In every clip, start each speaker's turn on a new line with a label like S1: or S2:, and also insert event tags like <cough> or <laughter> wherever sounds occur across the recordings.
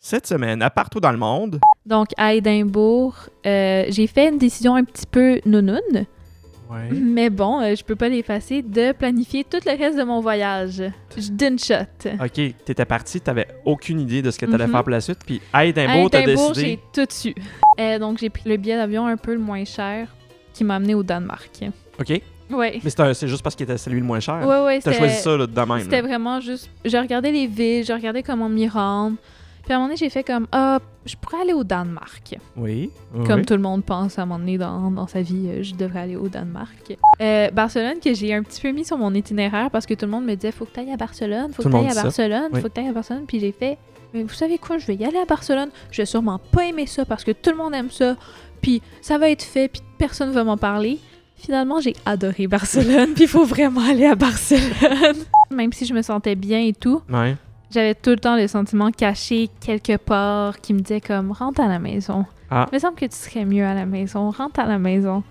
S1: cette semaine, à partout dans le monde.
S2: Donc, à Édimbourg, euh, j'ai fait une décision un petit peu nounoune,
S1: Ouais.
S2: mais bon, euh, je peux pas l'effacer, de planifier tout le reste de mon voyage. Je- D'une shot.
S1: OK, t'étais parti, t'avais aucune idée de ce que t'allais
S2: Mhm.
S1: faire pour la suite, puis à Édimbourg, t'as
S2: Édimbourg,
S1: décidé...
S2: j'ai tout su. Euh, donc, j'ai pris le billet d'avion un peu le moins cher qui m'a amené au Danemark.
S1: OK,
S2: Ouais.
S1: mais c'est un- c'est juste parce qu'il était celui le moins cher.
S2: Ouais, ouais,
S1: T'as
S2: c'était-
S1: choisi ça là, de même.
S2: C'était
S1: là.
S2: vraiment juste. Je regardais les villes, je regardais comment m'y rendre. Puis à un moment donné, j'ai fait comme Ah, je pourrais aller au Danemark.
S1: Oui.
S2: Comme
S1: oui.
S2: tout le monde pense à un moment donné dans, dans sa vie, euh, je devrais aller au Danemark. Euh, Barcelone, que j'ai un petit peu mis sur mon itinéraire parce que tout le monde me disait Faut que t'ailles à Barcelone, faut
S1: Tout
S2: que
S1: le monde
S2: t'ailles à
S1: dit ça.
S2: Barcelone,
S1: Oui.
S2: faut que t'ailles à Barcelone. Puis j'ai fait Mais vous savez quoi, je vais y aller à Barcelone. Je vais sûrement pas aimer ça parce que tout le monde aime ça. Puis ça va être fait, puis personne va m'en parler. Finalement, j'ai adoré Barcelone, <laughs> puis il faut vraiment aller à Barcelone. Même si je me sentais bien et tout,
S1: Ouais.
S2: j'avais tout le temps le sentiment caché quelque part qui me disait comme rentre à la maison.
S1: Ah.
S2: Il me semble que tu serais mieux à la maison, rentre à la maison.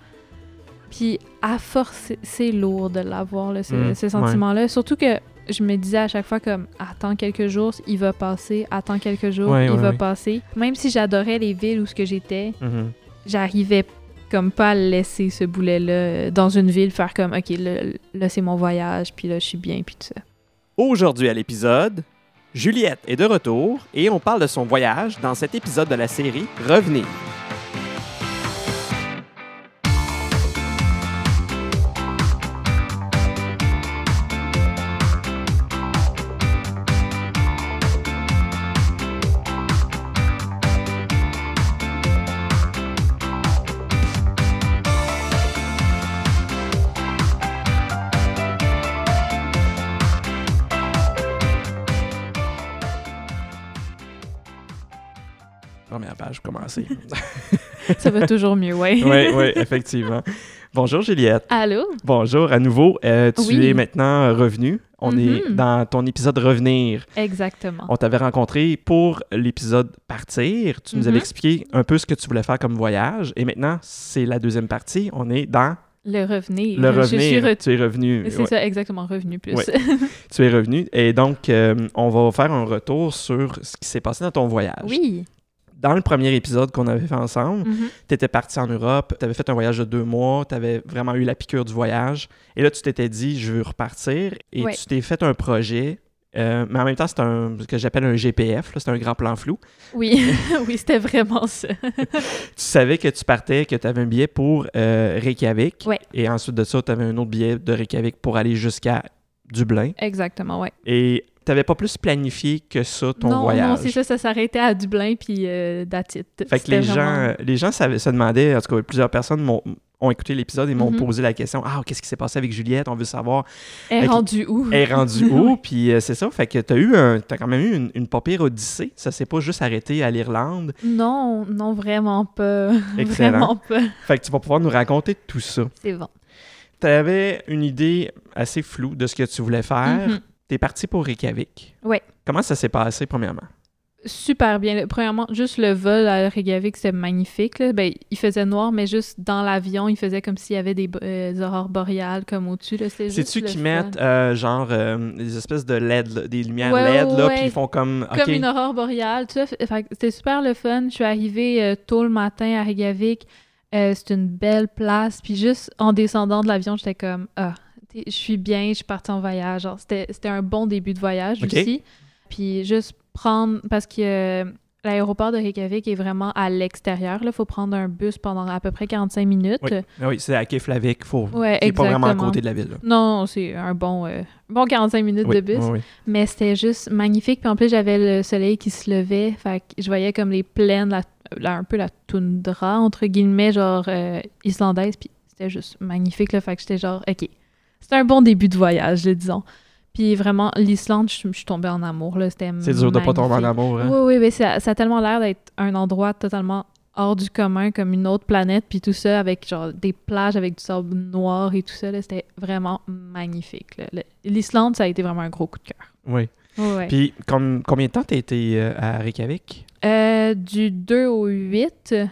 S2: Puis à force, c'est- c'est lourd de l'avoir là, ce,
S1: Mm,
S2: ce sentiment-là. Surtout que je me disais à chaque fois comme attends quelques jours, il va passer, attends quelques jours,
S1: Ouais,
S2: il
S1: ouais,
S2: va
S1: ouais.
S2: passer. Même si j'adorais les villes où ce que j'étais,
S1: Mhm.
S2: j'arrivais comme pas à laisser ce boulet-là euh, dans une ville faire comme ok là, là c'est mon voyage puis là je suis bien puis tout ça.
S1: Aujourd'hui à l'épisode, Juliette est de retour et on parle de son voyage dans cet épisode de la série Revenir. Première page,
S2: <laughs>
S1: commencez. <laughs>
S2: ça va toujours mieux, ouais.
S1: oui, oui, effectivement. Bonjour Juliette.
S2: Allô?
S1: Bonjour à nouveau. Euh, tu
S2: Oui.
S1: es maintenant revenue. On est
S2: Mhm.
S1: dans ton épisode Revenir.
S2: Exactement.
S1: On t'avait rencontré pour l'épisode Partir. Tu nous avais
S2: Mhm.
S1: expliqué un peu ce que tu voulais faire comme voyage. Et maintenant, c'est la deuxième partie. On est dans
S2: Le revenir.
S1: le
S2: Je suis
S1: revenir.
S2: re-
S1: Tu es revenu.
S2: C'est
S1: Ouais,
S2: ça, exactement, revenu plus.
S1: Ouais.
S2: <laughs>
S1: Tu es revenu. Et donc, euh, on va faire un retour sur ce qui s'est passé dans ton voyage.
S2: oui.
S1: Dans le premier épisode qu'on avait fait ensemble,
S2: Mhm.
S1: tu étais parti en Europe, tu avais fait un voyage de deux mois, tu avais vraiment eu la piqûre du voyage. Et là, tu t'étais dit, je veux repartir. Et
S2: Ouais.
S1: tu t'es fait un projet. euh, mais en même temps, c'est un, ce que j'appelle un GPF, là, c'est un grand plan flou.
S2: <laughs> Oui, oui, c'était vraiment ça.
S1: Tu savais que tu partais, que tu avais un billet pour euh, Reykjavik.
S2: Ouais.
S1: Et ensuite de ça, tu avais un autre billet de Reykjavik pour aller jusqu'à Dublin.
S2: Exactement, ouais.
S1: Et tu n'avais pas plus planifié que ça ton
S2: non,
S1: voyage.
S2: non, c'est ça, ça s'arrêtait à Dublin puis euh, that's it.
S1: Fait que
S2: C'était
S1: les gens,
S2: vraiment-
S1: euh, les gens savaient- se demandaient, en tout cas, plusieurs personnes m'ont- ont écouté l'épisode et m'ont
S2: Mhm.
S1: posé la question Ah, qu'est-ce qui s'est passé avec Juliette On veut
S2: <laughs>
S1: savoir,
S2: est
S1: avec-
S2: rendu où?
S1: elle est rendue où Puis euh, c'est ça, fait que t'as eu un- t'as quand même eu une, une pas pire odyssée. Ça s'est pas juste arrêté à
S2: <laughs>
S1: l'Irlande.
S2: Non, non, vraiment pas. <laughs>
S1: Excellent.
S2: Vraiment pas.
S1: Fait que tu vas pouvoir nous raconter tout ça.
S2: C'est bon.
S1: T'avais une idée assez floue de ce que tu voulais faire.
S2: Mhm.
S1: T'es parti pour Reykjavik.
S2: Ouais.
S1: Comment ça s'est passé, premièrement
S2: Super bien. Le- Premièrement, juste le vol à Reykjavik, c'était magnifique. là. Ben, il faisait noir, mais juste dans l'avion, il faisait comme s'il y avait des bo- euh, aurores boréales comme au-dessus. là. C'était juste
S1: C'est-tu
S2: le
S1: qui
S2: fun.
S1: mettent, euh, genre, euh, des espèces de LED, là, des lumières
S2: Ouais,
S1: LED, là,
S2: ouais,
S1: puis
S2: ouais.
S1: ils font comme.
S2: comme
S1: OK.
S2: une aurore boréale. Tu vois, Fait- fait que c'était super le fun. Je suis arrivée euh, tôt le matin à Reykjavik. Euh, c'est une belle place. Puis juste en descendant de l'avion, j'étais comme ah, t'sais, je suis bien, je suis partie en voyage. Genre, C'était c'était un bon début de voyage
S1: Ok.
S2: aussi. Puis juste prendre parce que euh, l'aéroport de Reykjavik est vraiment à l'extérieur. Il faut prendre un bus pendant à peu près 45 minutes.
S1: Oui, Ah oui c'est à Keflavik, faut.
S2: Ouais,
S1: qui est pas vraiment à côté
S2: exactement.
S1: de la ville. là.
S2: Non, c'est un bon, euh, bon 45 minutes
S1: Oui,
S2: de bus.
S1: oui, oui.
S2: Mais c'était juste magnifique. Puis en plus, j'avais le soleil qui se levait. Fait que je voyais comme les plaines, la- la- un peu la toundra, entre guillemets, genre euh, islandaise. Puis c'était juste magnifique. Là. Fait que j'étais genre, OK, c'était un bon début de voyage, là, disons. Puis vraiment, l'Islande, je suis- je suis tombée en amour. là. C'était
S1: C'est dur de pas tomber en
S2: magnifique.
S1: amour. hein?
S2: Oui, oui, mais ça, ça a tellement l'air d'être un endroit totalement hors du commun, comme une autre planète. Puis tout ça, avec genre des plages, avec du sable noir et tout ça. là. C'était vraiment magnifique. là. Le- L'Islande, ça a été vraiment un gros coup de cœur.
S1: Oui.
S2: Ouais.
S1: Puis com- combien de temps t'as été euh, à Reykjavik?
S2: Euh, du 2 au 8. euh,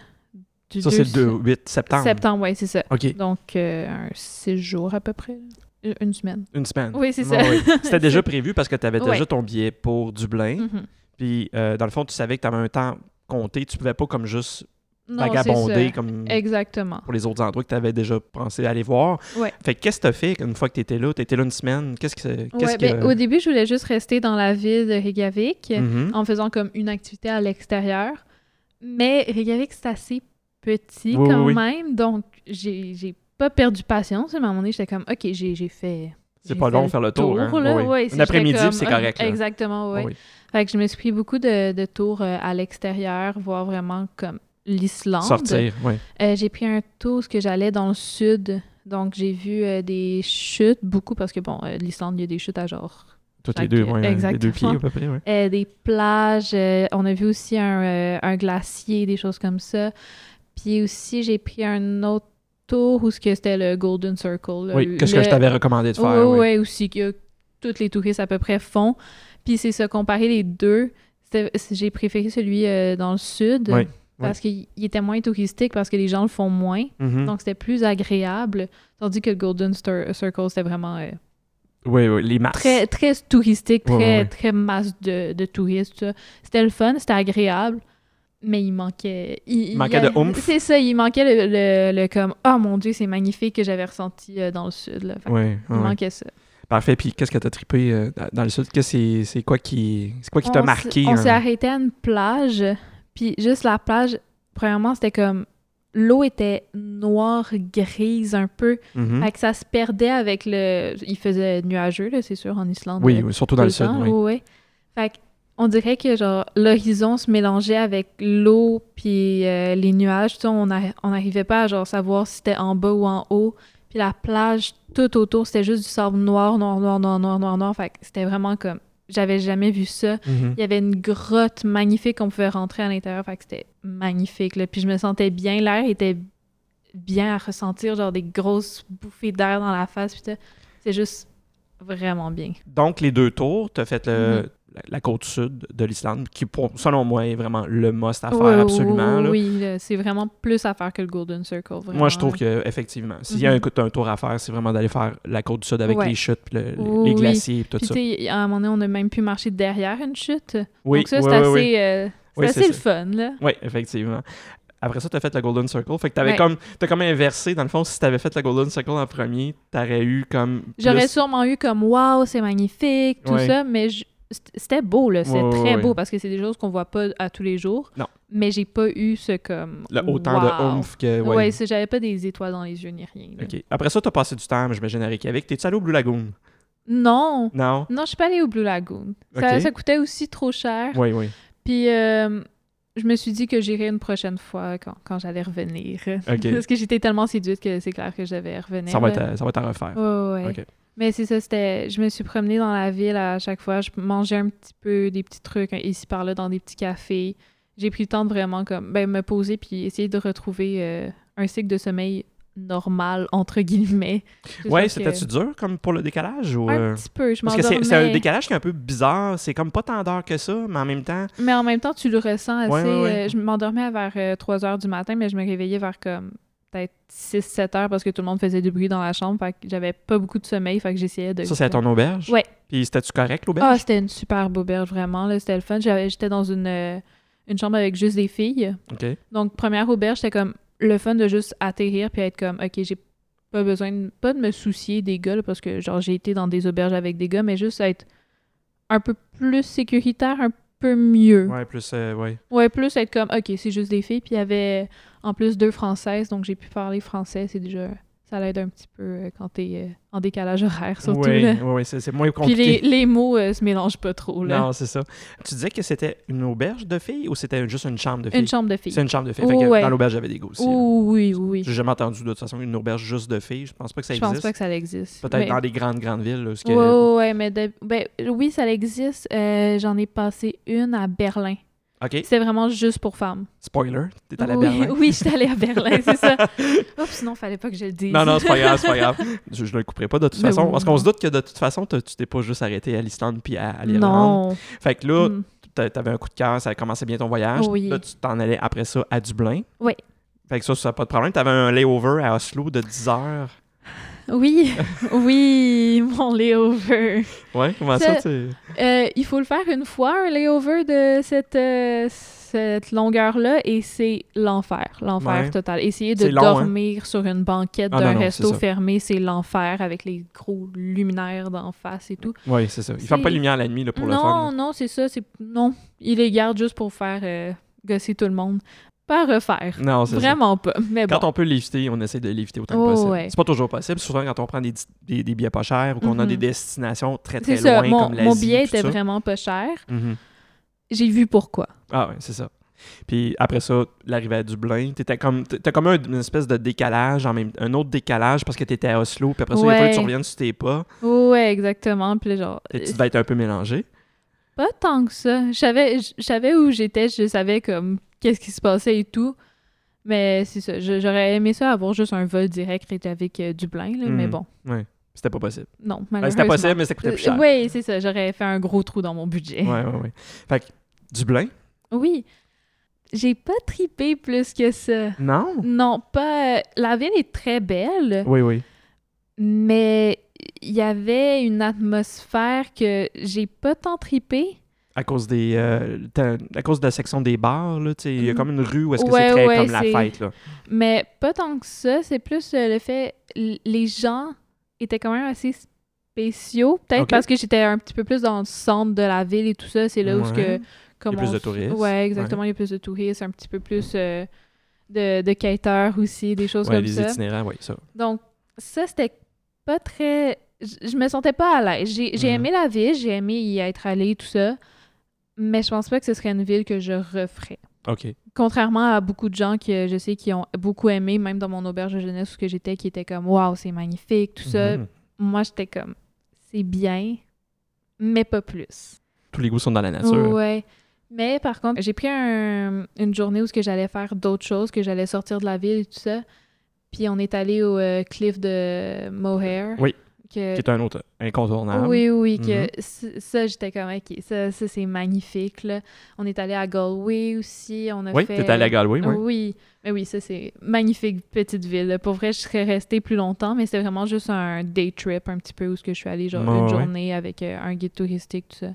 S2: Du
S1: Ça,
S2: 2
S1: c'est le 2, 8 septembre.
S2: Septembre, oui, c'est ça.
S1: OK,
S2: Donc, euh, un 6 jours à peu près. Euh, Une semaine.
S1: une semaine. Ah
S2: Oui, c'est <laughs>
S1: Ouais,
S2: ça.
S1: ouais. C'était déjà prévu parce que t'avais
S2: Ouais.
S1: déjà ton billet pour Dublin.
S2: Mhm.
S1: Puis, euh, dans le fond, tu savais que tu avais un temps compté. Tu pouvais pas comme juste
S2: Non, c'est
S1: vagabonder
S2: ça.
S1: comme
S2: Exactement.
S1: pour les autres endroits que tu avais déjà pensé aller voir.
S2: Ouais.
S1: Fait que qu'est-ce que tu as fait une fois que tu étais là? Tu étais là une semaine. Qu'est-ce que. Qu'est-ce
S2: Ouais, ben,
S1: que...
S2: au début, je voulais juste rester dans la ville de Reykjavik
S1: Mhm.
S2: en faisant comme une activité à l'extérieur. Mais Reykjavik, c'est assez petit
S1: Oui,
S2: quand
S1: oui, oui.
S2: même, donc j'ai j'ai pas perdu patience. À un moment donné, j'étais comme, OK, j'ai j'ai fait.
S1: C'est
S2: j'ai
S1: pas
S2: fait
S1: long
S2: le
S1: faire le tour. hein?
S2: là,
S1: Oui, oui.
S2: ouais,
S1: Un
S2: j'étais
S1: après-midi,
S2: comme,
S1: puis c'est
S2: ah,
S1: correct. là.
S2: Exactement, ouais.
S1: Oui.
S2: Fait que je me suis pris beaucoup de, de tours euh, à l'extérieur, voir vraiment comme l'Islande.
S1: Sortir, oui.
S2: Euh, j'ai pris un tour parce que j'allais dans le sud. Donc, j'ai vu euh, des chutes, beaucoup, parce que, bon, euh, l'Islande, il y a des chutes à genre...
S1: Toutes les
S2: Fait
S1: deux,
S2: que-
S1: ouais, les deux
S2: exactement.
S1: pieds à peu près, oui.
S2: euh, des plages. euh, on a vu aussi un, euh, un glacier, des choses comme ça. Puis aussi, j'ai pris un autre tour où ce que c'était le Golden Circle. là,
S1: Oui,
S2: le-
S1: qu'est-ce que je t'avais recommandé de faire?
S2: Ouais,
S1: oui.
S2: ouais, aussi que tous les touristes à peu près font. Puis c'est ça, comparer les deux, c'était- c'est- j'ai préféré celui euh, dans le sud
S1: Ouais,
S2: parce qu'il il était moins touristique, parce que les gens le font moins.
S1: Mhm.
S2: Donc c'était plus agréable. Tandis que le Golden Stir- Circle, c'était vraiment euh,
S1: oui, oui, les masses.
S2: très, très touristique, très,
S1: Ouais, ouais, ouais.
S2: très masse de, de touristes. tout ça. C'était le fun, c'était agréable. Mais il manquait. Il,
S1: Il manquait
S2: y a-
S1: de oomph.
S2: C'est ça, il manquait le, le- le comme Oh mon Dieu, c'est magnifique que j'avais ressenti euh, dans le sud. là. Fait que
S1: Oui, oui,
S2: Il
S1: oui.
S2: manquait ça.
S1: Parfait. Puis qu'est-ce que t'as trippé euh, dans- dans le sud? Qu'est-ce que c'est- c'est quoi qui c'est quoi qui t'a
S2: On
S1: marqué?
S2: s- On
S1: hein?
S2: s'est arrêté à une plage, puis juste la plage, premièrement, c'était comme l'eau était noire, grise un peu,
S1: Mhm.
S2: fait que ça se perdait avec le. Il faisait nuageux, là, c'est sûr, en Islande.
S1: Oui,
S2: euh,
S1: oui, surtout dans le
S2: tout
S1: sud,
S2: temps,
S1: oui.
S2: ouais, ouais. Fait que on dirait que genre l'horizon se mélangeait avec l'eau puis euh, les nuages, Tu sais, on a- on n'arrivait pas à genre savoir si c'était en bas ou en haut. Puis la plage tout autour, c'était juste du sable noir, noir, noir, noir, noir, noir, noir. Fait que c'était vraiment comme j'avais jamais vu ça.
S1: Mhm.
S2: Il y avait une grotte magnifique, on pouvait rentrer à l'intérieur, fait que c'était magnifique. Là. Puis je me sentais bien, l'air était bien à ressentir, genre des grosses bouffées d'air dans la face. puis tout. C'est juste vraiment bien.
S1: Donc, les deux tours, t'as fait le-
S2: Mhm.
S1: la, la côte sud de l'Islande, qui, pour, selon moi, est vraiment le must à faire,
S2: Ouais,
S1: absolument.
S2: Oui,
S1: là.
S2: oui, là, c'est vraiment plus à faire que le Golden Circle. Vraiment,
S1: Moi, je trouve
S2: là.
S1: que effectivement, s'il y a
S2: Mhm.
S1: un, t'as un tour à faire, c'est vraiment d'aller faire la côte du sud avec
S2: Ouais.
S1: les chutes, puis le-
S2: Oui,
S1: les
S2: oui.
S1: glaciers, puis tout
S2: Puis,
S1: ça.
S2: tu sais, à un moment donné, on a même pu marcher derrière une chute.
S1: Oui,
S2: Donc, ça,
S1: oui,
S2: c'est
S1: oui,
S2: assez,
S1: oui.
S2: euh, c'est
S1: Oui,
S2: assez
S1: c'est
S2: le
S1: ça.
S2: fun, là.
S1: Oui, effectivement. Après ça, tu as fait le Golden Circle. Fait que t'avais
S2: Ouais.
S1: comme, t'as comme inversé, dans le fond, si tu avais fait le Golden Circle en premier, tu aurais eu comme. plus-
S2: J'aurais sûrement eu comme « Wow, c'est magnifique », tout
S1: Ouais.
S2: ça, mais je- c't- c'était beau, là. C'était
S1: Ouais, ouais,
S2: très
S1: ouais.
S2: beau parce que c'est des choses qu'on voit pas à tous les jours.
S1: Non.
S2: Mais j'ai pas eu ce comme
S1: le autant de
S2: Wow.
S1: oomph que.
S2: Ouais,
S1: Ouais.
S2: c'est- j'avais pas des étoiles dans les yeux ni rien. là.
S1: OK. Après ça, tu as passé du temps, j'imagine, à Reykjavik. T'es-tu allé au Blue Lagoon?
S2: Non!
S1: Non?
S2: Non, je suis pas allée au Blue Lagoon. Ça,
S1: Ok.
S2: ça coûtait aussi trop cher.
S1: Oui,
S2: <laughs>
S1: oui.
S2: Puis euh, je me suis dit que j'irais une prochaine fois quand, quand j'allais revenir.
S1: OK.
S2: <laughs> Parce que j'étais tellement séduite que c'est clair que je devais revenir.
S1: Ça va,
S2: là.
S1: être à- ça va être à refaire.
S2: Ouais, ouais.
S1: OK.
S2: Mais c'est ça, c'était. Je me suis promenée dans la ville à chaque fois. Je mangeais un petit peu des petits trucs hein, ici par là dans des petits cafés. J'ai pris le temps de vraiment comme ben, me poser puis essayer de retrouver euh, un cycle de sommeil normal entre guillemets. Juste
S1: Ouais,
S2: parce que-
S1: c'était-tu dur comme pour le décalage? Ou,
S2: un
S1: euh,
S2: petit peu. Je
S1: Parce que c'est c'est un
S2: m'endormais.
S1: décalage qui est un peu bizarre. C'est comme pas tant d'heures que ça, mais en même temps.
S2: Mais en même temps, tu le ressens assez.
S1: Ouais, ouais, ouais.
S2: euh, je m'endormais vers 3 heures du matin, mais je me réveillais vers comme peut-être 6-7 heures parce que tout le monde faisait du bruit dans la chambre. Fait que j'avais pas beaucoup de sommeil. Fait que j'essayais de.
S1: Ça, c'est à ton auberge?
S2: Ouais.
S1: Puis c'était-tu correct, l'auberge?
S2: Ah, c'était une superbe auberge, vraiment. là, C'était le fun. J'avais- J'étais dans une, euh, une chambre avec juste des filles.
S1: OK.
S2: Donc, première auberge, c'était comme le fun de juste atterrir puis être comme, OK, j'ai pas besoin, de, pas de me soucier des gars, là, parce que genre, j'ai été dans des auberges avec des gars, mais juste être un peu plus sécuritaire, un peu mieux.
S1: Ouais, plus. euh, ouais.
S2: Ouais, plus être comme, OK, c'est juste des filles. Puis il y avait en plus deux françaises, donc j'ai pu parler français. C'est déjà. Ça l'aide un petit peu euh, quand t'es euh, en décalage horaire, surtout.
S1: ouais,
S2: là.
S1: ouais, ouais, c'est c'est moins
S2: Puis
S1: compliqué.
S2: les, les mots euh, se mélangent pas trop.
S1: <laughs>
S2: Là.
S1: Non, c'est ça. Tu disais que c'était une auberge de filles ou c'était juste une chambre de filles?
S2: Une chambre de filles. Oh,
S1: C'est une chambre de filles. Fait que
S2: Ouais.
S1: Dans l'auberge, j'avais des gars aussi. là.
S2: Oh, oui, oui,
S1: J'ai jamais entendu de toute façon une auberge juste de filles. Je pense pas que ça
S2: Je
S1: existe.
S2: pense pas que ça existe.
S1: Peut-être
S2: Mais-
S1: dans euh, des grandes, grandes villes. là, parce que-
S2: Ouais, ouais, ouais, mais de- ben, oui, ça existe. Euh, J'en ai passé une à Berlin.
S1: OK,
S2: C'était vraiment juste pour femmes.
S1: spoiler, t'es allé à
S2: oui,
S1: Berlin.
S2: <laughs> oui, j'étais allée à Berlin, c'est ça. Oups, sinon, fallait pas que je le dise.
S1: Non, non, c'est pas grave, c'est pas
S2: <laughs>
S1: grave. <laughs> Je, je ne le couperai pas de toute
S2: Mais
S1: façon.
S2: Ben oui,
S1: Parce qu'on
S2: non.
S1: se doute que de toute façon, t'as- tu t'es pas juste arrêté à l'Islande puis à, à l'Irlande.
S2: Non.
S1: Fait que là,
S2: Mm.
S1: t'a- t'avais un coup de cœur, ça commençait bien ton voyage.
S2: Oui.
S1: Là, tu t'en allais après ça à Dublin.
S2: Oui.
S1: Fait que ça, ça a pas de problème. T'avais un layover à Oslo de 10 heures.
S2: Oui, <laughs> oui, mon layover.
S1: Ouais, comment ça,
S2: Ça-
S1: tu.
S2: Euh, il faut le faire une fois, un layover de cette, euh, cette longueur-là, et c'est l'enfer, l'enfer
S1: Ouais.
S2: total. Essayer de
S1: C'est long, hein?
S2: dormir sur une banquette
S1: Ah,
S2: d'un
S1: non, non, c'est
S2: resto
S1: ça.
S2: fermé, c'est l'enfer avec les gros luminaires d'en face et tout.
S1: Oui, c'est ça. Ils ferment
S2: C'est-
S1: pas de lumière à la nuit là, pour le
S2: non,
S1: fun.
S2: non, c'est ça, c'est... Non, il les garde juste pour faire euh, gosser tout le monde. Pas à refaire.
S1: Non, c'est ça.
S2: Vraiment pas, mais bon.
S1: Quand on peut l'éviter, on essaie de l'éviter autant
S2: Oh,
S1: que possible.
S2: ouais.
S1: C'est pas toujours possible, souvent quand on prend des, des, des billets pas chers ou qu'on a
S2: Mhm.
S1: des destinations très très
S2: C'est ça,
S1: loin
S2: mon,
S1: comme l'Asie.
S2: mon billet
S1: tout
S2: était
S1: ça.
S2: vraiment pas cher.
S1: Mhm.
S2: J'ai vu pourquoi.
S1: Ah ouais, c'est ça. Puis après ça, l'arrivée à Dublin, t'étais comme t'as comme un- une espèce de décalage en même un autre décalage parce que t'étais à Oslo, puis après ça, il a fallu que tu
S2: Ouais. Euh,
S1: reviennes sur tes pas.
S2: Ouais, exactement. Puis là, genre,
S1: Fait que Tu devais être un peu mélangé.
S2: Pas tant que ça. Je savais, je savais où j'étais, je savais comme qu'est-ce qui se passait et tout. Mais c'est ça. je- J'aurais aimé ça avoir juste un vol direct avec euh, Dublin, là,
S1: Mm.
S2: mais bon,
S1: C'était pas possible.
S2: non,
S1: Ben,
S2: malheureusement. Euh,
S1: c'était possible, mais ça coûtait plus cher.
S2: Oui, c'est ça. J'aurais fait un gros trou dans mon budget.
S1: Ouais, ouais, ouais. Fait que Dublin?
S2: <laughs> Oui. J'ai pas tripé plus que ça.
S1: Non.
S2: Non, pas. euh, La ville est très belle,
S1: Oui, oui.
S2: mais il y avait une atmosphère que j'ai pas tant tripé.
S1: À cause des euh, t'as- à cause de la section des bars là, tu sais, il y a
S2: Mhm.
S1: comme une rue où est-ce que
S2: Ouais,
S1: c'est très
S2: ouais,
S1: comme la
S2: c'est-
S1: fête là.
S2: Mais pas tant que ça, c'est plus euh, le fait l- les gens étaient quand même assez spéciaux, peut-être
S1: Ok.
S2: parce que j'étais un petit peu plus dans le centre de la ville et tout ça, c'est là où ce
S1: Ouais.
S2: que comme
S1: Il y a plus
S2: on
S1: de
S2: s-
S1: touristes.
S2: Ouais, exactement, il y a plus de touristes, un petit peu plus euh, de de quêteurs aussi, des choses
S1: Ouais,
S2: comme
S1: les
S2: ça.
S1: itinérants, oui, ça.
S2: Donc ça c'était pas très je je me sentais pas à l'aise. J'ai j'ai
S1: Mhm.
S2: aimé la ville, j'ai aimé y être allée tout ça, mais je pense pas que ce serait une ville que je referais
S1: OK.
S2: contrairement à beaucoup de gens que je sais qui ont beaucoup aimé, même dans mon auberge de jeunesse où que j'étais, qui étaient comme waouh, c'est magnifique, tout ça.
S1: Mhm.
S2: Moi, j'étais comme c'est bien, mais pas plus.
S1: Tous les goûts sont dans la nature.
S2: Ouais. Mais par contre, j'ai pris un- une journée où ce que j'allais faire d'autres choses, que j'allais sortir de la ville et tout ça. Puis on est allé au euh, cliff de Mohair.
S1: Oui.
S2: Que...
S1: Qui est un autre incontournable.
S2: Oui, oui, que
S1: Mhm.
S2: c- ça, j'étais comme, OK, ça, ça c'est magnifique, là. On est allé à Galway aussi, on a
S1: Oui,
S2: fait...
S1: t'étais allé à Galway, oui.
S2: Oui, mais oui, ça c'est magnifique petite ville. Pour vrai, je serais restée plus longtemps, mais c'est vraiment juste un day trip un petit peu où ce que je suis allée genre
S1: Ouais,
S2: une
S1: ouais.
S2: journée avec euh, un guide touristique tout ça.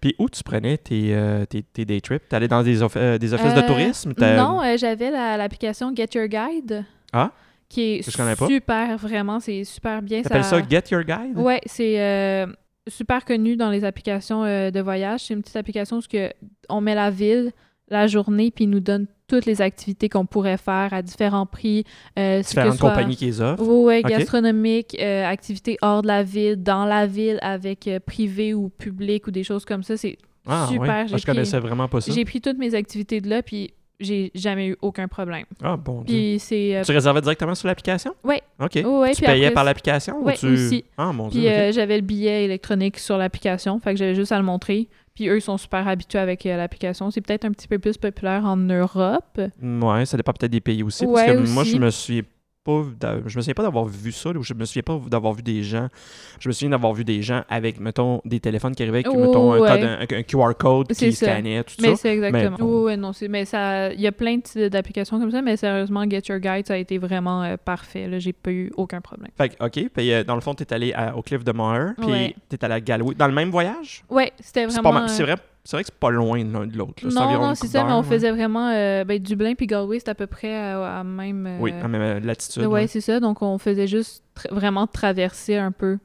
S1: Puis où tu prenais tes, euh, tes, tes day trips? T'allais dans des, off- euh, des offices de
S2: Euh,
S1: tourisme? T'as-
S2: Non, euh, j'avais la- l'application Get Your Guide.
S1: Ah?
S2: Qui est
S1: Je connais pas.
S2: super vraiment, c'est super bien
S1: T'appelles ça... Get Your Guide?
S2: Ouais, c'est euh, super connu dans les applications euh, de voyage. C'est une petite application où ce que on met la ville, la journée, puis il nous donne toutes les activités qu'on pourrait faire à différents prix. euh, ce que
S1: Différentes
S2: soit-
S1: compagnies qui les offrent.
S2: Oui, oui,
S1: Ok.
S2: gastronomique, euh, activités hors de la ville, dans la ville, avec euh, privé ou public ou des choses comme ça. C'est
S1: Ah,
S2: super,
S1: ouais. Ah,
S2: j'ai
S1: je connaissais vraiment pas ça.
S2: J'ai pris toutes mes activités de là, puis j'ai jamais eu aucun problème.
S1: Ah, bon Dieu.
S2: Puis c'est... euh,
S1: Tu réservais directement sur l'application?
S2: Ouais.
S1: OK.
S2: oh, ouais,
S1: tu
S2: puis
S1: payais
S2: après
S1: par
S2: ça-
S1: l'application? ou
S2: Ouais,
S1: tu...
S2: aussi.
S1: Ah, mon Dieu.
S2: Puis
S1: ok.
S2: euh, j'avais le billet électronique sur l'application, fait que j'avais juste à le montrer. Puis eux, ils sont super habitués avec euh, l'application. C'est peut-être un petit peu plus populaire en Europe.
S1: Mmh, Ouais, ça dépend peut-être des pays aussi.
S2: Ouais,
S1: parce que moi,
S2: aussi.
S1: je me suis pas. d'a- Je me souviens pas d'avoir vu ça, là, ou je me souviens pas d'avoir vu des gens. Je me souviens d'avoir vu des gens avec, mettons, des téléphones qui arrivaient avec,
S2: Oh,
S1: mettons, un, tas
S2: ouais.
S1: d'un- un- un QR code
S2: C'est
S1: qui
S2: ça.
S1: scannait, tout
S2: Mais
S1: ça.
S2: c'est exactement.
S1: Mais-
S2: Oui, oui, non, c'est- mais ça, il y a plein de types d'applications comme ça, mais sérieusement, Get Your Guide, ça a été vraiment euh, parfait. Là, j'ai pas eu aucun problème.
S1: Fait que, OK. Puis, euh, dans le fond, t'es allé à- au Cliff de Moher, puis
S2: Ouais.
S1: t'es allé à Galway. Dans le même voyage?
S2: Ouais, c'était
S1: C'est pas
S2: vraiment.
S1: mal-
S2: euh,
S1: C'est vrai, c'est vrai que c'est pas loin l'un de l'autre. là.
S2: Non,
S1: environ
S2: non,
S1: une
S2: c'est
S1: couple
S2: ça, mais on
S1: d'heures, ouais.
S2: faisait vraiment euh, ben, Dublin puis Galway, c'était à peu près à, à même. euh,
S1: Oui, à même euh, latitude.
S2: ouais,
S1: ouais.
S2: c'est ça. Donc, on faisait juste tra- vraiment traverser un peu.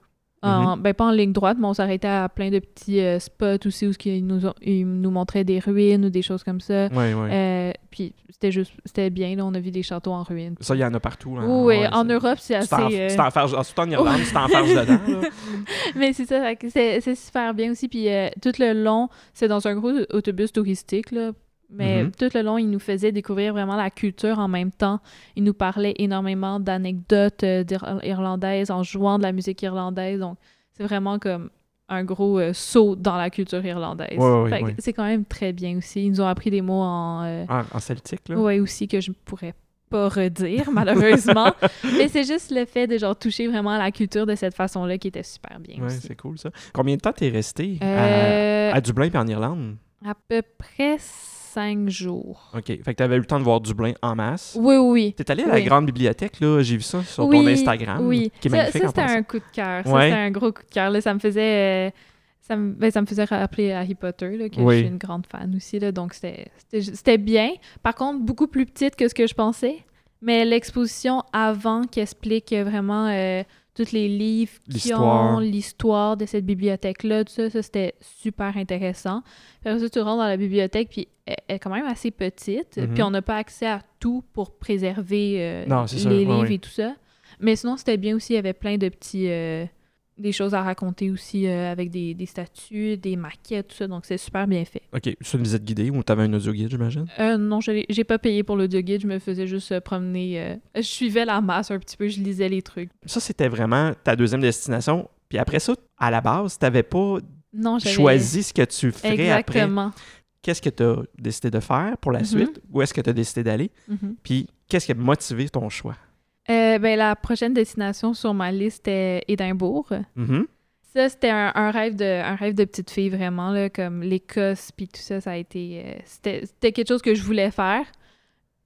S2: En,
S1: Mm-hmm.
S2: ben, pas en ligne droite, mais on s'arrêtait à plein de petits euh, spots aussi où ils nous, ont- ils nous montraient des ruines ou des choses comme ça.
S1: Ouais, ouais.
S2: Euh, puis c'était juste, c'était bien. Là, on a vu des châteaux en ruines.
S1: Ça, il y en a partout. hein.
S2: oui,
S1: Ouais,
S2: en
S1: c'est-
S2: Europe, c'est
S1: Tu
S2: assez.
S1: t'en
S2: euh,
S1: tu t'en farges- ah, surtout en Irlande, tu t'en farges
S2: <laughs>
S1: dedans. là.
S2: Mais c'est ça, fait que c'est c'est super bien aussi. Puis euh, tout le long, c'est dans un gros autobus touristique, là. Mais
S1: Mhm.
S2: tout le long, il nous faisait découvrir vraiment la culture en même temps. Il nous parlait énormément d'anecdotes euh, d'Ir- irlandaises en jouant de la musique irlandaise. Donc, c'est vraiment comme un gros euh, saut dans la culture irlandaise.
S1: Ouais, ouais,
S2: Fait que
S1: ouais.
S2: C'est quand même très bien aussi. Ils nous ont appris des mots en... euh,
S1: En, en celtique, là.
S2: Ouais, aussi que je ne pourrais pas
S1: <laughs>
S2: redire, malheureusement. Mais c'est juste le fait de genre toucher vraiment à la culture de cette façon-là qui était super bien
S1: Ouais,
S2: aussi.
S1: c'est cool ça. Combien de temps t'es resté à,
S2: Euh,
S1: à Dublin puis en Irlande?
S2: à peu près cinq jours.
S1: OK. Fait que t'avais eu le temps de voir Dublin en masse.
S2: Oui, oui.
S1: T'es allé à la
S2: Oui.
S1: grande bibliothèque, là, j'ai vu ça sur
S2: oui,
S1: ton Instagram,
S2: Oui.
S1: qui est
S2: Ça-
S1: magnifique
S2: ça,
S1: en
S2: c'était
S1: passant.
S2: un coup de cœur. Ça,
S1: Ouais.
S2: c'était un gros coup de cœur. Là, ça me faisait... euh, ça me, ben, ça me faisait rappeler Harry Potter, là, que
S1: Oui.
S2: je suis une grande fan aussi. Là, donc, c'était- c'était c'était bien. Par contre, beaucoup plus petite que ce que je pensais. Mais l'exposition avant qui explique euh, vraiment euh, tous les livres qui
S1: L'histoire.
S2: ont l'histoire de cette bibliothèque-là, tout ça, ça, c'était super intéressant. Puis après ça, tu rentres dans la bibliothèque, puis elle elle est quand même assez petite.
S1: Mhm.
S2: Puis on n'a pas accès à tout pour préserver euh,
S1: Non,
S2: les
S1: c'est sûr, ouais,
S2: livres
S1: ouais.
S2: et tout ça. Mais sinon, c'était bien aussi. Il y avait plein de petits. euh, des choses à raconter aussi euh, avec des, des statues, des maquettes, tout ça. Donc, c'est super bien fait.
S1: OK. C'est une visite guidée ou t'avais un audio guide, j'imagine?
S2: Euh, non, je l'ai- j'ai pas payé pour l'audio guide. Je me faisais juste euh, promener. euh, je suivais la masse un petit peu. Je lisais les trucs.
S1: Ça, c'était vraiment ta deuxième destination. Puis après ça, à la base, t'avais pas
S2: Non, j'avais...
S1: choisi ce que tu ferais après.
S2: Exactement.
S1: Qu'est-ce que t'as décidé de faire pour la
S2: Mhm.
S1: suite? Où est-ce que t'as décidé d'aller?
S2: Mhm.
S1: Puis qu'est-ce qui a motivé ton choix?
S2: Euh, ben, la prochaine destination sur ma liste est Édimbourg.
S1: Mhm.
S2: Ça, c'était un, un rêve de, un rêve de petite fille, vraiment, là, comme l'Écosse, puis tout ça, ça a été... euh, c'était c'était quelque chose que je voulais faire,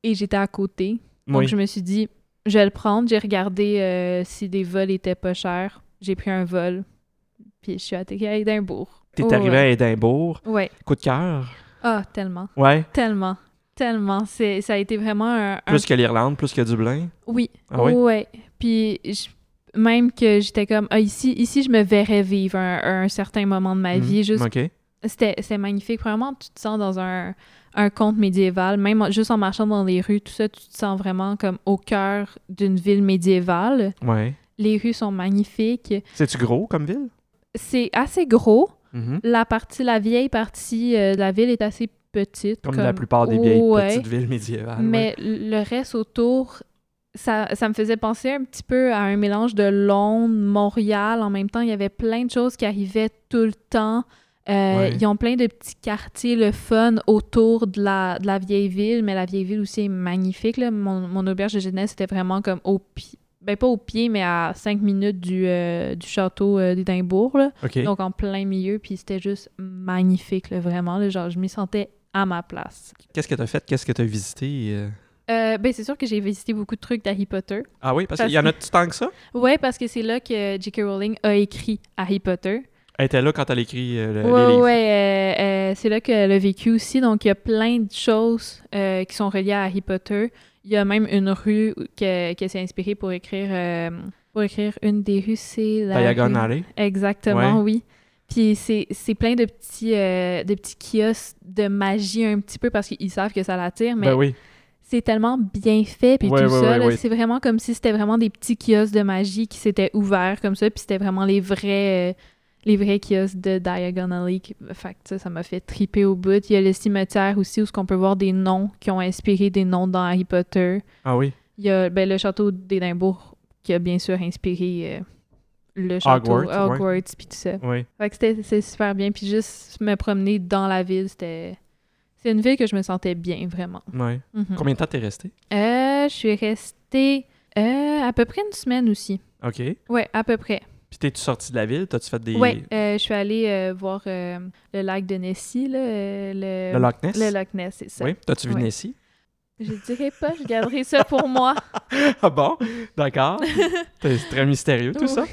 S2: et j'étais à côté. Donc,
S1: Oui.
S2: je me suis dit, je vais le prendre. J'ai regardé euh, si des vols étaient pas chers. J'ai pris un vol, puis je suis atterrie à Édimbourg.
S1: T'es
S2: Oh,
S1: arrivé
S2: ouais.
S1: à Édimbourg.
S2: Ouais.
S1: Coup de cœur.
S2: Ah, tellement,
S1: Ouais.
S2: tellement, tellement. C'est- Ça a été vraiment un... un-
S1: Plus que l'Irlande, plus que Dublin.
S2: Oui,
S1: Ah oui?
S2: Ouais. Puis je- même que j'étais comme ah, ici ici je me verrais vivre un, un certain moment de ma vie
S1: Mhm.
S2: juste
S1: OK.
S2: c'était c'est magnifique vraiment tu te sens dans un un conte médiéval même en- juste en marchant dans les rues tout ça tu te sens vraiment comme au cœur d'une ville médiévale
S1: Ouais.
S2: les rues sont magnifiques
S1: C'est-tu gros comme ville?
S2: c'est assez gros
S1: Mhm.
S2: la partie la vieille partie euh, de la ville est assez petite
S1: Comme, la plupart des vieilles
S2: Ouais.
S1: petites villes médiévales. ouais.
S2: Mais le reste autour, ça, ça me faisait penser un petit peu à un mélange de Londres, Montréal. En même temps, il y avait plein de choses qui arrivaient tout le temps. Euh,
S1: Ouais.
S2: Ils ont plein de petits quartiers, le fun, autour de la, de la vieille ville. Mais la vieille ville aussi est magnifique. là. Mon, mon auberge de jeunesse, c'était vraiment comme au pied. Ben, pas au pied, mais à 5 minutes du, euh, du château euh, d'Édimbourg. là.
S1: OK.
S2: Donc, en plein milieu. Puis c'était juste magnifique, là, vraiment. là. genre, je m'y sentais à ma place.
S1: Qu'est-ce que t'as fait? Qu'est-ce que t'as visité? euh?
S2: Euh, ben, c'est sûr que j'ai visité beaucoup de trucs d'Harry Potter.
S1: Ah oui, parce
S2: Parce
S1: qu'il y en
S2: que-
S1: a tant que ça?
S2: Ouais, parce que c'est là que J.K. Rowling a écrit Harry Potter.
S1: Elle était là quand elle écrit euh, le-
S2: Ouais,
S1: les
S2: ouais,
S1: livres.
S2: ouais, euh, euh, c'est là qu'elle a vécu aussi. Donc, il y a plein de choses euh, qui sont reliées à Harry Potter. Il y a même une rue où- que- qu'elle s'est inspirée pour écrire, euh, pour écrire une des rues, c'est la
S1: Diagon
S2: rue-
S1: Alley.
S2: Exactement, oui. Puis c'est c'est plein de petits, euh, de petits kiosques de magie un petit peu parce qu'ils savent que ça l'attire, mais
S1: Ben oui.
S2: c'est tellement bien fait puis
S1: Ouais,
S2: tout
S1: ouais,
S2: ça
S1: ouais,
S2: là,
S1: ouais.
S2: c'est vraiment comme si c'était vraiment des petits kiosques de magie qui s'étaient ouverts comme ça puis c'était vraiment les vrais euh, les vrais kiosques de Diagon Alley qui- fait que ça ça m'a fait triper au bout il y a le cimetière aussi où ce qu'on peut voir des noms qui ont inspiré des noms dans Harry Potter
S1: Ah oui.
S2: il y a ben, le château d'Édimbourg qui a bien sûr inspiré euh, le château
S1: Hogwarts, ouais.
S2: Hogwarts, puis tout ça
S1: Oui.
S2: fait que c'était c'est super bien puis juste me promener dans la ville c'était c'est une ville que je me sentais bien vraiment
S1: Ouais.
S2: Mhm.
S1: Combien de temps t'es resté?
S2: Euh, je suis restée euh, à peu près une semaine aussi.
S1: OK. Puis
S2: Ouais, à peu près.
S1: t'es-tu sorti de la ville? T'as-tu fait des.
S2: Ouais, euh, je suis allée euh, voir euh, le lac de Nessie, là, euh, le...
S1: Le Loch Ness?
S2: le Loch Ness, c'est ça.
S1: Oui. T'as-tu vu
S2: Ouais.
S1: Nessie?
S2: Je dirais pas, je garderai ça pour moi.
S1: <laughs>
S2: <laughs>
S1: Ah bon? D'accord. T'es- C'est très mystérieux tout ça.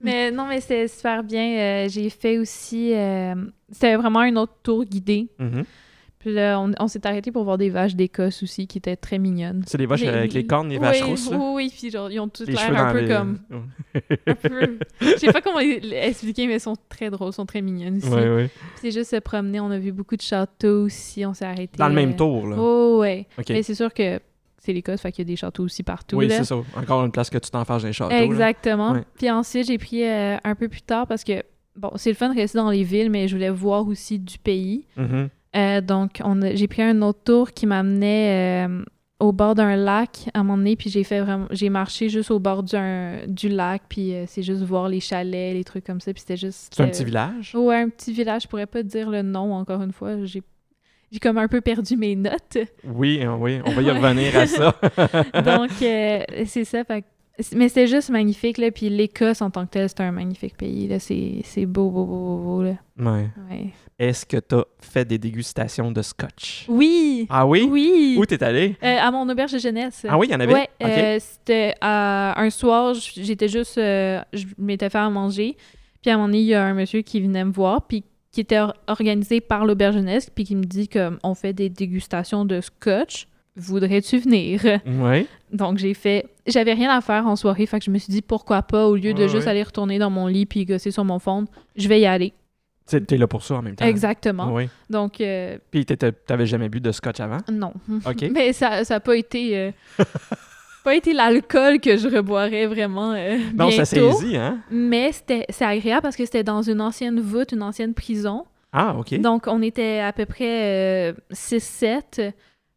S2: Mais non, mais c'était super bien. Euh, J'ai fait aussi... euh, C'était vraiment un autre tour guidé.
S1: Mhm.
S2: Puis là, on, on s'est arrêté pour voir des vaches d'Écosse aussi, qui étaient très mignonnes.
S1: C'est les vaches avec les cornes, les
S2: oui,
S1: vaches rousses.
S2: Oui,
S1: Là.
S2: oui, puis genre, ils ont tous
S1: Les
S2: l'air
S1: cheveux
S2: un
S1: dans
S2: peu
S1: les-
S2: comme... un peu. Je sais pas comment les- les expliquer, mais elles sont très drôles, sont très mignonnes aussi.
S1: Ouais, ouais.
S2: Puis C'est juste se promener, on a vu beaucoup de châteaux aussi, on s'est arrêté.
S1: Dans le
S2: euh,
S1: même tour, là.
S2: Oh, ouais.
S1: OK.
S2: Mais c'est sûr que c'est l'Écosse, fait qu'il y a des châteaux aussi partout.
S1: oui,
S2: là.
S1: c'est ça. Encore une place que tu t'en fâches dans les châteaux. là.
S2: Exactement.
S1: Ouais.
S2: Puis ensuite, j'ai pris euh, un peu plus tard parce que, bon, c'est le fun de rester dans les villes, mais je voulais voir aussi du pays.
S1: Mhm.
S2: Euh, donc, on a- j'ai pris un autre tour qui m'amenait euh, au bord d'un lac à un moment donné, puis j'ai fait vraiment, j'ai marché juste au bord d'un- du lac, puis euh, c'est juste voir les chalets, les trucs comme ça, puis c'était juste.
S1: C'est un
S2: euh,
S1: petit village.
S2: Ouais, un petit village. Je pourrais pas dire le nom encore une fois. J'ai j'ai comme un peu perdu
S1: <laughs>
S2: mes notes.
S1: Oui, euh, oui. On va y
S2: Ouais. <laughs>
S1: revenir à ça.
S2: Donc, euh, c'est ça. Fait que C'est- Mais c'était juste magnifique, là. Puis l'Écosse en tant que tel, c'est un magnifique pays, là. C'est c'est beau, beau, beau, beau, beau, là.
S1: Ouais.
S2: Ouais.
S1: Est-ce que t'as fait des dégustations de scotch?
S2: Oui!
S1: Ah oui?
S2: Oui!
S1: Où t'es allé?
S2: Euh, à mon auberge de jeunesse.
S1: Ah oui, il y en avait?
S2: Ouais,
S1: Ok.
S2: euh, c'était euh, un soir, j- j'étais juste, euh, je m'étais fait à manger, puis à un moment donné, il y a un monsieur qui venait me voir, puis qui était or- organisé par l'auberge jeunesse, puis qui me dit que on fait des dégustations de scotch, voudrais-tu venir? <laughs>
S1: Ouais.
S2: Donc j'ai fait, j'avais rien à faire en soirée, fait que je me suis dit pourquoi pas, au lieu de
S1: Ouais,
S2: juste
S1: ouais.
S2: aller retourner dans mon lit puis gosser sur mon fond, je vais y aller.
S1: T'sais, T'es là pour ça en même temps.
S2: Exactement.
S1: Oui.
S2: Donc euh,
S1: Puis t'étais- t'avais jamais bu de scotch avant?
S2: non.
S1: OK.
S2: <laughs> Mais ça n'a pas
S1: <laughs>
S2: été. euh, pas été l'alcool que je reboirais vraiment euh,
S1: Non, ça
S2: bientôt.
S1: saisit, hein?
S2: Mais c'était c'est agréable parce que c'était dans une ancienne voûte, une ancienne prison.
S1: Ah, OK.
S2: Donc, on était à peu près euh, 6-7 euh,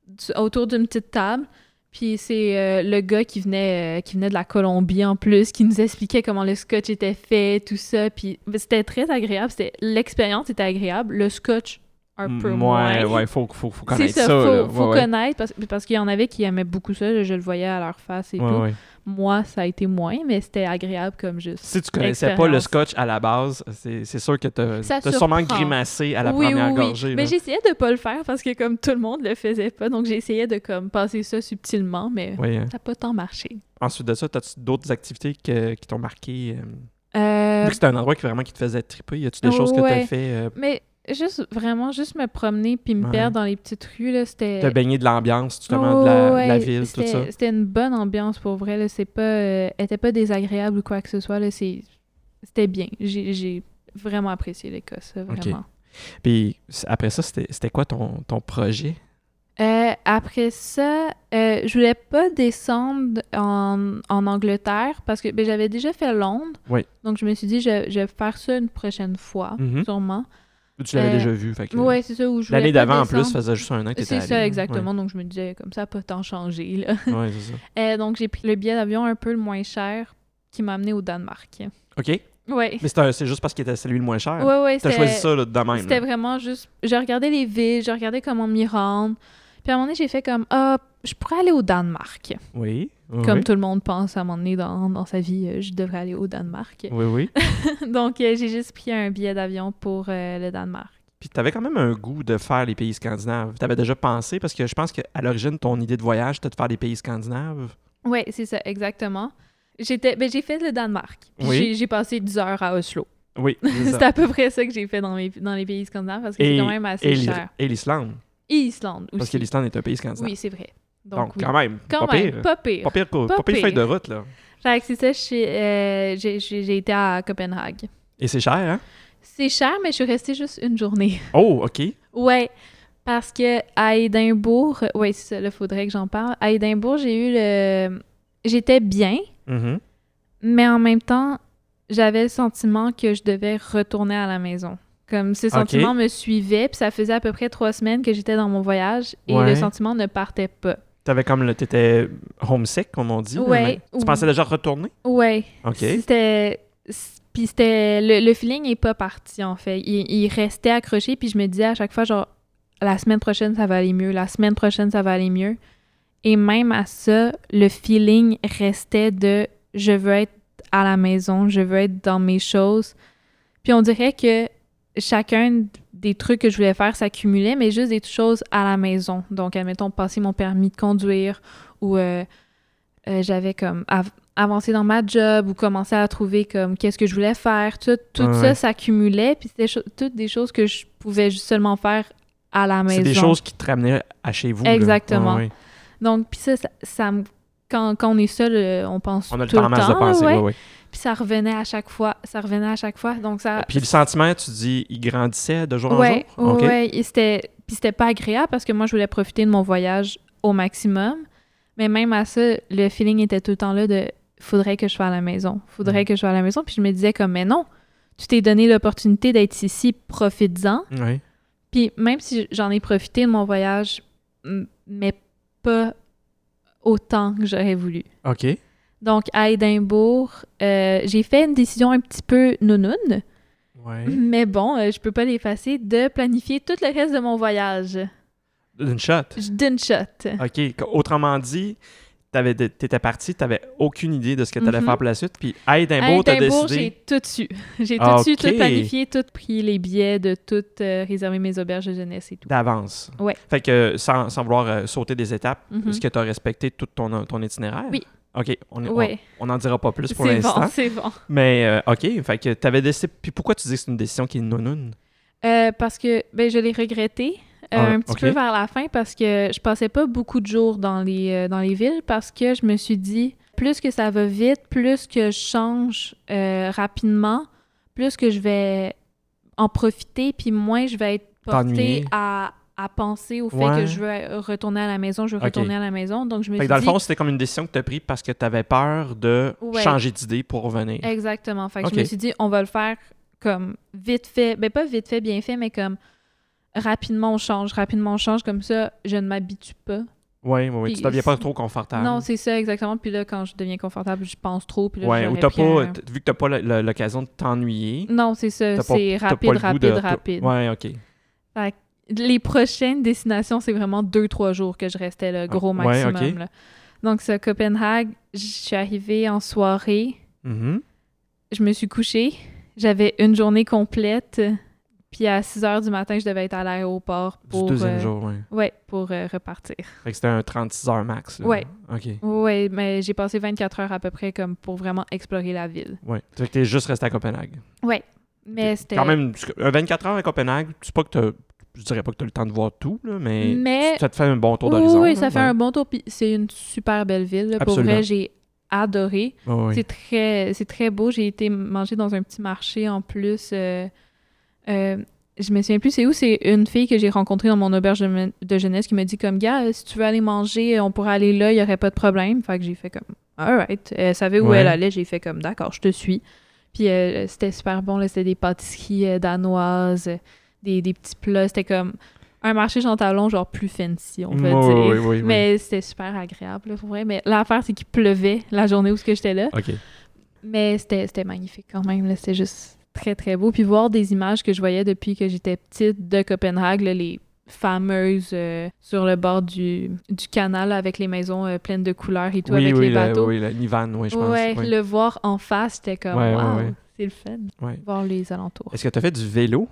S2: du- autour d'une petite table. Puis c'est euh, le gars qui venait, euh, qui venait de la Colombie en plus, qui nous expliquait comment le scotch était fait, tout ça. Puis ben, c'était très agréable. C'était- L'expérience était agréable. Le scotch, un peu
S1: ouais,
S2: moins.
S1: Ouais, faut, faut, faut
S2: C'est
S1: connaître
S2: ça,
S1: ça.
S2: faut,
S1: là. Ouais,
S2: faut
S1: ouais.
S2: connaître parce, parce qu'il y en avait qui aimaient beaucoup ça, je le voyais à leur face et
S1: Ouais,
S2: tout.
S1: ouais.
S2: Moi, ça a été moins, mais c'était agréable comme juste.
S1: Si tu connaissais pas le
S2: Expérience.
S1: scotch à la base, c'est c'est sûr que t'as
S2: Ça
S1: t'as sûrement
S2: surprend.
S1: grimacé à la première gorgée.
S2: Mais
S1: là.
S2: j'essayais de pas le faire parce que comme tout le monde le faisait pas, donc j'essayais de comme passer ça subtilement, mais
S1: Oui, hein.
S2: ça n'a pas tant marché.
S1: Ensuite
S2: Ensuite
S1: de ça, as-tu d'autres activités que- qui t'ont marqué? euh,
S2: Euh,
S1: Vu que c'était un endroit qui vraiment qui te faisait triper, y a-tu des choses que t'as
S2: Ouais.
S1: fait? euh,
S2: mais juste vraiment juste me promener puis me
S1: Ouais.
S2: perdre dans les petites rues là, c'était
S1: T'as baigné de l'ambiance, justement, de la, de la
S2: Ouais,
S1: ville, tout
S2: c'était-
S1: ça?
S2: C'était une bonne ambiance pour vrai. là. C'est pas, euh, elle était pas désagréable ou quoi que ce soit. là. C'est- C'était bien. J'ai j'ai vraiment apprécié l'Écosse, là,
S1: Ok.
S2: vraiment.
S1: Puis c- après ça, c'était c'était quoi ton, ton projet?
S2: Euh, après ça, euh, je voulais pas descendre en, en Angleterre parce que ben, j'avais déjà fait Londres.
S1: Oui.
S2: Donc je me suis dit, je, je vais faire ça une prochaine fois,
S1: Mhm.
S2: sûrement.
S1: Tu l'avais
S2: Euh,
S1: déjà vu, fait que...
S2: Ouais, c'est ça où je voulais
S1: L'année
S2: pas
S1: d'avant, en plus, ça
S2: descendre.
S1: faisait juste un an que t'étais
S2: C'est
S1: allé.
S2: ça, exactement. Donc je me disais, comme ça, pas tant changé. Là. <laughs>
S1: Ouais, ouais, c'est ça.
S2: Euh, donc j'ai pris le billet d'avion un peu le moins cher qui m'a amené au Danemark.
S1: OK?
S2: Ouais.
S1: Mais c'est un- c'est juste parce qu'il était celui le moins cher.
S2: Ouais, ouais,
S1: T'as
S2: c'était-
S1: choisi ça, là, de même.
S2: C'était
S1: là.
S2: vraiment juste. Je regardais les villes, je regardais comment m'y rendre. Puis à un moment donné, j'ai fait comme Ah, je pourrais aller au Danemark.
S1: Oui, oui,
S2: Comme
S1: oui.
S2: tout le monde pense à un moment donné dans, dans sa vie, euh, je devrais aller au Danemark.
S1: Oui, oui.
S2: <laughs> Donc euh, j'ai juste pris un billet d'avion pour euh, le Danemark.
S1: Puis t'avais quand même un goût de faire les pays scandinaves. T'avais déjà pensé, parce que je pense qu'à l'origine, ton idée de voyage, c'était de faire les pays scandinaves.
S2: Oui, c'est ça, exactement. J'étais, ben, j'ai fait le Danemark. Puis
S1: Oui.
S2: j'ai, j'ai passé 10 heures à Oslo.
S1: Oui, <laughs> c'est
S2: <laughs> C'est
S1: ça.
S2: à peu près ça que j'ai fait dans, mes- dans les pays scandinaves parce que
S1: Et-
S2: c'est quand même assez
S1: Et l'I-
S2: cher.
S1: et l'Islande,
S2: Et Islande aussi.
S1: parce que l'Islande est un pays scandinave.
S2: oui, c'est vrai. Donc,
S1: Donc,
S2: oui.
S1: quand même,
S2: Quand
S1: pas,
S2: même,
S1: pire.
S2: pas pire.
S1: pas pire. qu'au- Pas
S2: Pas
S1: pire.
S2: pire.
S1: feuille de route, là.
S2: Fait que c'est ça, je suis- euh, j'ai j'ai- j'ai été à Copenhague.
S1: Et c'est cher, hein?
S2: C'est cher, mais je suis restée juste une journée.
S1: Oh, OK.
S2: Ouais, parce que à Édimbourg, ouais, c'est ça, là, faudrait que j'en parle. À Édimbourg, j'ai eu le. J'étais bien,
S1: Mhm.
S2: mais en même temps, j'avais le sentiment que je devais retourner à la maison. Comme ces
S1: Ok.
S2: sentiments me suivaient, puis ça faisait à peu près trois semaines que j'étais dans mon voyage et
S1: Ouais.
S2: le sentiment ne partait pas.
S1: T'avais comme le. T'étais homesick, comme on dit. là,
S2: Ouais,
S1: mais Tu
S2: ou-
S1: pensais déjà retourner?
S2: Ouais,
S1: OK.
S2: C'était. c- Puis c'était. Le, le feeling n'est pas parti, en fait. Il, il restait accroché, puis je me disais à chaque fois, genre, la semaine prochaine, ça va aller mieux. La semaine prochaine, ça va aller mieux. Et même à ça, le feeling restait de je veux être à la maison, je veux être dans mes choses. Puis on dirait que chacun des trucs que je voulais faire s'accumulait, mais juste des choses à la maison. Donc, admettons, passer mon permis de conduire ou euh, euh, j'avais comme av- avancé dans ma job ou commencé à trouver comme qu'est-ce que je voulais faire. Tout, tout
S1: Ouais, ouais.
S2: ça s'accumulait, puis c'était cho- toutes des choses que je pouvais juste seulement faire à la maison.
S1: C'est des choses qui te ramenaient à chez vous. là.
S2: Exactement.
S1: Ouais, ouais.
S2: Donc, puis ça, ça, ça me- quand, quand on est seul, euh, on pense
S1: On a le
S2: tout
S1: temps en masse de
S2: là,
S1: penser.
S2: ouais.
S1: ouais, ouais.
S2: Puis ça revenait à chaque fois, ça revenait à chaque fois. Donc ça,
S1: Puis le sentiment, tu dis, il grandissait de jour
S2: Ah. ouais,
S1: en jour? OK.
S2: ouais, et c'était, puis c'était pas agréable parce que moi je voulais profiter de mon voyage au maximum, mais même à ça, le feeling était tout le temps là de faudrait que je sois à la maison, faudrait
S1: Mm.
S2: que je sois à la maison. Puis je me disais comme mais non, tu t'es donné l'opportunité d'être ici, profites-en.
S1: Ouais.
S2: Puis même si j'en ai profité de mon voyage, m- mais pas autant que j'aurais voulu.
S1: OK.
S2: Donc, à Édimbourg, euh, j'ai fait une décision un petit peu nounoune,
S1: Ouais.
S2: mais bon, euh, je peux pas l'effacer, de planifier tout le reste de mon voyage
S1: D'une shot.
S2: d'une shot.
S1: OK. Qu- Autrement dit, t'avais- t'avais dé- t'étais parti, t'avais aucune idée de ce que t'allais
S2: Mhm.
S1: faire pour la suite, puis à Édimbourg, t'as
S2: Édimbourg,
S1: décidé...
S2: j'ai tout su. <laughs> J'ai tout
S1: Ah,
S2: su,
S1: ok.
S2: tout planifié, tout pris les billets, de tout euh, réserver mes auberges de jeunesse et tout.
S1: d'avance.
S2: Ouais.
S1: Fait que sans, sans vouloir euh, sauter des étapes,
S2: Mhm.
S1: est-ce que tu as respecté tout ton, ton itinéraire?
S2: Oui.
S1: OK, on n'en
S2: Ouais,
S1: on, n'en dira pas plus pour
S2: c'est
S1: l'instant.
S2: bon, c'est bon.
S1: Mais euh, OK, fait que tu avais décidé. Puis pourquoi tu dis que c'est une décision qui est nounoun?
S2: Euh, parce que ben, je l'ai regretté euh,
S1: Ah,
S2: un petit
S1: ok.
S2: peu vers la fin parce que je passais pas beaucoup de jours dans les, euh, dans les villes parce que je me suis dit, plus que ça va vite, plus que je change euh, rapidement, plus que je vais en profiter, puis moins je vais être
S1: T'ennuyer.
S2: portée à, à penser au fait
S1: Ouais.
S2: que je veux retourner à la maison, je veux
S1: Ok.
S2: retourner à la maison. Donc, je me
S1: Fait
S2: suis
S1: que dans
S2: dit,
S1: le fond, c'était comme une décision que tu as prise parce que tu avais peur de
S2: Ouais.
S1: changer d'idée pour revenir.
S2: Exactement. Fait que
S1: Ok.
S2: je me suis dit, on va le faire comme vite fait. Ben, pas vite fait, bien fait, mais comme rapidement on change, rapidement on change. Comme ça, je ne m'habitue pas.
S1: Oui, oui, oui. Tu
S2: Puis
S1: t'avais pas
S2: c'est-
S1: trop confortable.
S2: Non, c'est ça, exactement. Puis là, quand je deviens confortable, je pense trop. Puis là,
S1: Ouais,
S2: j'aurais
S1: ou t'as
S2: pris
S1: pas,
S2: un-
S1: t- vu que tu pas le- le- l'occasion de t'ennuyer,
S2: Non, c'est ça.
S1: t'as pas-
S2: C'est
S1: t'as
S2: rapide,
S1: pas le goût
S2: rapide,
S1: de...
S2: rapide.
S1: Ouais, OK.
S2: Les prochaines destinations, c'est vraiment deux, trois jours que je restais, le gros
S1: Ah, ouais,
S2: maximum.
S1: ok.
S2: là. Donc, ça, Copenhague, je suis arrivée en soirée.
S1: Mhm.
S2: je me suis couchée, j'avais une journée complète, puis à 6 heures du matin, je devais être à l'aéroport
S1: Du
S2: pour,
S1: deuxième
S2: euh,
S1: jour, oui.
S2: ouais, pour euh, repartir.
S1: Fait que c'était un 36 heures max. là.
S2: Ouais.
S1: OK.
S2: Ouais, mais j'ai passé 24 heures à peu près comme pour vraiment explorer la ville.
S1: Ouais. Fait que t'es juste resté à Copenhague.
S2: Mais c'était
S1: Quand même, un 24 heures à Copenhague, c'est pas que t'as. Je dirais pas que t'as le temps de voir tout, là, mais,
S2: Mais-
S1: ça te fait un bon tour
S2: Oui,
S1: d'horizon.
S2: oui,
S1: là.
S2: ça fait
S1: Ouais.
S2: un bon tour puis c'est une super belle ville là. pour
S1: Absolument.
S2: vrai, j'ai adoré.
S1: Ouais, ouais.
S2: C'est très c'est très beau, j'ai été manger dans un petit marché en plus euh, euh, je me souviens plus c'est où, c'est une fille que j'ai rencontrée dans mon auberge de, men- de jeunesse qui m'a dit comme gars, euh, si tu veux aller manger, euh, on pourrait aller là, il y aurait pas de problème. Fait que j'ai fait comme alright, elle savait où
S1: Ouais.
S2: elle allait, j'ai fait comme d'accord, je te suis. Puis euh, c'était super bon, là, c'était des pâtisseries euh, danoises, euh, des, des petits plats, c'était comme un marché chantalon genre plus fancy, on va
S1: Ouais, ouais,
S2: dire.
S1: ouais, ouais, ouais.
S2: Mais c'était super agréable, là, pour vrai. Mais l'affaire, c'est qu'il pleuvait la journée où ce que j'étais là.
S1: OK.
S2: Mais c'était c'était magnifique quand même. là. C'était juste très, très beau. Puis voir des images que je voyais depuis que j'étais petite de Copenhague, là, les fameuses euh, sur le bord du, du canal là, avec les maisons euh, pleines de couleurs et tout,
S1: oui,
S2: avec
S1: oui,
S2: les
S1: le-
S2: bateaux.
S1: oui, le Nivan, oui, je pense.
S2: ouais,
S1: oui.
S2: le voir en face, c'était comme
S1: Ouais, ouais,
S2: wow,
S1: ouais.
S2: c'est le fun.
S1: Ouais.
S2: Voir les alentours.
S1: Est-ce que t'as fait du vélo?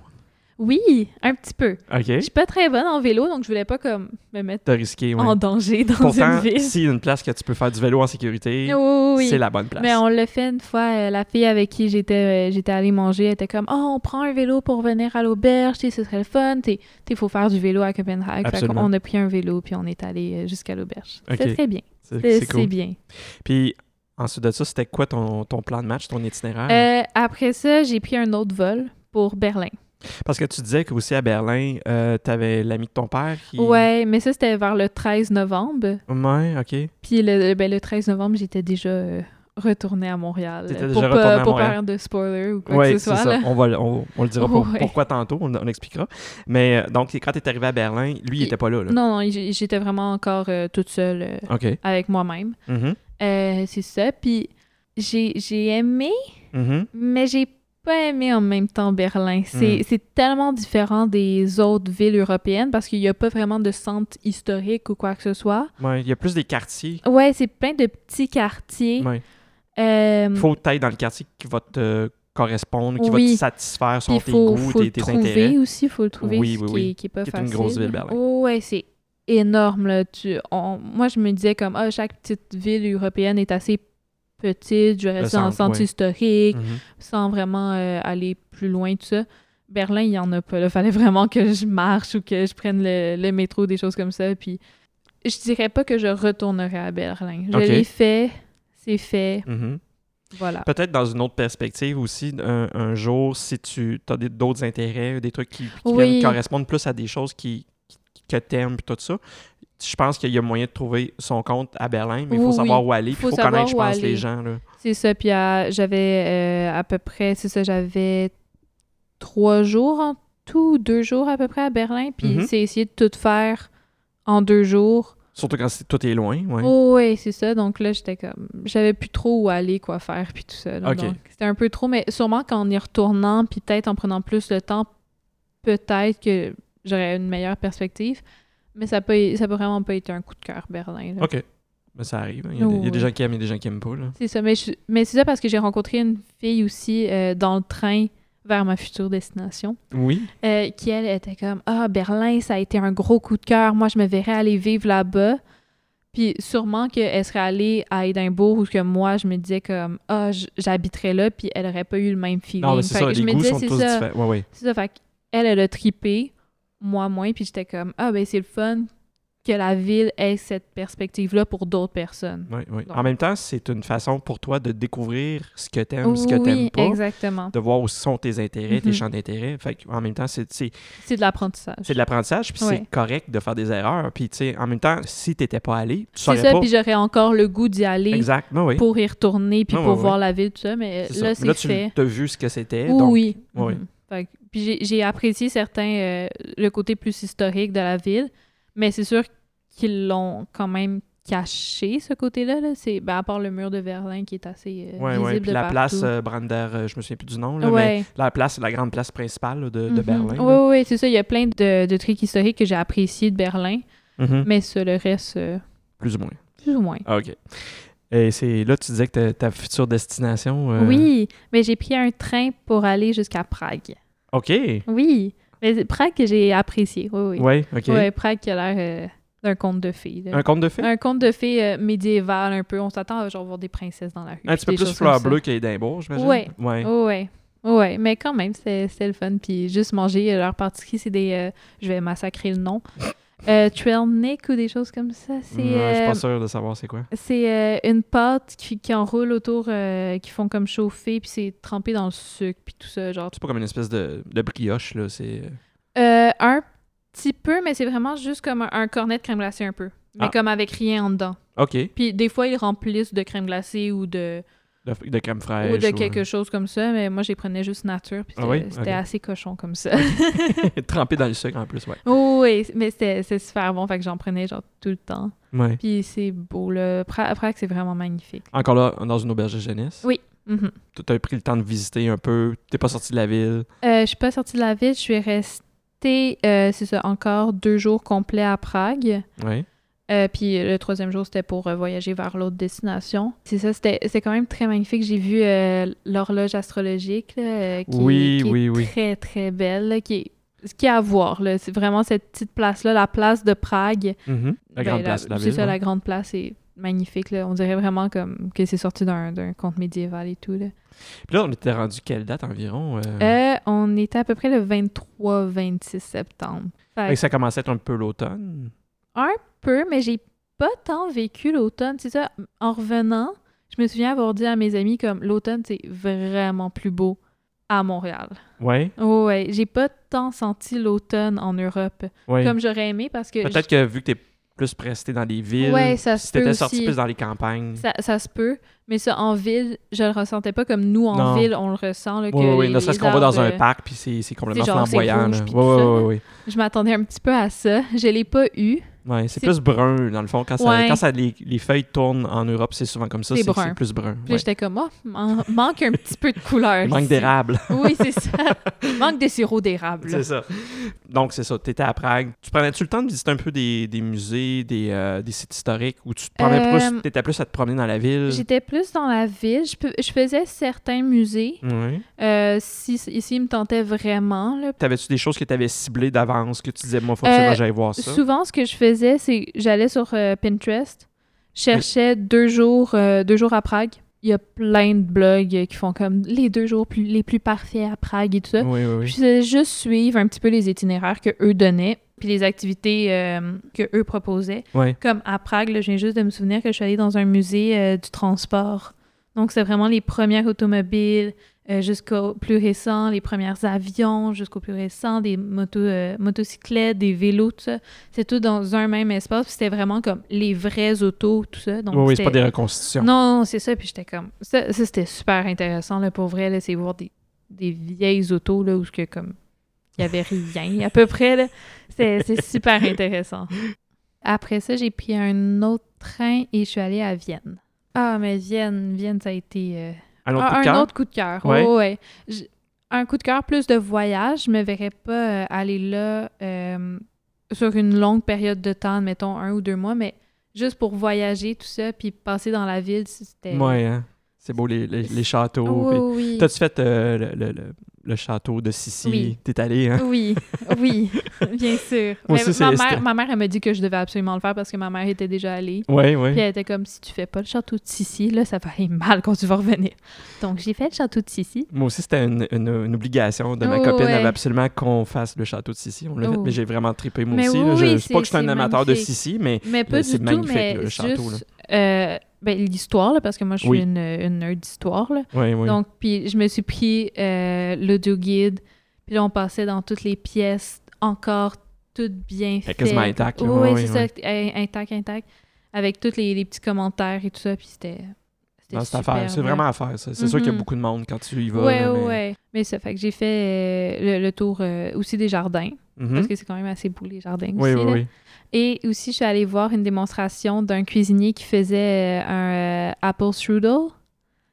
S2: Oui, un petit peu.
S1: OK.
S2: Je suis pas très bonne en vélo, donc je voulais pas comme me mettre
S1: T'as risqué, oui.
S2: en danger dans
S1: Pourtant,
S2: une ville.
S1: s'il y a une place que tu peux faire du vélo en sécurité,
S2: Oui, oui, oui.
S1: c'est la bonne place.
S2: Mais Ben, on l'a fait une fois. euh, la fille avec qui j'étais euh, j'étais allée manger elle était comme Oh, on prend un vélo pour venir à l'auberge, tu sais, ce serait le fun. Il faut faire du vélo à Copenhague. Fait
S1: Absolument.
S2: qu'on a pris un vélo puis on est allé euh, jusqu'à l'auberge.
S1: Ok.
S2: C'était très bien.
S1: C'est-
S2: C'était-
S1: C'est
S2: C'est
S1: cool.
S2: bien.
S1: Puis, ensuite de ça, c'était quoi ton, ton plan de match, ton itinéraire?
S2: Euh, après ça, j'ai pris un autre vol pour Berlin.
S1: Parce que tu disais qu'aussi à Berlin, tu avais l'ami de ton père qui...
S2: Ouais, mais ça, c'était vers le 13 novembre.
S1: Ouais, OK.
S2: Puis le, ben, le 13 novembre, j'étais déjà euh, retournée à Montréal. euh,
S1: T'étais
S2: pour
S1: déjà
S2: pas,
S1: retournée à
S2: pour pas
S1: Montréal.
S2: faire de spoiler ou quoi
S1: Ouais,
S2: que ce soit.
S1: c'est ça.
S2: là.
S1: On, va, le- on, on le dira pour-
S2: Ouais.
S1: pourquoi tantôt, on, on expliquera. Mais euh, donc, quand tu es arrivé à Berlin, lui, il
S2: Il-
S1: était pas là. là.
S2: Non, non, j- j'étais vraiment encore euh, toute seule euh,
S1: OK.
S2: avec moi-même.
S1: Mhm.
S2: Euh, c'est ça. Puis j'ai j'ai aimé,
S1: Mhm.
S2: mais j'ai pas aimé en même temps Berlin. C'est
S1: Mm.
S2: c'est tellement différent des autres villes européennes parce qu'il n'y a pas vraiment de centre historique ou quoi que ce soit.
S1: Ouais, il y a plus des quartiers.
S2: Ouais, c'est plein de petits quartiers.
S1: Ouais.
S2: Euh,
S1: Il faut être dans le quartier qui va te correspondre, qui va
S2: Oui.
S1: te satisfaire
S2: puis
S1: sur tes
S2: faut,
S1: goûts,
S2: faut
S1: tes,
S2: le
S1: tes
S2: trouver
S1: intérêts.
S2: aussi, faut le trouver,
S1: Oui,
S2: ce
S1: oui,
S2: qui,
S1: oui.
S2: est- qui est pas
S1: Qui est une
S2: facile.
S1: grosse ville, Berlin.
S2: Oh, ouais, c'est énorme. Là. Tu, on- moi, je me disais comme, ah, chaque petite ville européenne est assez petite, je vais rester dans le
S1: centre,
S2: centre
S1: ouais.
S2: historique,
S1: Mhm.
S2: sans vraiment euh, aller plus loin, tout ça. Berlin, il n'y en a pas. Il fallait vraiment que je marche ou que je prenne le, le métro, des choses comme ça. Puis je dirais pas que je retournerai à Berlin. Je
S1: Ok.
S2: l'ai fait, c'est fait,
S1: Mhm.
S2: voilà.
S1: Peut-être dans une autre perspective aussi, un, un jour, si tu as d'autres intérêts, des trucs qui, qui
S2: Oui.
S1: viennent correspondre plus à des choses qui, qui- que t'aimes, puis tout ça, je pense qu'il y a moyen de trouver son compte à Berlin, mais il faut
S2: Oui,
S1: savoir
S2: oui.
S1: où aller, puis il
S2: Faut
S1: faut
S2: savoir
S1: connaître, je
S2: où
S1: pense,
S2: aller.
S1: les gens. Là.
S2: C'est ça. Puis à- j'avais euh, à peu près, c'est ça, j'avais trois jours en tout, deux jours à peu près à Berlin. Puis
S1: Mhm.
S2: c'est essayer de tout faire en deux jours.
S1: Surtout quand c'est- tout est loin, ouais.
S2: Oh, ouais, c'est ça. Donc là, j'étais comme. J'avais plus trop où aller, quoi faire, puis tout ça. là.
S1: Ok.
S2: Donc, c'était un peu trop, mais sûrement qu'en y retournant, puis peut-être en prenant plus le temps, peut-être que j'aurais une meilleure perspective. Mais ça peut, ça peut vraiment pas été un coup de cœur, Berlin. là.
S1: OK. Mais ça arrive. hein. Il y, a des- il y a des gens qui aiment, il y a des gens qui aiment pas. Là.
S2: C'est ça, mais, je- mais c'est ça parce que j'ai rencontré une fille aussi euh, dans le train vers ma future destination,
S1: Oui.
S2: euh, qui elle était comme « Ah, Berlin, ça a été un gros coup de cœur, moi je me verrais aller vivre là-bas. » Puis sûrement qu'elle serait allée à Édimbourg ou que moi je me disais comme « Ah, j- j'habiterais là » puis elle aurait pas eu le même feeling.
S1: Non, mais c'est
S2: Fait
S1: ça.
S2: que
S1: Les
S2: je me
S1: goûts
S2: disais,
S1: sont
S2: c'est
S1: tous
S2: ça.
S1: différents. Ouais, ouais.
S2: C'est ça, fait qu'elle, elle a tripé, moi moins, puis j'étais comme « Ah, ben c'est le fun que la ville ait cette perspective-là pour d'autres personnes.
S1: Oui, oui.
S2: Donc-
S1: En même temps, c'est une façon pour toi de découvrir ce que t'aimes, ce que t'aimes
S2: oui,
S1: pas,
S2: exactement.
S1: de voir où sont tes intérêts, tes
S2: Mhm.
S1: champs d'intérêt. Fait que, en même temps, c'est c'est-
S2: C'est de l'apprentissage.
S1: c'est de l'apprentissage, puis
S2: Ouais.
S1: c'est correct de faire des erreurs. Puis, tu sais, en même temps, si t'étais pas allé, tu
S2: C'est
S1: saurais
S2: ça,
S1: pas.
S2: puis j'aurais encore le goût d'y aller
S1: Exact. Non, oui.
S2: pour y retourner, puis
S1: Ouais,
S2: pour
S1: ouais,
S2: voir la ville, tout ça, mais
S1: C'est ça.
S2: là,
S1: Mais
S2: c'est fait.
S1: tu as vu ce que c'était.
S2: Oui,
S1: donc-
S2: oui.
S1: ouais.
S2: Mhm. Fait que- puis j'ai- j'ai apprécié certains, euh, le côté plus historique de la ville, mais c'est sûr qu'ils l'ont quand même caché, ce côté-là. là. C'est ben, À part le mur de Berlin qui est assez euh,
S1: Ouais,
S2: visible
S1: ouais.
S2: de
S1: Puis la
S2: partout.
S1: place euh, Brander, euh, je me souviens plus du nom, là, mais
S2: ouais.
S1: la place, la grande place principale là, de, de
S2: Mhm.
S1: Berlin.
S2: Oui,
S1: là.
S2: oui, oui, c'est ça. Il y a plein de, de trucs historiques que j'ai appréciés de Berlin,
S1: Mhm.
S2: mais ça, le reste, euh,
S1: Plus ou moins.
S2: plus ou moins.
S1: Ah, OK. Et c'est là, tu disais que ta- ta future destination. euh,
S2: Oui, mais j'ai pris un train pour aller jusqu'à Prague.
S1: OK.
S2: Oui, mais c'est Prague que j'ai apprécié. Oui, oui.
S1: Ouais, OK.
S2: Ouais, Prague qui a l'air euh, d'un conte de fées. là.
S1: Un conte de fées?
S2: Un, conte de fées euh, médiéval un peu. On s'attend à genre voir des princesses dans la rue.
S1: Un petit peu Ah, plus fleur
S2: fleurs
S1: bleue qu'Édimbourg, j'imagine.
S2: Ouais.
S1: Ouais.
S2: ouais. Ouais, mais quand même, c'est- c'était le fun. Puis juste manger euh, leur pâtisserie, c'est des. euh, je vais massacrer
S1: <laughs>
S2: le nom. Euh, Trailneck ou des choses comme ça. C'est.
S1: Ouais, Mm, Je suis
S2: euh,
S1: pas sûr de savoir c'est quoi.
S2: C'est euh, une pâte qui, qui enroule autour, euh, qui font comme chauffer, puis c'est trempé dans le sucre, puis tout ça. Genre,
S1: C'est pas comme une espèce de, de brioche, là. C'est.
S2: Euh, un petit peu, mais c'est vraiment juste comme un, un cornet de crème glacée un peu. Mais
S1: Ah.
S2: comme avec rien en dedans.
S1: OK.
S2: Puis des fois, ils remplissent de crème glacée ou de,
S1: De, de crème fraîche.
S2: ou de quelque chose comme ça, mais moi, je les prenais juste nature, puis
S1: hein. Ah
S2: c'était
S1: oui?
S2: c'était
S1: Ok.
S2: assez cochon comme ça.
S1: euh, <laughs> Trempé dans le sucre, en plus, ouais.
S2: Oh, <laughs> oui, mais c'était c'est super bon, fait que j'en prenais genre tout le temps.
S1: Ouais.
S2: Puis c'est beau, là. Pra- Prague, c'est vraiment magnifique.
S1: Encore là, dans une auberge de jeunesse.
S2: Oui. Mhm.
S1: Tu as pris le temps de visiter un peu. T'es pas sorti de la ville.
S2: Euh, je suis pas sortie de la ville, je suis restée, euh, c'est ça, encore deux jours complets à Prague.
S1: Ouais.
S2: Euh, puis le troisième jour, c'était pour euh, voyager vers l'autre destination. C'est ça, c'était c'était quand même très magnifique. J'ai vu euh, l'horloge astrologique, là, euh, qui,
S1: Oui,
S2: qui est
S1: oui, oui.
S2: très, très belle, là, qui est, ce qu'il y a à voir. là. C'est vraiment cette petite place-là, la place de Prague.
S1: Mhm. La
S2: Ben,
S1: grande place de la
S2: c'est
S1: ville.
S2: ça,
S1: ouais.
S2: la grande place est magnifique. là. On dirait vraiment comme que c'est sorti d'un d'un conte médiéval et tout. Là.
S1: Puis là, on était rendu quelle date environ? euh?
S2: Euh, on était à peu près le 23-26 septembre. Fait
S1: Fait que ça commençait à être un peu l'automne.
S2: peu, mais j'ai pas tant vécu l'automne. C'est ça, en revenant, je me souviens avoir dit à mes amis comme l'automne, c'est vraiment plus beau à Montréal.
S1: Ouais.
S2: Oh, ouais, j'ai pas tant senti l'automne en Europe
S1: ouais.
S2: comme j'aurais aimé parce que
S1: Peut-être que vu que t'es plus resté dans les villes,
S2: Ouais, ça
S1: si
S2: se peut
S1: t'étais sorti
S2: aussi.
S1: plus dans les campagnes.
S2: je- ça, ça se peut, mais ça en ville, je le ressentais pas comme nous en
S1: Non.
S2: ville, on le ressent. Là, que
S1: Oui, oui, oui.
S2: les-
S1: Ne serait-ce
S2: les
S1: qu'on va dans
S2: arbres,
S1: un parc, puis c'est c'est complètement
S2: c'est genre, c'est
S1: flamboyant.
S2: rouge,
S1: là.
S2: puis tout
S1: Ouais,
S2: ça,
S1: ouais,
S2: là.
S1: ouais,
S2: euh, Je m'attendais un petit peu à ça. Je l'ai pas eu.
S1: ouais. Ouais, c'est
S2: C'est-
S1: plus brun, dans le fond. Quand, ça-
S2: Ouais.
S1: quand ça- les, les feuilles tournent en Europe, c'est souvent comme ça.
S2: C'est
S1: C'est
S2: brun.
S1: c'est plus brun.
S2: Puis
S1: ouais.
S2: j'étais comme, oh, man- manque un petit peu de
S1: <laughs>
S2: couleur.
S1: Il manque
S2: ici.
S1: d'érable.
S2: Oui,
S1: <laughs>
S2: c'est ça. manque de sirop d'érable.
S1: c'est ça. Donc, c'est ça. Tu étais à Prague. Tu prenais-tu le temps de visiter un peu des, des musées, des, euh, des sites historiques, ou tu te promenais
S2: Euh,
S1: plus, t'étais plus à te promener dans la ville?
S2: J'étais plus dans la ville. Je, peux- je faisais certains musées.
S1: Oui.
S2: Euh, si, ici, ils me tentaient vraiment. là.
S1: T'avais-tu des choses que t'avais ciblées d'avance, que tu disais, moi, faut
S2: Euh,
S1: absolument que j'aille voir ça?
S2: Souvent, ce que je faisais, c'est que j'allais sur euh, Pinterest, cherchais deux jours, euh, deux jours à Prague. Il y a plein de blogs euh, qui font comme les deux jours plus- les plus parfaits à Prague et tout ça.
S1: Oui, oui, oui.
S2: Je faisais juste suivre un petit peu les itinéraires que eux donnaient, puis les activités euh, que eux proposaient.
S1: Ouais.
S2: Comme à Prague, là, je viens juste de me souvenir que je suis allée dans un musée euh, du transport. Donc, c'est vraiment les premières automobiles euh, jusqu'au plus récent, les premières avions jusqu'au plus récent, des motos, euh, motocyclettes, des vélos, tout ça. C'est tout dans un même espace. puis C'était vraiment comme les vraies autos, tout ça. Donc,
S1: Oui, oui, c'est
S2: c'était-
S1: pas des reconstitutions.
S2: non, c'est ça. Puis j'étais comme. Ça, ça, c'était super intéressant, là, pour vrai. Là, c'est voir des, des vieilles autos, là, où ce que, comme, il n'y avait rien, à peu près. là. C'est, c'est super intéressant. Après ça, j'ai pris un autre train et je suis allée à Vienne. Ah, mais Vienne, Vienne, ça a été. euh,
S1: Un autre
S2: un,
S1: coup de
S2: un
S1: cœur?
S2: autre coup de cœur.
S1: Ouais.
S2: Ouais, ouais. J- Un coup de cœur plus de voyage. Je me verrais pas euh, aller là euh, sur une longue période de temps, mettons un ou deux mois, mais juste pour voyager, tout ça, puis passer dans la ville, c'était... Oh,
S1: Ouais, hein. C'est beau, les, les, les châteaux.
S2: Oui,
S1: puis-
S2: oui.
S1: T'as-tu fait euh, le, le- le- le château de Sissi?
S2: Oui.
S1: T'es allé, hein?
S2: <laughs> Oui,
S1: <laughs>
S2: oui, bien sûr.
S1: Moi
S2: Mais
S1: aussi,
S2: ma,
S1: c'est- c'était-
S2: mère, ma mère, elle m'a dit que je devais absolument le faire parce que ma mère était déjà allée.
S1: Oui, oui.
S2: Puis euh, elle était comme, si tu fais pas le château de Sissi, là, ça va aller mal quand tu vas revenir. Donc, j'ai fait le château de Sissi.
S1: Moi aussi, c'était une, une- une obligation de ma
S2: Oh,
S1: copine. Elle
S2: ouais.
S1: voulait absolument qu'on fasse le château de Sissi. On l'a fait,
S2: Oh.
S1: mais j'ai vraiment trippé moi
S2: Mais
S1: aussi.
S2: oui,
S1: là. Je-
S2: oui,
S1: je sais pas que je suis
S2: c'est-
S1: un
S2: c'est
S1: amateur de
S2: magnifique.
S1: Sissi, mais
S2: Mais pas
S1: Euh, c'est
S2: du tout,
S1: magnifique,
S2: mais
S1: là, le château,
S2: juste euh, ben, l'histoire, là, parce que moi, je suis
S1: Oui.
S2: une, euh, une nerd d'histoire. là.
S1: oui, oui.
S2: Donc, puis je me suis pris euh, l'audio-guide, puis là, on passait dans toutes les pièces, encore toutes bien
S1: Fait
S2: faites.
S1: Ben, quasiment intact, là,
S2: Oui,
S1: ouais,
S2: c'est
S1: ouais,
S2: ça, in- intact, intact, avec tous les, les petits commentaires et tout ça, puis c'était c'était
S1: Non, c'est à
S2: superbe,
S1: faire. C'est
S2: là.
S1: vraiment à faire, ça. C'est sûr qu'il y a
S2: Mhm.
S1: beaucoup de monde quand tu y vas.
S2: Ouais,
S1: là, mais-
S2: ouais, ouais. Mais ça fait que j'ai fait euh, le, le tour euh, aussi des jardins,
S1: Mhm.
S2: parce que c'est quand même assez beau, les jardins
S1: Oui,
S2: aussi,
S1: oui,
S2: là.
S1: oui.
S2: Et aussi, je suis allée voir une démonstration d'un cuisinier qui faisait euh, un euh, apple strudel.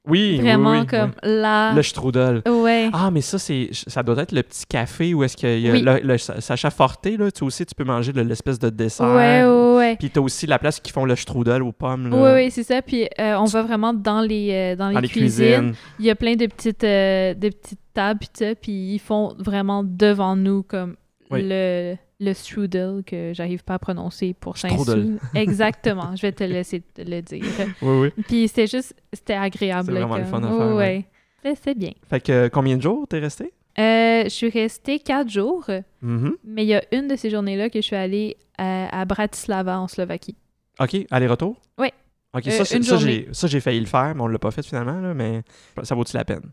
S1: Oui, oui,
S2: Vraiment
S1: oui, oui.
S2: comme la...
S1: Le strudel.
S2: Ouais.
S1: Ah, mais ça, c'est, ça doit être le petit café où est-ce qu'il y a
S2: Oui.
S1: le, le sa- Sacha Forte, là, tu aussi, tu peux manger le- l'espèce de dessert.
S2: ouais, ouais, ouais.
S1: Puis t'as aussi la place qui font le strudel aux pommes.
S2: Oui,
S1: là,
S2: oui, c'est ça. Puis euh, on va vraiment dans les, euh, dans les,
S1: Dans les
S2: cuisines.
S1: cuisines.
S2: Il y a plein de petites, euh, de petites tables, puis tout ça, puis ils font vraiment devant nous comme
S1: Oui.
S2: le, le strudel que j'arrive pas à prononcer pour saint
S1: Strudel.
S2: Exactement, je vais te laisser te le dire.
S1: <laughs> Oui, oui.
S2: Puis c'était juste, c'était agréable.
S1: C'est vraiment
S2: comme-
S1: le fun à faire,
S2: Ouais,
S1: ouais.
S2: ouais. C'était bien.
S1: Fait que euh, combien de jours t'es resté?
S2: Euh, je suis restée quatre jours,
S1: Mhm.
S2: mais il y a une de ces journées-là que je suis allée euh, à, à Bratislava, en Slovaquie.
S1: OK, aller-retour?
S2: Oui.
S1: OK,
S2: Euh,
S1: ça, c'est-
S2: une
S1: ça,
S2: journée.
S1: j'ai, ça, j'ai failli le faire, mais on l'a pas fait finalement, là, mais ça vaut-tu la peine?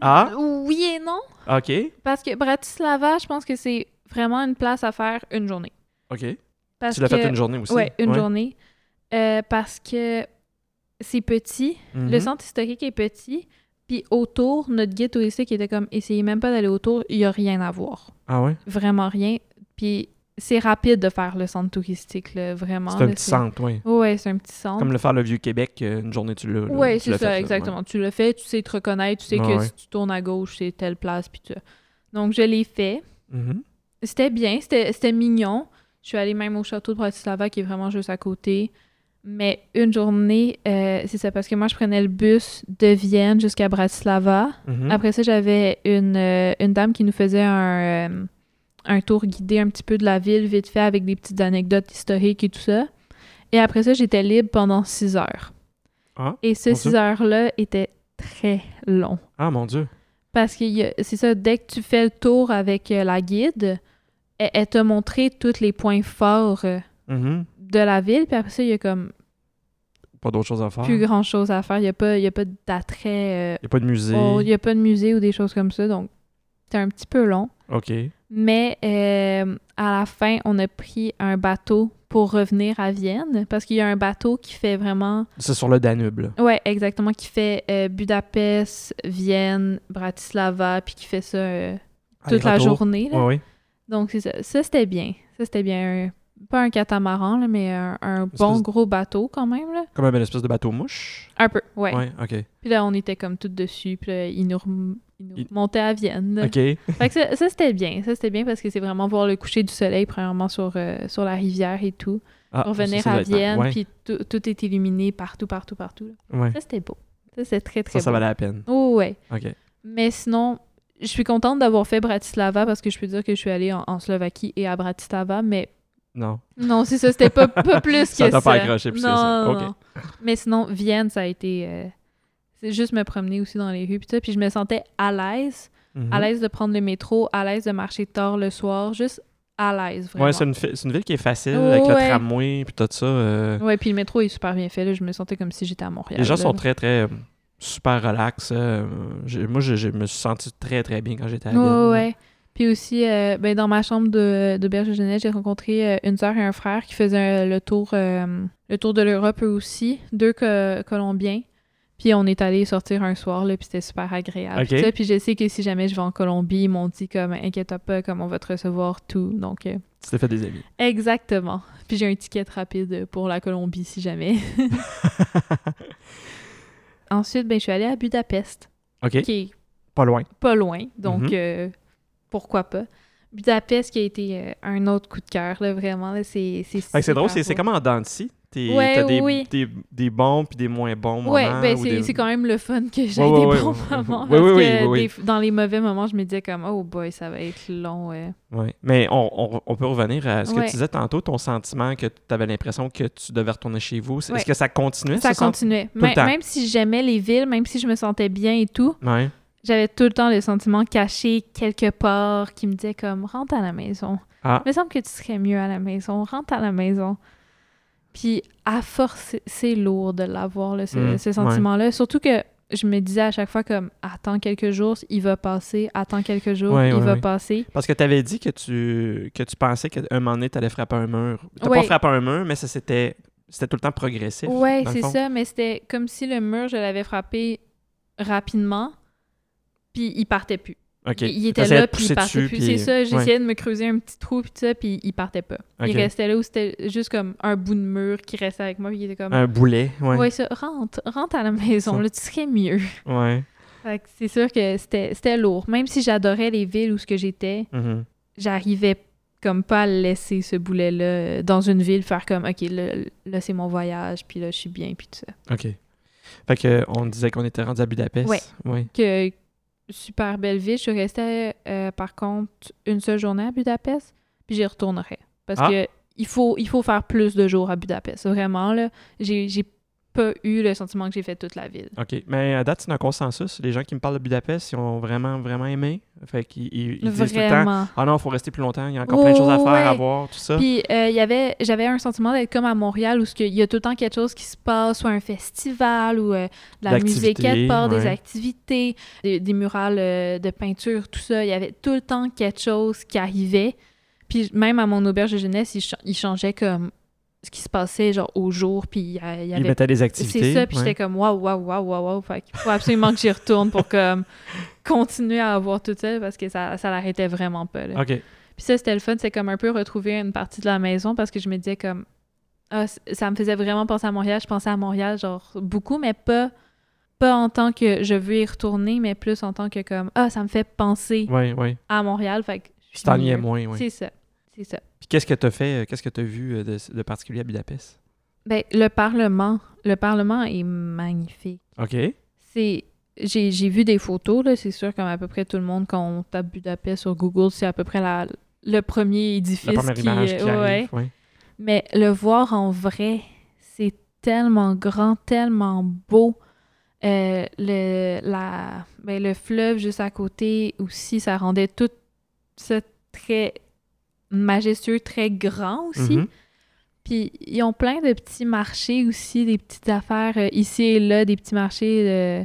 S1: Ah?
S2: Oui et non,
S1: OK.
S2: parce que Bratislava, je pense que c'est vraiment une place à faire une journée.
S1: OK.
S2: Parce
S1: tu l'as
S2: que...
S1: fait une journée aussi?
S2: Ouais, une journée. Euh, parce que c'est petit.
S1: Mhm.
S2: Le centre historique est petit. Puis autour, notre guide touristique était comme essayez même pas d'aller autour, il n'y a rien à voir.
S1: Ah ouais?
S2: Vraiment rien. Puis c'est rapide de faire le centre touristique, là, vraiment.
S1: C'est un
S2: là,
S1: petit centre, oui.
S2: Ouais, c'est un petit centre.
S1: Comme le faire le Vieux-Québec, euh, une journée, tu l'as. là,
S2: Ouais,
S1: tu
S2: c'est
S1: l'as
S2: ça,
S1: fait, là, ouais.
S2: exactement. Tu le fais, tu sais te reconnaître, tu sais
S1: Ouais,
S2: que
S1: ouais.
S2: si tu tournes à gauche, c'est telle place, puis tout ça. Donc je l'ai fait.
S1: Mhm.
S2: C'était bien, c'était c'était mignon. Je suis allée même au château de Bratislava qui est vraiment juste à côté. Mais une journée, euh, c'est ça, parce que moi, je prenais le bus de Vienne jusqu'à Bratislava.
S1: Mhm.
S2: Après ça, j'avais une, euh, une dame qui nous faisait un, euh, un tour guidé un petit peu de la ville, vite fait, avec des petites anecdotes historiques et tout ça. Et après ça, j'étais libre pendant six heures.
S1: Ah,
S2: et ces
S1: mon Dieu.
S2: six heures-là étaient très longs.
S1: Ah, mon Dieu.
S2: Parce que y a- c'est ça, dès que tu fais le tour avec euh, la guide, elle, elle t'a montré tous les points forts euh,
S1: Mhm.
S2: de la ville, puis après ça, il y a comme
S1: Pas d'autre chose à faire.
S2: plus
S1: Il
S2: grand chose à faire. Il n'y a pas, y a pas d'attrait, euh,
S1: n'y a pas de musée.
S2: il n'y a pas de musée ou des choses comme ça, donc c'était un petit peu long.
S1: OK.
S2: Mais euh, à la fin, on a pris un bateau pour revenir à Vienne, parce qu'il y a un bateau qui fait vraiment.
S1: C'est sur le Danube, là.
S2: Ouais, exactement, qui fait euh, Budapest, Vienne, Bratislava, puis qui fait ça euh, toute la
S1: Aller-retour.
S2: journée. là.
S1: Ouais, oui.
S2: Donc, c'est ça. Ça, c'était bien. Ça, c'était bien. Un- pas un catamaran, là, mais un, un bon
S1: espèce-
S2: gros bateau quand même. Là.
S1: Comme une espèce de bateau mouche.
S2: Un peu, ouais.
S1: Ouais, OK.
S2: <laughs> Puis là, on était comme toutes dessus. Puis là, ils nous, rem- ils nous
S1: Il-
S2: remontaient à Vienne.
S1: OK.
S2: Fait que ça, ça, c'était bien. Ça, c'était bien parce que c'est vraiment voir le coucher du soleil, premièrement, sur, euh, sur la rivière et tout.
S1: Ah,
S2: Pour venir
S1: ça, ça
S2: à
S1: doit être-
S2: Vienne,
S1: ouais,
S2: puis tout, tout est illuminé partout, partout, partout. là.
S1: ouais.
S2: Ça, c'était beau. Ça, c'était très, très
S1: Ça, ça
S2: beau.
S1: valait la peine.
S2: Oh, ouais.
S1: OK.
S2: Mais sinon, je suis contente d'avoir fait Bratislava parce que je peux dire que je suis allée en- en Slovaquie et à Bratislava, mais
S1: Non.
S2: Non, c'est ça, c'était pas, pas plus que
S1: Ça
S2: ça.
S1: t'a pas accroché plus que
S2: Non,
S1: ça.
S2: non,
S1: Ok.
S2: non. Mais sinon, Vienne, ça a été. euh, c'est juste me promener aussi dans les rues, puis ça. Puis je me sentais à l'aise,
S1: Mhm.
S2: à l'aise de prendre le métro, à l'aise de marcher tard le soir, juste à l'aise, vraiment.
S1: Mm-hmm. Ouais, c'est une, fi- c'est une ville qui est facile, avec le
S2: Ouais.
S1: tramway, puis tout ça. euh,
S2: Ouais, puis le métro est super bien fait, là. Je me sentais comme si j'étais à Montréal.
S1: Les gens
S2: là.
S1: sont très, très euh, super relax. euh, j'ai- moi, je, je me suis senti très, très bien quand j'étais à Vienne.
S2: Ouais, ouais. Puis aussi, euh, ben, dans ma chambre de- d'auberge de, jeunesse, j'ai rencontré euh, une sœur et un frère qui faisaient euh, le tour, euh, le tour de l'Europe eux aussi, deux co- Colombiens. Puis on est allé sortir un soir, là, puis c'était super agréable.
S1: Ok.
S2: Puis ça, Puis je sais que si jamais je vais en Colombie, ils m'ont dit comme « inquiète pas, comme on va te recevoir tout ». Donc, euh,
S1: Tu t'es fait des amis.
S2: exactement. Puis j'ai un ticket rapide pour la Colombie
S1: <laughs>
S2: si jamais. Ensuite, ben, je suis allée à Budapest,
S1: OK?
S2: qui est
S1: Pas loin.
S2: pas loin, donc
S1: Mhm.
S2: euh, pourquoi pas. Budapest qui a été euh, un autre coup de cœur, là, vraiment. Là, c'est c'est
S1: Fait que Ah, c'est
S2: super
S1: drôle, c'est c'est
S2: beau.
S1: comme en dents de scie. T'es-
S2: Ouais,
S1: T'as des,
S2: oui.
S1: des, des bons puis des moins bons moments.
S2: Ouais, ben
S1: ou
S2: c'est
S1: des-
S2: c'est quand même le fun que j'ai
S1: Ouais, ouais,
S2: des
S1: ouais,
S2: bons
S1: ouais.
S2: moments.
S1: Ouais,
S2: parce
S1: ouais,
S2: que
S1: ouais, ouais,
S2: des- dans les mauvais moments, je me disais comme, oh boy, ça va être long. euh. ouais.
S1: Ouais. Mais on, on- on peut revenir à ce que
S2: Ouais.
S1: tu disais tantôt, ton sentiment que tu avais l'impression que tu devais retourner chez vous. C'est-
S2: Ouais.
S1: Est-ce que ça continuait?
S2: Ça
S1: ce sentiment?
S2: continuait.
S1: le
S2: Même-
S1: temps.
S2: même si j'aimais les villes, même si je me sentais bien et tout,
S1: Ouais.
S2: j'avais tout le temps le sentiment caché quelque part qui me disait comme rentre à la maison.
S1: Ah.
S2: Il me semble que tu serais mieux à la maison, rentre à la maison. Puis à force, c'est- c'est lourd de l'avoir, là, ce,
S1: Mm,
S2: ce sentiment-là. Surtout que je me disais à chaque fois comme attends quelques jours, il va passer, attends quelques jours,
S1: Ouais,
S2: il
S1: ouais,
S2: va
S1: ouais.
S2: passer.
S1: Parce que tu avais dit que tu, que tu pensais qu'à un moment donné, tu allais frapper un mur. Tu
S2: Ouais.
S1: pas frappé un mur, mais ça c'était c'était tout le temps progressif.
S2: Ouais,
S1: dans le
S2: c'est
S1: fond.
S2: ça, mais c'était comme si le mur, je l'avais frappé rapidement, puis il partait plus.
S1: OK.
S2: Il- Il était
S1: T'essayais de
S2: là, puis
S1: pousser
S2: il partait
S1: dessus,
S2: plus.
S1: puis-
S2: C'est ça,
S1: ouais.
S2: j'essayais de me creuser un petit trou, puis tout ça, puis il partait pas.
S1: Ok.
S2: Il restait là où c'était juste comme un bout de mur qui restait avec moi, puis il était comme...
S1: Un boulet, ouais.
S2: Ouais, ça, rentre, rentre à la maison,
S1: Ça.
S2: là, tu serais mieux.
S1: Ouais.
S2: Fait que c'est sûr que c'était c'était lourd. Même si j'adorais les villes où ce que j'étais,
S1: Mhm.
S2: j'arrivais comme pas à laisser ce boulet-là euh, dans une ville, faire comme, OK, là, là c'est mon voyage, puis là, je suis bien, puis tout ça.
S1: OK. Fait que, on disait qu'on était rendu à Budapest.
S2: Ouais.
S1: Ouais.
S2: que super belle ville. Je suis restée, euh, par contre, une seule journée à Budapest, puis j'y retournerai. Parce
S1: Ah.
S2: que il faut, il faut faire plus de jours à Budapest. Vraiment, là, j'ai j'ai pas eu le sentiment que j'ai fait toute la ville.
S1: OK. Mais à date, c'est un consensus. Les gens qui me parlent de Budapest, ils ont vraiment, vraiment aimé. Fait qu'ils ils- ils disent tout le temps
S2: Vraiment.
S1: Ah non, il faut rester plus longtemps, il y a encore
S2: Ouais,
S1: plein de choses à faire, à
S2: ouais.
S1: voir, tout ça.
S2: Puis euh, il y avait, j'avais un sentiment d'être comme à Montréal où ce que- il y a tout le temps quelque chose qui se passe, soit un festival ou euh, de la musique
S1: L'activité,
S2: quelque part, des
S1: ouais.
S2: activités, des, des murales euh, de peinture, tout ça. Il y avait tout le temps quelque chose qui arrivait. Puis même à mon auberge de jeunesse, ils, cha- ils changeaient comme ce qui se passait genre au jour, puis il y a- il y
S1: ils
S2: avait
S1: mettaient des activités.
S2: c'est ça, puis
S1: ouais.
S2: j'étais comme waouh, waouh, waouh, waouh, waouh. Fait qu'il faut absolument que j'y retourne pour comme <laughs> continuer à avoir tout ça parce que ça, ça l'arrêtait vraiment pas. là.
S1: OK.
S2: Puis ça, c'était le fun, c'est comme un peu retrouver une partie de la maison parce que je me disais comme ah, c- ça me faisait vraiment penser à Montréal, je pensais à Montréal genre beaucoup mais pas pas en tant que je veux y retourner mais plus en tant que comme ah ça me fait penser
S1: Oui, oui.
S2: à Montréal fait que je
S1: Tu
S2: suis
S1: t'ennuyais
S2: mieux.
S1: moins, oui.
S2: euh, C'est ça. C'est ça.
S1: Puis qu'est-ce que t'as fait, euh, qu'est-ce que t'as vu euh, de, de particulier à Budapest?
S2: Ben le parlement, le parlement est magnifique.
S1: OK.
S2: C'est j'ai j'ai vu des photos là, c'est sûr comme à peu près tout le monde quand on tape Budapest sur Google, c'est à peu près la le premier édifice
S1: La première
S2: qui, euh,
S1: image qui
S2: ouais.
S1: arrive. ouais.
S2: Mais le voir en vrai, c'est tellement grand, tellement beau. Euh, le, la, ben, le fleuve juste à côté aussi, ça rendait tout ça très majestueux, très grand aussi.
S1: Mhm.
S2: Puis ils ont plein de petits marchés aussi, des petites affaires euh, ici et là, des petits marchés euh,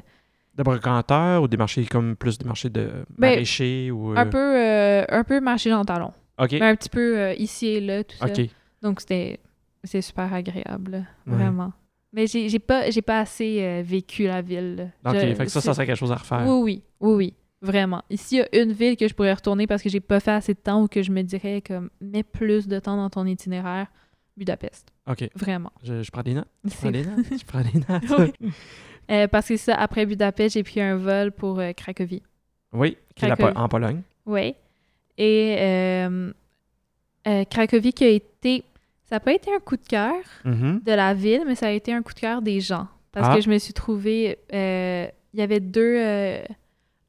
S1: De brocanteurs ou des marchés comme plus des marchés de
S2: Ben,
S1: maraîchers ou... euh,
S2: un peu euh, un peu marché dans le talon.
S1: OK.
S2: Mais un petit peu euh, ici et là, tout ça.
S1: OK.
S2: Donc, c'était c'est super agréable, là.
S1: Ouais.
S2: vraiment. Mais j'ai j'ai pas, j'ai pas assez euh, vécu la ville. là.
S1: OK.
S2: Je-
S1: euh, Fait que ça, ça
S2: c'est-
S1: serait quelque chose à refaire.
S2: Oui, oui, oui, oui, vraiment. Ici, il y a une ville que je pourrais retourner parce que j'ai pas fait assez de temps ou que je me dirais comme mets plus de temps dans ton itinéraire. Budapest,
S1: OK.
S2: vraiment.
S1: Je, je prends des notes. Je prends
S2: C'est-
S1: des notes. Je prends des
S2: <laughs>
S1: notes.
S2: Oui. Euh, parce que ça, après Budapest, j'ai pris un vol pour euh, Cracovie.
S1: oui. qui est la Po-
S2: Cracovie.
S1: en Pologne.
S2: Oui. Et euh, euh, Cracovie qui a été. Ça n'a pas été un coup de cœur,
S1: Mhm.
S2: de la ville, mais ça a été un coup de cœur des gens. Parce
S1: Ah.
S2: que je me suis trouvée. euh, Il y avait deux. euh,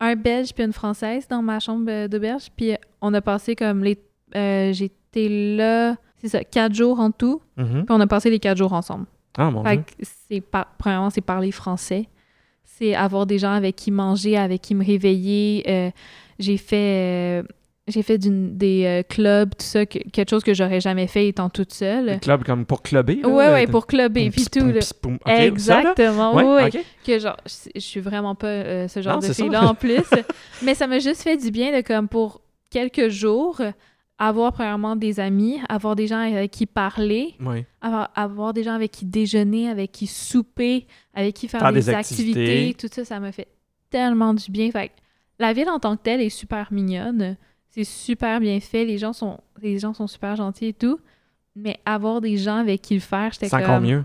S2: un Belge puis une Française dans ma chambre euh, d'auberge. Puis on a passé comme les. euh, J'étais là. C'est ça, quatre jours en tout.
S1: Mhm.
S2: Puis on a passé les quatre jours ensemble.
S1: Ah, mon
S2: Fait
S1: Dieu.
S2: que c'est par- premièrement, c'est parler français. C'est avoir des gens avec qui manger, avec qui me réveiller. Euh, j'ai fait. euh, j'ai fait d'une- des euh, clubs, tout ça, que- quelque chose que j'aurais jamais fait étant toute seule.
S1: Le club euh, comme pour clubber. là,
S2: Ouais,
S1: le-
S2: ouais, pour clubber,
S1: Poum,
S2: puis
S1: pss,
S2: tout.
S1: poum,
S2: là.
S1: pss, poum. OK, ça, là?
S2: Exactement, oui,
S1: Ouais,
S2: oui.
S1: OK.
S2: Que genre, je, je suis vraiment pas euh, ce genre
S1: Non,
S2: de
S1: c'est ça.
S2: fille-là en plus. <laughs> Mais ça m'a juste fait du bien de, comme, pour quelques jours, avoir premièrement des amis, avoir des gens avec qui parler,
S1: Ouais.
S2: avoir, avoir des gens avec qui déjeuner, avec qui souper, avec qui faire,
S1: Faire
S2: des,
S1: des
S2: activités.
S1: activités.
S2: Tout ça, ça m'a fait tellement du bien. Fait que la ville en tant que telle est super mignonne. C'est super bien fait. Les gens sont, les gens sont super gentils et tout. Mais avoir des gens avec qui le faire, j'étais
S1: C'est
S2: comme...
S1: encore mieux.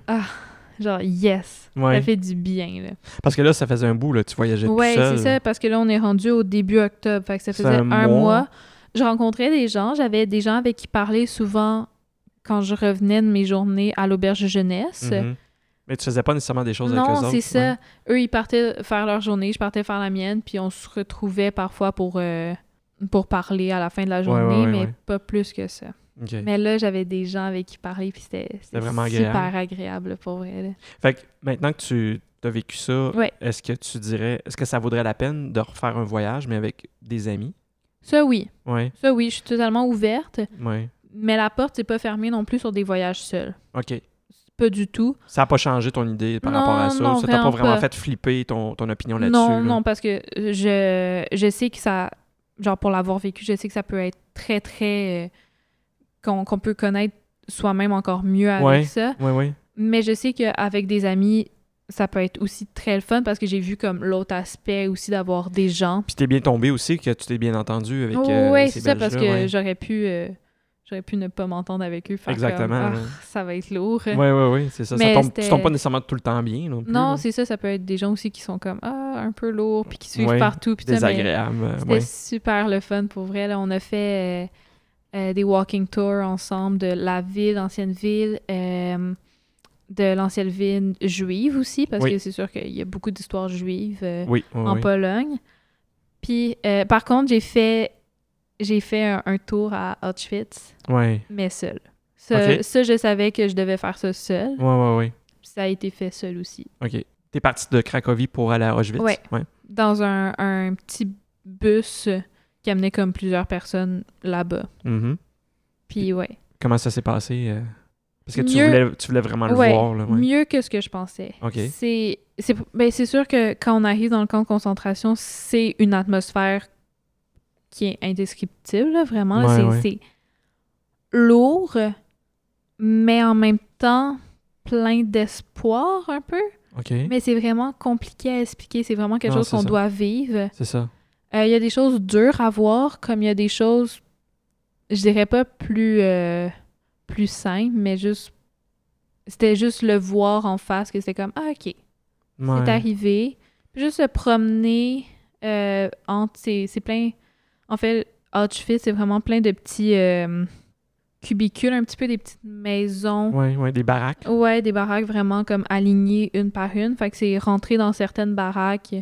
S2: Genre, yes!
S1: Ouais.
S2: Ça fait du bien, là.
S1: Parce que là, ça faisait un bout, là, tu voyageais
S2: Ouais,
S1: tout seul.
S2: c'est ça, parce que là, on est rendu au début octobre. Fait que ça
S1: C'est
S2: faisait un,
S1: un
S2: mois.
S1: mois.
S2: je rencontrais des gens, j'avais des gens avec qui parler souvent quand je revenais de mes journées à l'auberge de jeunesse.
S1: Mhm. Mais tu faisais pas nécessairement des choses avec eux
S2: Non,
S1: autres.
S2: c'est ça.
S1: ouais.
S2: Eux, ils partaient faire leur journée, je partais faire la mienne, puis on se retrouvait parfois pour, euh, pour parler à la fin de la
S1: Ouais, ouais,
S2: journée,
S1: ouais,
S2: mais
S1: ouais.
S2: pas plus que ça.
S1: OK.
S2: Mais là, j'avais des gens avec qui parler, puis c'était c'était
S1: vraiment
S2: super
S1: agréable.
S2: agréable. là, pour vrai. là.
S1: Fait que maintenant que tu as vécu ça,
S2: Ouais.
S1: est-ce que tu dirais, est-ce que ça vaudrait la peine de refaire un voyage, mais avec des amis?
S2: Ça, oui.
S1: Oui,
S2: Ça, oui, je suis totalement ouverte,
S1: oui.
S2: mais la porte, c'est pas fermée non plus sur des voyages seuls.
S1: OK.
S2: Pas du tout.
S1: Ça n'a pas changé ton idée par
S2: Non,
S1: rapport à ça?
S2: non,
S1: ça t'a pas
S2: vraiment
S1: vraiment
S2: pas.
S1: fait flipper ton, ton opinion là-dessus?
S2: Non,
S1: là?
S2: non, parce que je, je sais que ça, genre pour l'avoir vécu, je sais que ça peut être très, très. euh, qu'on qu'on peut connaître soi-même encore mieux avec
S1: Ouais.
S2: ça.
S1: Oui, oui.
S2: Mais je sais qu'avec des amis, ça peut être aussi très le fun parce que j'ai vu comme l'autre aspect aussi d'avoir des gens.
S1: Puis t'es bien tombé aussi, que tu t'es bien entendu avec euh,
S2: oui,
S1: ces
S2: c'est ça, parce que
S1: Belges-là, ouais.
S2: j'aurais pu. euh, J'aurais pu ne pas m'entendre avec eux. faire comme,
S1: Exactement,
S2: Ah,
S1: ouais.
S2: ça va être lourd.
S1: Oui, oui, oui, c'est ça. ça
S2: Mais
S1: tombe, tu
S2: c'était-
S1: tombes pas nécessairement tout le temps bien non plus.
S2: Non,
S1: là.
S2: c'est ça, ça peut être des gens aussi qui sont comme ah, un peu lourds, puis qui suivent
S1: Ouais,
S2: partout. Puis tout ça, mais-
S1: désagréable. euh,
S2: C'était
S1: ouais.
S2: super le fun pour vrai. là. on a fait euh, euh, des walking tours ensemble de la ville, l'ancienne ville, euh, de l'ancienne ville juive aussi, parce
S1: Oui.
S2: que c'est sûr qu'il y a beaucoup d'histoires juives euh,
S1: Oui, oui,
S2: en
S1: oui.
S2: Pologne. Puis, euh, par contre, j'ai fait, j'ai fait un, un tour à Auschwitz,
S1: Ouais.
S2: mais seul. Ça,
S1: Ok.
S2: ça, je savais que je devais faire ça seul.
S1: Ouais, ouais, ouais.
S2: Ça a été fait seul aussi.
S1: OK. T'es parti de Cracovie pour aller à Auschwitz.
S2: Ouais. Dans un, un petit bus qui amenait comme plusieurs personnes là-bas.
S1: Mhm.
S2: Puis, ouais.
S1: Comment ça s'est passé? euh? Parce que tu
S2: Mieux-
S1: voulais, tu voulais vraiment le
S2: Ouais,
S1: voir. Là, Ah ouais.
S2: Mieux que ce que je pensais.
S1: OK.
S2: C'est, c'est, ben, c'est sûr que quand on arrive dans le camp de concentration, c'est une atmosphère qui est indescriptible, là, vraiment. là.
S1: Ouais,
S2: c'est,
S1: ouais.
S2: c'est lourd, mais en même temps plein d'espoir un peu.
S1: OK.
S2: Mais c'est vraiment compliqué à expliquer. C'est vraiment quelque
S1: Non,
S2: chose
S1: c'est
S2: qu'on
S1: ça.
S2: doit vivre.
S1: C'est ça.
S2: Euh, Il y a des choses dures à voir, comme il y a des choses, je dirais pas plus, euh, plus simples, mais juste. C'était juste le voir en face, que c'était comme, ah, ok,
S1: Ouais.
S2: c'est arrivé. Puis juste se promener euh, entre. ces- C'est plein. En fait, Auschwitz, c'est vraiment plein de petits euh, cubicules, un petit peu des petites maisons.
S1: Ouais, ouais, des baraques.
S2: Ouais, des baraques vraiment comme alignées une par une. Fait que c'est rentrer dans certaines baraques,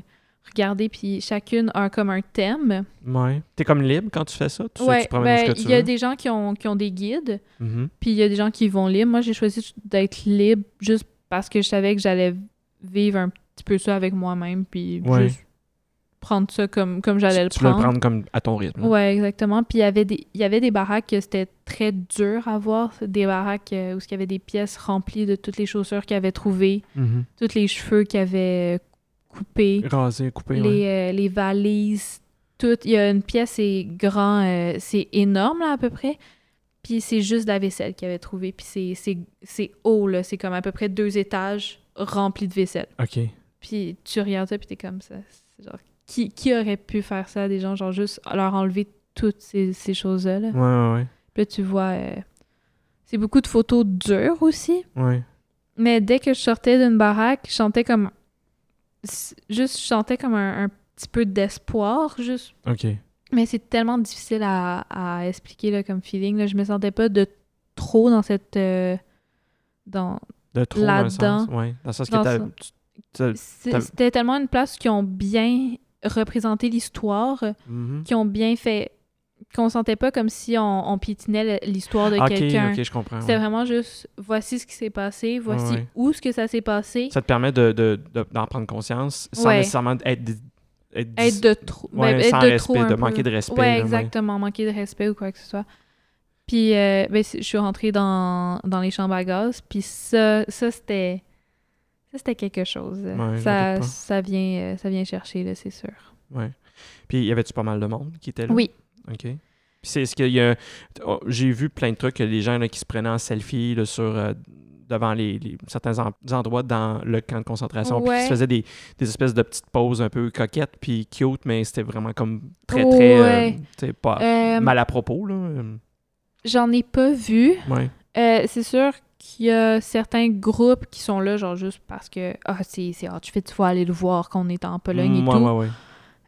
S2: regarder, puis chacune a comme un thème.
S1: Ouais. T'es comme libre quand tu fais ça? Tu,
S2: ouais,
S1: tu promènes où
S2: ben,
S1: ce que tu
S2: il y a
S1: veux?
S2: des gens qui ont, qui ont des guides,
S1: Mhm.
S2: puis il y a des gens qui vont libre. Moi, j'ai choisi d'être libre juste parce que je savais que j'allais vivre un petit peu ça avec moi-même, puis
S1: Ouais.
S2: juste prendre ça comme, comme
S1: Tu,
S2: j'allais le
S1: tu voulais
S2: prendre.
S1: le prendre comme à ton rythme. là.
S2: Ouais, exactement. Puis il y avait des, il y avait des baraques que c'était très dur à voir, des baraques euh, où il y avait des pièces remplies de toutes les chaussures qu'ils avaient trouvées,
S1: Mhm.
S2: tous les cheveux qu'ils avaient coupés
S1: Rasé, coupé, ouais.
S2: les, euh, les valises, tout. Il y a une pièce, c'est grand, euh, c'est énorme, là, à peu près. Puis c'est juste de la vaisselle qu'il avait trouvée. Puis c'est- c'est- c'est haut, là. C'est comme à peu près deux étages remplis de vaisselle.
S1: OK.
S2: Puis tu regardes ça, puis t'es comme ça. C'est Genre, qui, qui aurait pu faire ça à des gens, genre juste leur enlever toutes ces, ces choses-là? là?
S1: Ouais, ouais,
S2: Puis là, tu vois... euh, c'est beaucoup de photos dures aussi.
S1: ouais. ouais.
S2: Mais dès que je sortais d'une baraque, je sentais comme... Juste, je sentais comme un- un petit peu d'espoir, juste
S1: OK.
S2: mais c'est tellement difficile à, à expliquer là, comme feeling. Là. Je me sentais pas de trop dans cette. euh, dans...
S1: De trop dans le
S2: Là-dedans.
S1: sens. Ouais. Dans le sens que
S2: Dans
S1: t'as-
S2: ça.
S1: tu- t'as-
S2: C'est-
S1: Euh, T'as-
S2: C'était tellement une place qui ont bien représenté l'histoire, euh,
S1: Mhm.
S2: qui ont bien fait. qu'on sentait pas comme si on, on piétinait le- l'histoire de
S1: OK,
S2: quelqu'un.
S1: OK, je comprends.
S2: C'était
S1: ouais.
S2: vraiment juste voici ce qui s'est passé, voici
S1: ouais.
S2: où ce que ça s'est passé.
S1: Ça te permet de, de- de- d'en prendre conscience sans
S2: Ouais.
S1: nécessairement être... dis- être dis-
S2: être de trop.
S1: ouais,
S2: ben, être
S1: sans
S2: de
S1: respect,
S2: trop
S1: de
S2: un peu.
S1: manquer de respect, là,
S2: Ouais,
S1: ouais.
S2: exactement, manquer de respect ou quoi que ce soit. Puis, euh, ben, c'est- je suis rentrée dans, dans les chambres à gaz, puis ça, ça c'était. Ça, c'était quelque chose.
S1: Ouais, j'en doute
S2: ça,
S1: pas.
S2: ça, vient, euh, ça vient chercher, là, c'est sûr.
S1: Ouais. Puis, y avait-tu pas mal de monde qui était là?
S2: Oui.
S1: OK. Puis, c'est ce qu'il y a... oh, J'ai vu plein de trucs, que les gens là, qui se prenaient en selfie là, sur... euh, devant les, les- certains en- endroits dans le camp de concentration, puis qui se
S2: Ouais.
S1: faisaient des, des espèces de petites pauses un peu coquettes, puis cute, mais c'était vraiment comme très, très... euh,
S2: Oh, Ouais.
S1: tu sais, pas
S2: Euh,
S1: mal à propos, là. euh,
S2: J'en ai pas vu.
S1: Ouais.
S2: Euh, c'est sûr qu'il y a certains groupes qui sont là, genre juste parce que, ah, c'est c'est
S1: Mmh,
S2: Auschwitz, faut aller le voir qu'on est en Pologne et
S1: Ouais,
S2: tout.
S1: ouais, ouais.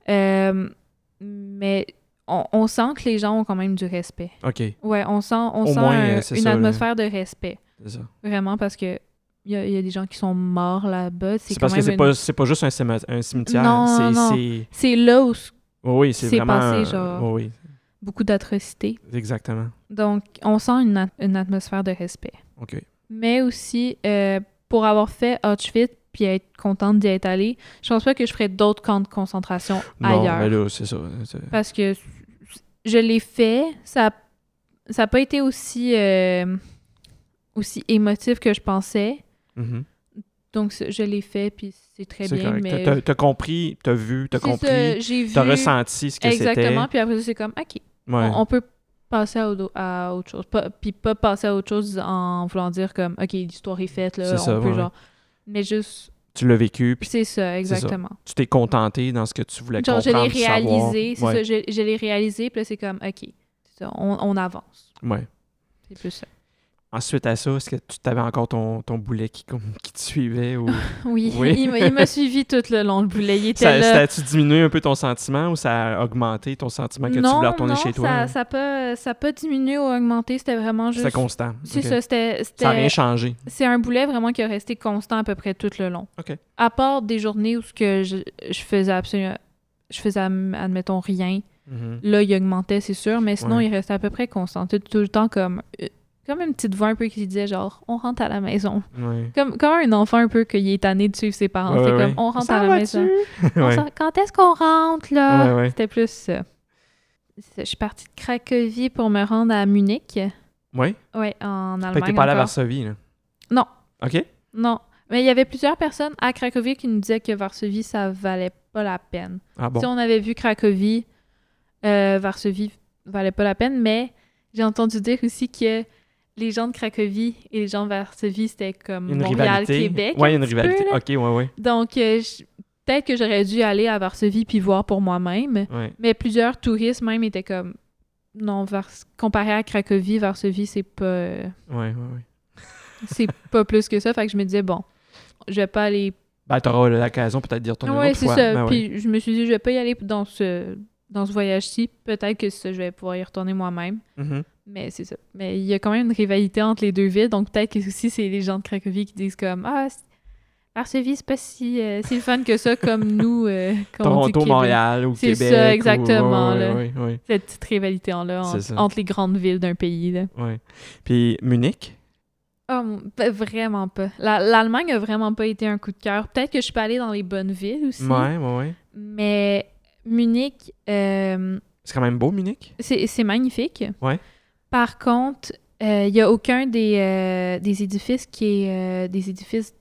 S2: Euh, mais on, on sent que les gens ont quand même du respect.
S1: OK,
S2: Ouais, on sent, on
S1: Au
S2: sent
S1: moins,
S2: un-
S1: euh, c'est
S2: une
S1: ça, le-
S2: atmosphère de respect.
S1: c'est ça.
S2: Vraiment, parce que il y, a- il y a des gens qui sont morts là-bas. C'est
S1: C'est parce
S2: quand
S1: que
S2: même
S1: c'est
S2: une-
S1: pas, c'est pas juste un, céma- un cimetière.
S2: Non,
S1: c'est,
S2: non.
S1: c'est-
S2: C'est là où s-
S1: Oui, oui, c'est,
S2: C'est
S1: vraiment...
S2: passé,
S1: un-
S2: genre.
S1: oui,
S2: beaucoup d'atrocités.
S1: oui, exactement.
S2: Donc, on sent une, at- une atmosphère de respect.
S1: OK.
S2: Mais aussi, euh, pour avoir fait Auschwitz puis être contente d'y être allée, je pense pas que je ferais d'autres camps de concentration
S1: Non,
S2: ailleurs.
S1: mais ben là, c'est ça. c'est-
S2: Parce que je l'ai fait, ça ça a pas été aussi, euh, aussi émotif que je pensais.
S1: Mhm.
S2: Donc, c'est- je l'ai fait, puis c'est très
S1: C'est
S2: bien.
S1: correct.
S2: Mais
S1: T'as, t'as compris, t'as vu, t'as
S2: C'est
S1: compris,
S2: ça, j'ai vu.
S1: t'as ressenti ce que
S2: Exactement,
S1: c'était.
S2: puis après ça, c'est comme, OK,
S1: Ouais.
S2: on, on peut passer à, au- à autre chose. Pas- puis pas passer à autre chose en voulant dire comme, OK, l'histoire est faite, là,
S1: C'est
S2: on
S1: ça,
S2: peut
S1: ouais,
S2: genre... Mais juste,
S1: Tu l'as vécu, puis
S2: c'est ça, exactement.
S1: tu t'es contenté dans ce que tu voulais
S2: Genre, je l'ai
S1: comprendre, puis savoir.
S2: réalisé, c'est
S1: Ouais,
S2: ça, je, je l'ai réalisé, puis là, c'est comme, OK, c'est ça, on, on avance.
S1: ouais.
S2: C'est plus ça.
S1: Ensuite à ça, est-ce que tu t'avais encore ton, ton boulet qui, comme- qui te suivait
S2: <laughs>
S1: ou
S2: Oui,
S1: Oui.
S2: il m'a- il m'a suivi tout le long, le boulet. Il était
S1: ça,
S2: là.
S1: ça a-tu diminué un peu ton sentiment ou ça a augmenté ton sentiment que tu voulais retourner
S2: non,
S1: chez toi? hein?
S2: Ça, ça peut, ça peut diminuer ou augmenter. C'était vraiment juste.
S1: C'était constant.
S2: C'est
S1: Ok.
S2: ça, c'était.
S1: Ça n'a rien
S2: c'était-
S1: changé.
S2: C'est un boulet vraiment qui a resté constant à peu près tout le long.
S1: OK.
S2: À part des journées où ce que je, je faisais absolument. Je faisais, am- admettons, rien.
S1: Mhm.
S2: Là, il augmentait, c'est sûr, mais sinon,
S1: Ouais.
S2: il restait à peu près constant. Tout, tout le temps, comme, euh, comme une petite voix un peu qui disait, genre, on rentre à la maison.
S1: Ouais.
S2: Comme, comme un enfant un peu qui est tanné de suivre ses parents.
S1: Ah, Ouais,
S2: Ah, c'est
S1: ouais.
S2: comme, on rentre
S1: Ça
S2: à la
S1: va-tu?
S2: maison.
S1: <laughs>
S2: On
S1: Ouais.
S2: s'en- Quand est-ce qu'on rentre, là?
S1: Ouais, ouais.
S2: C'était plus. ça. je suis partie de Cracovie pour me rendre à Munich.
S1: Ouais.
S2: Ouais, en
S1: Fait que t'es
S2: Allemagne.
S1: pas allé à
S2: encore.
S1: Varsovie, là.
S2: Non.
S1: OK?
S2: Non. Mais il y avait plusieurs personnes à Cracovie qui nous disaient que Varsovie, ça valait pas la peine.
S1: Ah bon?
S2: Si on avait vu Cracovie, euh, Varsovie valait pas la peine. Mais j'ai entendu dire aussi que les gens de Cracovie et les gens de Varsovie, c'était comme
S1: Une rivalité.
S2: Montréal-Québec.
S1: ouais,
S2: un
S1: une
S2: petit peu,
S1: rivalité.
S2: là.
S1: OK, ouais, ouais.
S2: Donc, euh, je- peut-être que j'aurais dû aller à Varsovie puis voir pour moi-même.
S1: ouais.
S2: Mais plusieurs touristes même étaient comme non, Vars- comparé à Cracovie, Varsovie, c'est pas
S1: Ouais, ouais, ouais.
S2: c'est pas plus que ça. Fait que je me disais bon, je vais pas aller.
S1: Ben, t'auras l'occasion peut-être d'y retourner une
S2: Ouais,
S1: autre
S2: c'est
S1: fois.
S2: ça.
S1: Ben ouais.
S2: Puis je me suis dit je vais pas y aller dans ce dans ce voyage-ci. Peut-être que ça, je vais pouvoir y retourner moi-même.
S1: Mhm.
S2: Mais c'est ça. Mais il y a quand même une rivalité entre les deux villes. Donc peut-être que aussi c'est les gens de Cracovie qui disent comme ah c'est- Varsovie c'est pas si euh, si le fun que
S1: <laughs>
S2: ça comme nous. euh, quand on dit
S1: Toronto,
S2: Québec.
S1: Montréal ou
S2: C'est
S1: Québec.
S2: ça,
S1: ou- ouais,
S2: exactement,
S1: ouais,
S2: là.
S1: ouais, ouais,
S2: Cette petite rivalité en là
S1: C'est ça.
S2: entre, entre les grandes villes d'un pays là.
S1: ouais. Puis Munich?
S2: Ah, mon- ben, vraiment pas. La- L'Allemagne a vraiment pas été un coup de cœur. Peut-être que je suis pas allée dans les bonnes villes aussi.
S1: Ouais, ouais, ouais.
S2: Mais Munich, euh,
S1: C'est quand même beau, Munich?
S2: c'est c'est magnifique.
S1: Ouais.
S2: Par contre, euh, il y a aucun des, euh, des édifices qui est euh, des édifices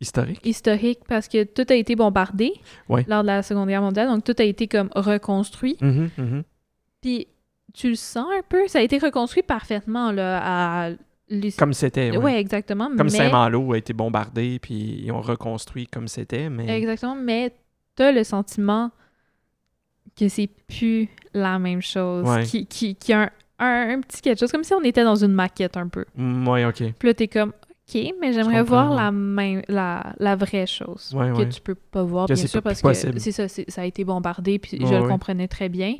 S1: Historique?
S2: historiques parce que tout a été bombardé
S1: Ouais.
S2: lors de la Seconde Guerre mondiale. Donc tout a été comme reconstruit.
S1: Mhm, mhm.
S2: Puis tu le sens un peu. Ça a été reconstruit parfaitement là, à les-
S1: Comme c'était, ouais.
S2: Ouais, exactement.
S1: Comme
S2: mais...
S1: Saint-Malo a été bombardé, puis ils ont reconstruit comme c'était, mais...
S2: Exactement, mais t'as le sentiment que c'est plus la même chose.
S1: Ouais.
S2: Qui, qui, qui a un, un- un petit quelque chose, comme si on était dans une maquette un peu.
S1: Mm, ouais, OK.
S2: Puis là, t'es comme, OK, mais j'aimerais
S1: comprends,
S2: voir la, main, la, la vraie chose
S1: Ouais,
S2: que
S1: ouais.
S2: tu peux pas voir,
S1: Que
S2: bien
S1: c'est
S2: sûr,
S1: pas
S2: parce
S1: plus possible.
S2: que c'est ça, c'est- ça a été bombardé, puis je
S1: Ouais,
S2: le
S1: ouais.
S2: comprenais très bien.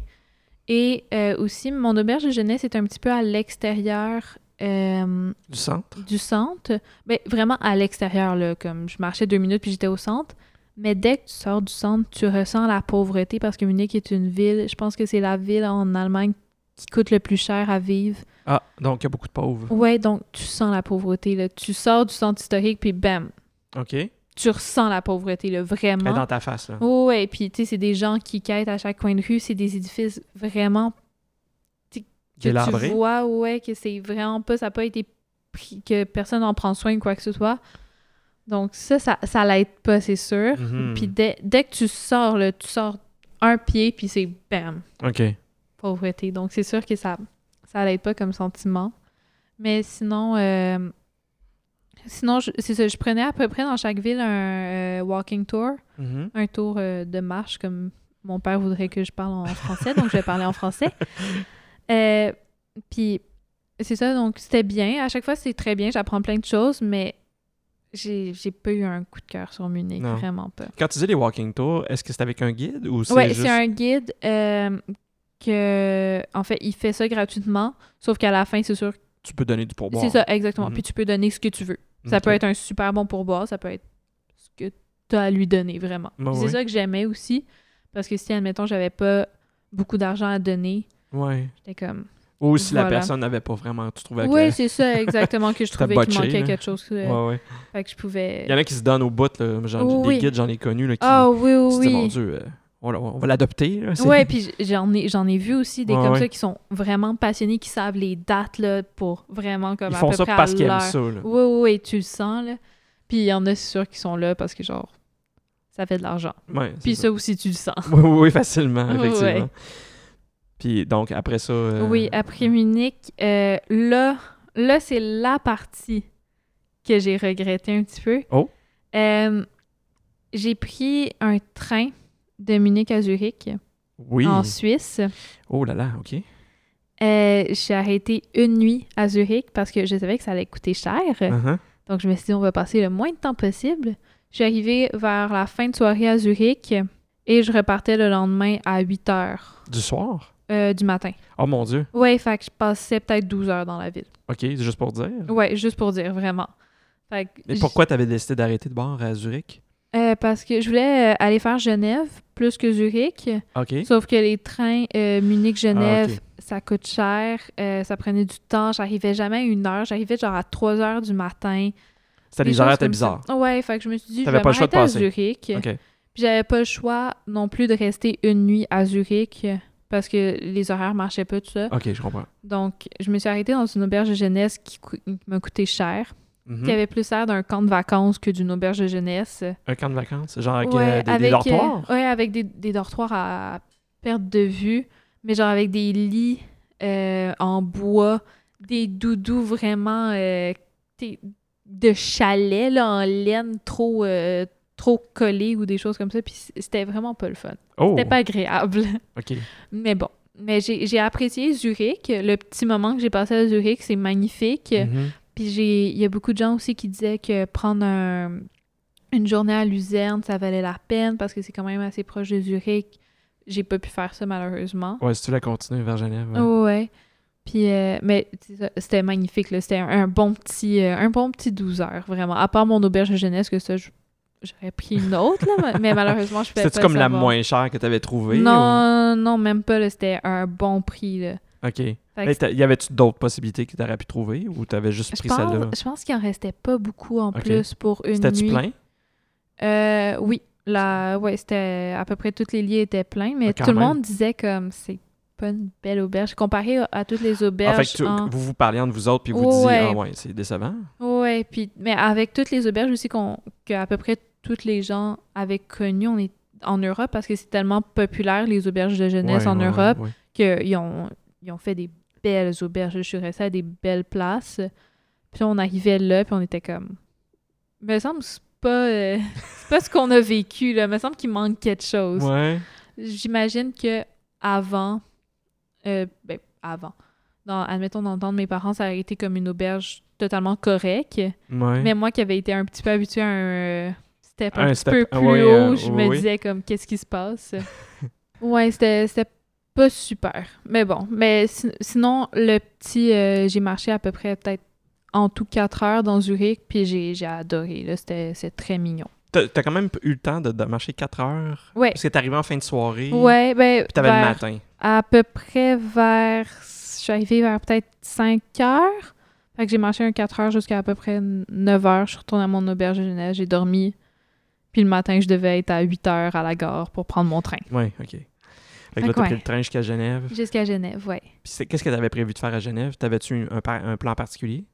S2: Et euh, aussi, mon auberge de jeunesse est un petit peu à l'extérieur. euh,
S1: Du centre?
S2: du centre, mais vraiment à l'extérieur, là, comme je marchais deux minutes puis j'étais au centre. Mais dès que tu sors du centre, tu ressens la pauvreté parce que Munich est une ville, je pense que c'est la ville en Allemagne qui coûte le plus cher à vivre.
S1: Ah, donc il y a beaucoup de pauvres.
S2: Ouais, donc tu sens la pauvreté, là. Tu sors du centre historique puis bam,
S1: OK. Elle
S2: tu ressens la pauvreté, là,
S1: est
S2: vraiment.
S1: dans ta face, là.
S2: Ouais, ouais, puis tu sais, c'est des gens qui quittent à chaque coin de rue, c'est des édifices vraiment que tu
S1: Délabré.
S2: vois, ouais, que c'est vraiment pas, ça n'a pas été pris, que personne n'en prend soin ou quoi que ce soit. Donc ça, ça, ça l'aide pas, c'est sûr.
S1: Mhm.
S2: Puis dès, dès que tu sors, là, tu sors un pied, puis c'est bam,
S1: OK.
S2: pauvreté. Donc c'est sûr que ça, ça l'aide pas comme sentiment. Mais sinon, euh, sinon, je- c'est ça, je prenais à peu près dans chaque ville un euh, walking tour,
S1: Mhm.
S2: un tour euh, de marche, comme mon père voudrait que je parle en français, donc je vais parler en français. Euh, Puis, c'est ça, donc c'était bien. À chaque fois, c'est très bien, j'apprends plein de choses, mais j'ai j'ai pas eu un coup de cœur sur Munich,
S1: Non.
S2: vraiment pas.
S1: Quand tu dis les walking tours, est-ce que c'est avec un guide ou c'est
S2: Ouais,
S1: juste...
S2: c'est un guide euh, que, en fait, il fait ça gratuitement, sauf qu'à la fin, c'est sûr.
S1: Tu peux donner du pourboire.
S2: C'est ça, exactement.
S1: Mhm.
S2: Puis tu peux donner ce que tu veux. Ça peut
S1: Ok.
S2: être un super bon pourboire, ça peut être ce que tu as à lui donner, vraiment.
S1: Ben
S2: Puis
S1: oui.
S2: C'est ça que j'aimais aussi, parce que si, admettons, j'avais pas beaucoup d'argent à donner,
S1: Ouais.
S2: j'étais comme.
S1: Ou si la
S2: Voilà.
S1: personne n'avait pas vraiment. Tu trouvais que.
S2: Oui, c'est ça,
S1: <laughs>
S2: exactement, que je
S1: T'as
S2: trouvais qu'il
S1: botché,
S2: manquait
S1: là.
S2: quelque chose. euh,
S1: Ouais, ouais.
S2: Fait que je pouvais.
S1: Il y en a qui se donnent au bout. Là. Genre,
S2: Oui,
S1: Des
S2: oui.
S1: guides, j'en ai connu. Là, qui,
S2: Ah oui, oui,
S1: tu te dis,
S2: oui.
S1: mon Dieu, euh, on, l'a- on va l'adopter. là, c'est- <laughs>
S2: Ouais, puis j- j'en ai, j'en ai vu aussi des
S1: Ouais,
S2: comme
S1: ouais.
S2: ça qui sont vraiment passionnés, qui savent les dates là, pour vraiment comme
S1: Ils
S2: à
S1: font
S2: peu
S1: ça
S2: près à
S1: parce qu'ils aiment
S2: l'heure.
S1: ça. là.
S2: Oui, oui, oui, tu le sens là. Puis il y en a c'est sûr qui sont là parce que genre ça fait de l'argent.
S1: Ouais, c'est
S2: Puis
S1: ça.
S2: ça aussi tu le sens.
S1: Oui, <laughs> oui, oui, facilement,
S2: Ouais.
S1: effectivement. Puis donc, après ça. euh,
S2: Oui, après Munich, euh, là, là c'est la partie que j'ai regretté un petit peu.
S1: Oh.
S2: Euh, j'ai pris un train de Munich à Zurich
S1: Oui.
S2: en Suisse.
S1: Oh là là, OK.
S2: Euh, j'ai arrêté une nuit à Zurich parce que je savais que ça allait coûter cher.
S1: Uh-huh.
S2: Donc, je me suis dit, on va passer le moins de temps possible. Je suis arrivée vers la fin de soirée à Zurich et je repartais le lendemain à 8 heures
S1: Du soir.
S2: euh, du matin.
S1: Oh mon Dieu.
S2: Ouais, fait que je passais peut-être 12 heures dans la ville.
S1: OK, c'est juste pour dire.
S2: Ouais, juste pour dire, vraiment. Fait que
S1: Et
S2: j-
S1: pourquoi t'avais décidé d'arrêter de boire à Zurich?
S2: Euh, parce que je voulais euh, aller faire Genève plus que Zurich.
S1: OK.
S2: Sauf que les trains euh, Munich-Genève,
S1: Ah, ok.
S2: ça coûte cher, euh, ça prenait du temps, j'arrivais jamais à une heure, j'arrivais genre à 3 heures du matin.
S1: C'était
S2: Des
S1: des horaires
S2: choses
S1: étaient
S2: comme ça.
S1: bizarres.
S2: Ouais, fait que je me suis dit, je
S1: T'avais
S2: vais
S1: pas le choix de
S2: m'arrêter à
S1: passer.
S2: Zurich.
S1: OK.
S2: Puis j'avais pas le choix non plus de rester une nuit à Zurich parce que les horaires marchaient pas, tout ça.
S1: OK, je comprends.
S2: Donc, je me suis arrêtée dans une auberge de jeunesse qui, cou- qui m'a coûté cher,
S1: Mhm.
S2: qui avait plus l'air d'un camp de vacances que d'une auberge de jeunesse.
S1: Un camp de vacances, genre avec,
S2: Ouais,
S1: euh, des- des, dortoirs.
S2: euh, ouais, avec des, des dortoirs à perte de vue, mais genre avec des lits euh, en bois, des doudous vraiment euh, t'es- de chalet là, en laine trop, euh, trop collée ou des choses comme ça. Puis c- c'était vraiment pas le fun.
S1: Oh,
S2: C'était pas agréable. <laughs>
S1: OK.
S2: Mais bon. Mais j'ai j'ai apprécié Zurich. Le petit moment que j'ai passé à Zurich, c'est magnifique.
S1: Mhm.
S2: Puis j'ai- il y a beaucoup de gens aussi qui disaient que prendre un- une journée à Luzerne, ça valait la peine parce que c'est quand même assez proche de Zurich. J'ai pas pu faire ça malheureusement. Oh,
S1: Ouais, si tu la continues vers Genève. ouais.
S2: Ouais. Puis, euh, mais c'est ça, c'était magnifique, là. C'était un, un bon petit, euh, un bon petit 12 heures, vraiment. À part mon auberge de jeunesse, que ça, je- j'aurais pris une autre, là, mais- mais malheureusement,
S1: <laughs>
S2: je pouvais ben, pas
S1: C'était-tu comme la
S2: savoir.
S1: moins chère que t'avais trouvée?
S2: Non, non, même pas, là. C'était un bon prix, là.
S1: ou- OK.
S2: Fait que
S1: Mais t'as- y avait-tu d'autres possibilités que t'aurais pu trouver ou t'avais juste
S2: je
S1: pris celle-là?
S2: pense, je pense qu'il en restait pas beaucoup en
S1: Ok.
S2: plus pour une nuit.
S1: C'était-tu plein?
S2: Euh, oui, la, ouais, c'était à peu près tous les lits étaient pleins, mais
S1: Ah, quand
S2: tout le
S1: même.
S2: monde disait comme c'est pas une belle auberge comparé à, à toutes les
S1: Ah, fait
S2: auberges.
S1: que tu-
S2: en-
S1: vous vous parliez entre vous autres puis vous disiez,
S2: Ouais.
S1: ah ouais, c'est décevant.
S2: Ouais, puis mais avec toutes les auberges aussi qu'on que à peu près toutes les gens avaient connu on est en Europe parce que c'est tellement populaire les auberges de jeunesse
S1: Ouais,
S2: en
S1: ouais, ouais,
S2: Europe
S1: ouais.
S2: qu'ils ont ils ont fait des belles auberges. Je suis restée à des belles places. Puis on arrivait là, puis on était comme. Me semble que c'est pas, euh, <laughs> c'est pas ce qu'on a vécu, là. Me semble qu'il manque quelque chose.
S1: Ouais.
S2: J'imagine que avant, euh, ben, avant, dans, admettons dans le temps de mes parents, ça aurait été comme une auberge totalement correcte.
S1: Ouais.
S2: Mais moi qui avais été un petit peu habituée à un euh, step un,
S1: Un
S2: petit
S1: step,
S2: peu
S1: ah
S2: plus
S1: ouais,
S2: haut,
S1: euh,
S2: je
S1: oui,
S2: me
S1: oui.
S2: disais comme qu'est-ce qui se passe. <laughs> ouais, c'était c'était pas super. Mais bon, mais si- sinon le petit euh, j'ai marché à peu près peut-être en tout quatre heures dans Zurich, puis j'ai j'ai adoré. là. C'était c'est très mignon.
S1: T'as t'as quand même eu le temps de, de marcher 4 heures?
S2: Ouais.
S1: Parce que t'es arrivé en fin de soirée.
S2: Ouais, ben
S1: Puis t'avais
S2: vers-
S1: le matin.
S2: à peu près vers. Je suis arrivée vers peut-être 5 heures. Fait que j'ai marché un 4 heures jusqu'à à peu près 9 heures. Je suis retournée à mon auberge de jeunesse, j'ai dormi. Puis le matin, je devais être à 8 heures à la gare pour prendre mon train.
S1: Ouais, OK. Fait que
S2: Fait
S1: là,
S2: que
S1: t'as
S2: ouais.
S1: pris le train jusqu'à Genève.
S2: Jusqu'à Genève, ouais.
S1: Puis c'est- qu'est-ce que tu avais prévu de faire à Genève? T'avais-tu un, par- un plan particulier?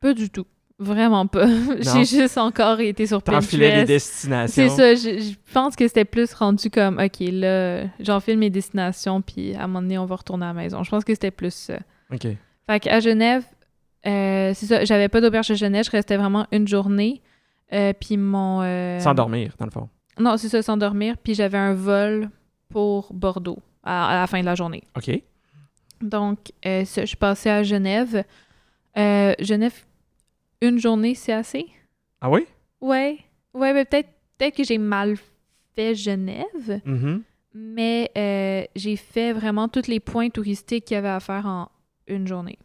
S2: Pas du tout. Vraiment pas. <laughs> j'ai juste encore été sur
S1: T'enfilais les
S2: Pinterest.
S1: destinations.
S2: C'est ça, je, je pense que c'était plus rendu comme, OK, là, j'enfile mes destinations, puis à un moment donné, on va retourner à la maison. Je pense que c'était plus ça.
S1: OK.
S2: Fait qu'à Genève, euh, c'est ça, j'avais pas d'auberge de jeunesse, je restais vraiment une journée. Euh, puis mon. euh,
S1: Sans dormir, dans le fond.
S2: Non, c'est ça, sans dormir. Puis j'avais un vol pour Bordeaux à, à la fin de la journée.
S1: OK.
S2: Donc, euh, ça, je passais à Genève. Euh, Genève, une journée, c'est assez? ben,
S1: Ah oui?
S2: Ouais. Ouais, mais peut-être peut-être que j'ai mal fait Genève.
S1: Mhm.
S2: Mais euh, j'ai fait vraiment tous les points touristiques qu'il y avait à faire en une journée.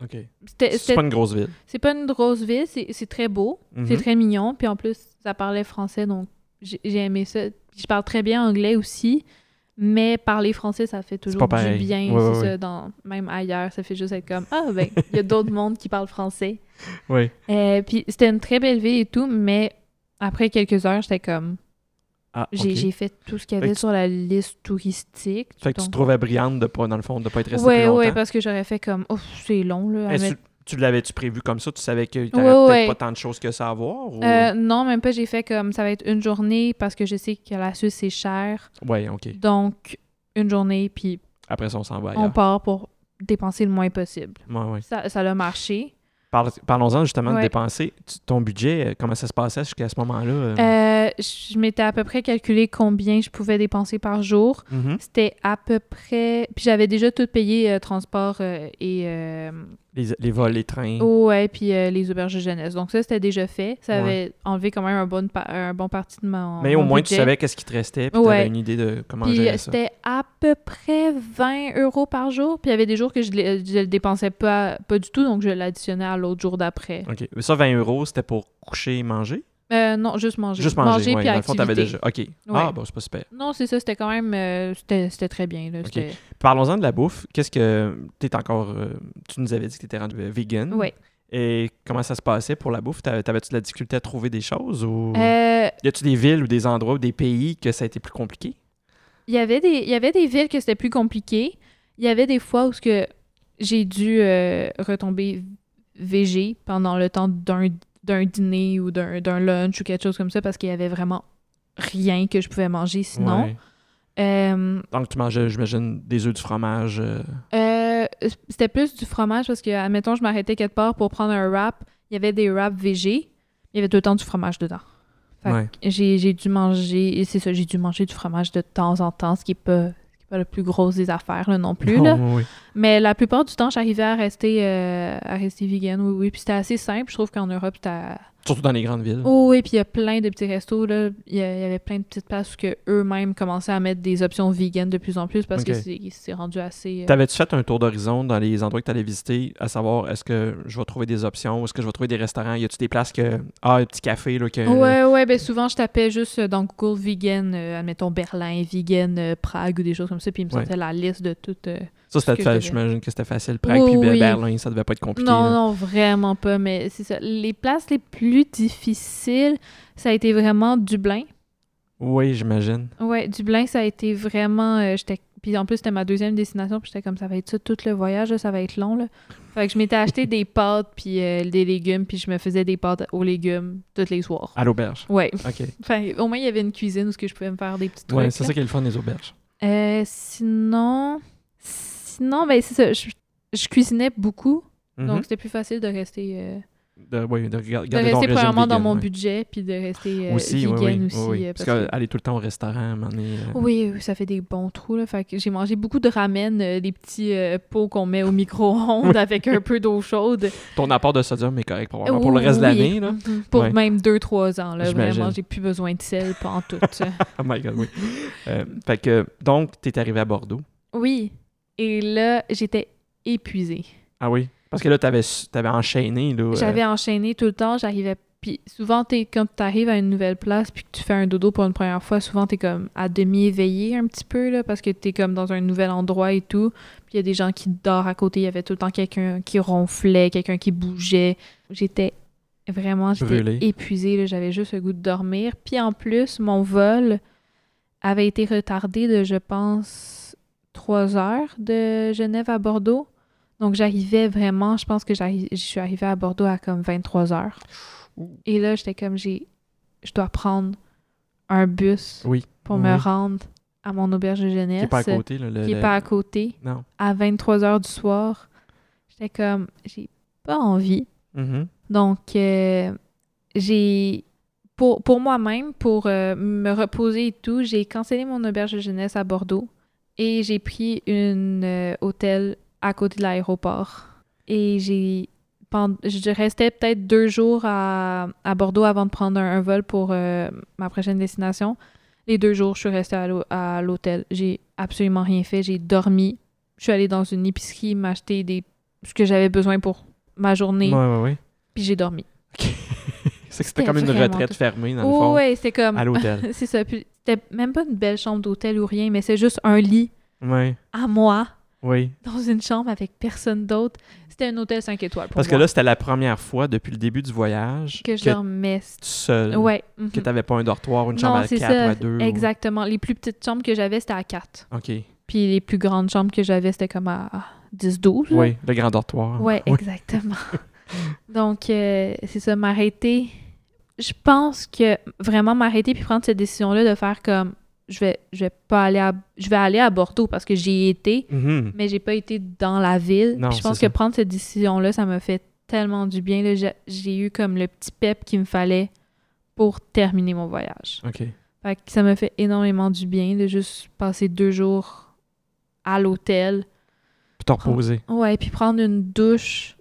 S1: OK.
S2: C'était-
S1: C'est
S2: c'était-
S1: pas une grosse ville.
S2: C'est pas une grosse ville, c'est c'est très beau, c'est
S1: Mhm.
S2: très mignon. Puis en plus, ça parlait français, donc j'ai j'ai aimé ça. Puis je parle très bien anglais aussi, mais parler français, ça fait toujours
S1: pas
S2: du
S1: pareil.
S2: bien.
S1: Ouais,
S2: c'est
S1: ouais,
S2: ça, dans, même ailleurs, ça fait juste être comme Ah, ben, il y a d'autres mondes qui parlent français.
S1: Oui.
S2: Euh, puis c'était une très belle ville et tout, mais après quelques heures, j'étais comme
S1: Ah,
S2: J'ai
S1: ok.
S2: j'ai fait tout ce qu'il y
S1: Fait
S2: avait
S1: que tu-
S2: sur la liste touristique.
S1: Fait que tu te
S2: donc-
S1: trouvais brillante de pas, dans le fond, de pas être resté
S2: Ouais,
S1: plus
S2: ouais,
S1: longtemps.
S2: parce que j'aurais fait comme Ouf, c'est long, là. à
S1: Est-ce
S2: mettre-
S1: que tu l'avais-tu prévu comme ça? Tu savais que tu
S2: Ouais,
S1: peut-être
S2: ouais.
S1: pas tant de choses que ça à voir? Ou...
S2: Euh, non, même pas. J'ai fait comme ça va être une journée parce que je sais que la Suisse c'est cher.
S1: Ouais, OK.
S2: Donc, une journée, puis
S1: Après ça, on s'en va
S2: on
S1: ailleurs.
S2: part pour dépenser le moins possible.
S1: Ouais, ouais.
S2: Ça, ça a marché.
S1: Parle- Parlons-en justement de
S2: Ouais.
S1: dépenser. Tu- ton budget, euh, comment ça se passait jusqu'à ce moment-là? euh?
S2: Euh, je m'étais à peu près calculé combien je pouvais dépenser par jour.
S1: Mhm.
S2: C'était à peu près. Puis j'avais déjà tout payé euh, transport euh, et. euh,
S1: les, les vols, les trains.
S2: oh, ouais, puis euh, les auberges de jeunesse. Donc ça, c'était déjà fait. Ça
S1: Ouais.
S2: avait enlevé quand même un bon, pa- un bon parti de mon.
S1: Mais au
S2: mon
S1: moins, tu
S2: budget.
S1: savais qu'est-ce qui te restait, puis tu
S2: Ouais.
S1: avais une idée de comment
S2: Puis euh,
S1: gérer ça.
S2: c'était à peu près 20 euros par jour. Puis il y avait des jours que je ne le dépensais pas, pas du tout, donc je l'additionnais à l'autre jour d'après.
S1: OK. Mais Ça, 20 euros, c'était pour coucher et manger?
S2: Euh, non, juste manger.
S1: Juste manger, ouais.
S2: puis
S1: Dans le fond, t'avais
S2: activité.
S1: déjà... OK. Ah, bon, c'est pas super.
S2: Non, c'est ça, c'était quand même... euh, c'était c'était très bien, là.
S1: Ok.
S2: c'était-
S1: Parlons-en de la bouffe. Qu'est-ce que... T'es encore... euh, tu nous avais dit que t'étais rendu euh, vegan.
S2: Ouais.
S1: Et comment ça se passait pour la bouffe? T'a- T'avais-tu de la difficulté à trouver des choses? Ou...
S2: Euh,
S1: Y a-tu des villes ou des endroits ou des pays que ça a été plus compliqué?
S2: Il y avait des, il y avait des villes que c'était plus compliqué. Il y avait des fois où ce que j'ai dû euh, retomber végé pendant le temps d'un d'un dîner ou d'un d'un lunch ou quelque chose comme ça parce qu'il y avait vraiment rien que je pouvais manger sinon.
S1: Ouais.
S2: Euh,
S1: Donc, tu mangeais, j'imagine, des œufs, du fromage. euh,
S2: euh, c'était plus du fromage parce que, admettons, je m'arrêtais quelque part pour prendre un wrap. Il y avait des wraps végé. Il y avait tout le temps du fromage dedans. Fait que
S1: ouais.
S2: J'ai j'ai dû manger, et c'est ça, j'ai dû manger du fromage de temps en temps, ce qui est pas, ce qui est pas la plus grosse des affaires là, non plus.
S1: Non, <laughs>
S2: là.
S1: oui, oui.
S2: Mais la plupart du temps, j'arrivais à rester euh, à rester vegan, oui, oui. Puis c'était assez simple. Je trouve qu'en Europe, c'était.
S1: Surtout dans les grandes villes.
S2: Oh oui, puis il y a plein de petits restos, là. Il y, a- il y avait plein de petites places où que eux-mêmes commençaient à mettre des options vegan de plus en plus parce
S1: Ok.
S2: que c'est- c'est rendu assez. euh,
S1: T'avais-tu fait un tour d'horizon dans les endroits que t'allais visiter, à savoir est-ce que je vais trouver des options, est-ce que je vais trouver des restaurants, y a-tu des places que ah un petit café là que
S2: Ouais, ouais, ben souvent je tapais juste euh, dans Google vegan, euh, admettons Berlin, vegan, euh, Prague ou des choses comme ça, puis il me
S1: Ouais.
S2: sortait la liste de toutes. euh,
S1: ça
S2: que
S1: c'était
S2: j'avais.
S1: fa- j'imagine que c'était facile Prague
S2: Oui,
S1: puis Be-
S2: oui.
S1: Berlin ça devait pas être compliqué.
S2: Non,
S1: là.
S2: non, vraiment pas, mais c'est ça. Les places les plus difficiles, ça a été vraiment Dublin.
S1: Oui j'imagine.
S2: Ouais, Dublin, ça a été vraiment. euh, j'étais Puis en plus, c'était ma deuxième destination, puis j'étais comme ça va être ça tout le voyage, là, ça va être long. Là. Fait que je
S1: <laughs>
S2: m'étais acheté des pâtes, puis euh, des légumes, puis je me faisais des pâtes aux légumes toutes les soirs.
S1: À
S2: <laughs>
S1: l'auberge.
S2: Ouais.
S1: Ok.
S2: Enfin, au moins, il y avait une cuisine où ce que je pouvais me faire des petits trucs.
S1: Ouais c'est
S2: là.
S1: ça qui est le fun des auberges.
S2: Euh, sinon. Sinon, ben c'est ça. Je, je cuisinais beaucoup,
S1: Mhm.
S2: donc c'était plus facile de rester. euh,
S1: de, ouais, de regarder
S2: de
S1: ton
S2: rester
S1: régime
S2: premièrement dans
S1: vegan,
S2: mon
S1: ouais.
S2: budget, puis de rester euh,
S1: Aussi, oui,
S2: vegan
S1: oui,
S2: aussi.
S1: oui, oui.
S2: euh,
S1: Parce
S2: parce que-
S1: qu'aller tout le temps au restaurant, à un moment donné, euh,
S2: Oui, oui, ça fait des bons trous. Là. Fait que j'ai mangé beaucoup de ramen, euh, des petits euh, pots qu'on met
S1: <laughs>
S2: au micro-ondes avec un peu d'eau chaude.
S1: ton apport de sodium est correct probablement pour le reste de
S2: Oh, Oui,
S1: l'année. là.
S2: mhm, Pour
S1: Ouais.
S2: même 2-3 ans. Là,
S1: J'imagine.
S2: vraiment, j'ai plus besoin de sel, pas
S1: <laughs>
S2: en tout.
S1: Oh my god, oui. Euh, fait que, donc, t'es arrivé à Bordeaux.
S2: oui. Et là, j'étais épuisée.
S1: Ah oui? Parce que là, t'avais, su- t'avais enchaîné, là. euh,
S2: J'avais enchaîné tout le temps, j'arrivais. Puis souvent, t'es, quand tu arrives à une nouvelle place puis que tu fais un dodo pour une première fois, souvent t'es comme à demi éveillé un petit peu, là, parce que t'es comme dans un nouvel endroit et tout. Puis il y a des gens qui dorment à côté, il y avait tout le temps quelqu'un qui ronflait, quelqu'un qui bougeait. J'étais vraiment j'étais
S1: Brûlée.
S2: épuisée, là, j'avais juste le goût de dormir. Puis en plus, mon vol avait été retardé de, je pense, trois heures de Genève à Bordeaux. Donc, j'arrivais vraiment, je pense que j'arri- je suis arrivée à Bordeaux à comme 23 heures.
S1: Ouh.
S2: Et là, j'étais comme, j'ai, je dois prendre un bus
S1: Oui.
S2: pour
S1: oui,
S2: me
S1: oui.
S2: rendre à mon auberge de
S1: Qui
S2: jeunesse,
S1: est pas à côté, là. le-
S2: qui est
S1: le-
S2: pas à côté,
S1: Non.
S2: à 23 heures du soir. J'étais comme, j'ai pas envie.
S1: Mhm.
S2: Donc, euh, j'ai. Pour, pour moi-même, pour euh, me reposer et tout, j'ai cancellé mon auberge de jeunesse à Bordeaux et j'ai pris un hôtel à côté de l'aéroport. Et j'ai. pend- Je restais peut-être deux jours à, à Bordeaux avant de prendre un, un vol pour euh, ma prochaine destination. Les deux jours, je suis restée à l'hô- à l'hôtel. J'ai absolument rien fait. J'ai dormi. Je suis allée dans une épicerie m'acheter des ce que j'avais besoin pour ma journée.
S1: Ouais, ouais, ouais.
S2: Puis j'ai dormi.
S1: C'est que
S2: C'était
S1: c'était comme une
S2: vraiment
S1: retraite
S2: tout-
S1: fermée, dans le
S2: Oh,
S1: fond,
S2: ouais, c'était comme.
S1: à
S2: <laughs>
S1: l'hôtel.
S2: C'est ça. Puis c'était même pas une belle chambre d'hôtel ou rien, mais c'est juste un lit
S1: ouais,
S2: à moi <laughs>
S1: oui.
S2: dans une chambre avec personne d'autre. C'était un hôtel 5 étoiles pour
S1: Parce que
S2: moi.
S1: là, c'était la première fois depuis le début du voyage
S2: que je dormais.
S1: tu seul.
S2: Ouais. mhm.
S1: Que t'avais pas un dortoir, une chambre
S2: Non,
S1: à
S2: c'est
S1: quatre ou
S2: ça.
S1: à deux. ou-
S2: Exactement. Les plus petites chambres que j'avais, c'était à 4.
S1: OK.
S2: Puis les plus grandes chambres que j'avais, c'était comme à 10-12. là.
S1: Oui, le grand dortoir.
S2: Ouais,
S1: Oui.
S2: exactement. <laughs> Donc, euh, c'est ça, m'arrêter. Je pense que vraiment m'arrêter puis prendre cette décision-là de faire comme je vais je vais pas aller à je vais aller à Bordeaux parce que j'y ai été,
S1: Mhm.
S2: mais j'ai pas été dans la ville.
S1: Non,
S2: Puis je pense
S1: c'est
S2: que
S1: ça.
S2: prendre cette décision-là, ça m'a fait tellement du bien. là. J'ai- J'ai eu comme le petit pep qu'il me fallait pour terminer mon voyage.
S1: OK.
S2: Fait que ça m'a fait énormément du bien de juste passer deux jours à l'hôtel.
S1: Puis t'en reposer.
S2: Ouais, puis prendre une douche,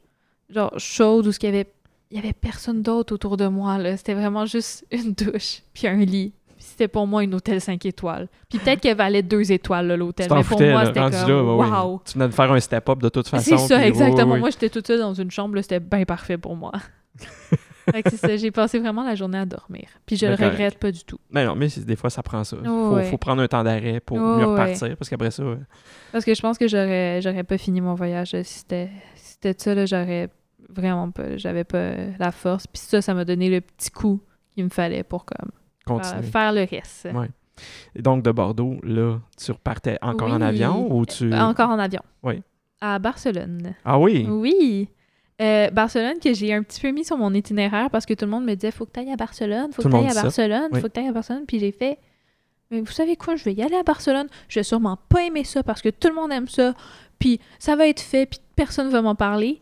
S2: genre chaude, où ce qu'il y avait, il y avait personne d'autre autour de moi. Là. C'était vraiment juste <laughs> une douche, puis un lit. Puis c'était pour moi une hôtel 5 étoiles. Puis peut-être qu'elle valait 2 étoiles, là, l'hôtel.
S1: Tu t'en
S2: Mais pour
S1: foutais,
S2: moi,
S1: là,
S2: c'était
S1: rendu
S2: comme,
S1: là. ouais, ouais.
S2: wow!
S1: Tu venais de faire un step-up de toute façon.
S2: C'est
S1: puis-
S2: ça,
S1: oui, oui,
S2: exactement.
S1: oui.
S2: Moi, j'étais toute seule dans une chambre, là, c'était bien parfait
S1: <laughs>
S2: pour moi. fait que c'est ça, j'ai passé vraiment la journée à dormir. Puis je
S1: Ben,
S2: le
S1: correct.
S2: regrette pas du tout.
S1: Mais Ben non, mais c'est- des fois, ça prend ça. Il faut,
S2: Oh, ouais. Oh,
S1: faut prendre un temps d'arrêt pour
S2: Ouais,
S1: mieux
S2: ouais.
S1: repartir, parce qu'après ça, euh,
S2: Parce que je pense que j'aurais j'aurais pas fini mon voyage là, si c'était si c'était ça là, j'aurais vraiment pas j'avais pas la force puis ça ça m'a donné le petit coup qu'il me fallait pour comme faire,
S1: continue.
S2: faire le reste.
S1: Ouais. Et donc, de Bordeaux, là, tu repartais encore en
S2: Oui.
S1: avion ou tu...
S2: Encore en avion.
S1: Oui.
S2: À Barcelone.
S1: Ah oui?
S2: Oui. Euh, Barcelone que j'ai un petit peu mis sur mon itinéraire parce que tout le monde me disait faut que tu ailles à Barcelone, faut
S1: Tout
S2: que
S1: le
S2: tu
S1: monde
S2: ailles à
S1: dit ça.
S2: Barcelone,
S1: Oui.
S2: faut que tu ailles à Barcelone puis j'ai fait mais vous savez quoi, je vais y aller à Barcelone, je vais sûrement pas aimer ça parce que tout le monde aime ça puis ça va être fait puis personne va m'en parler.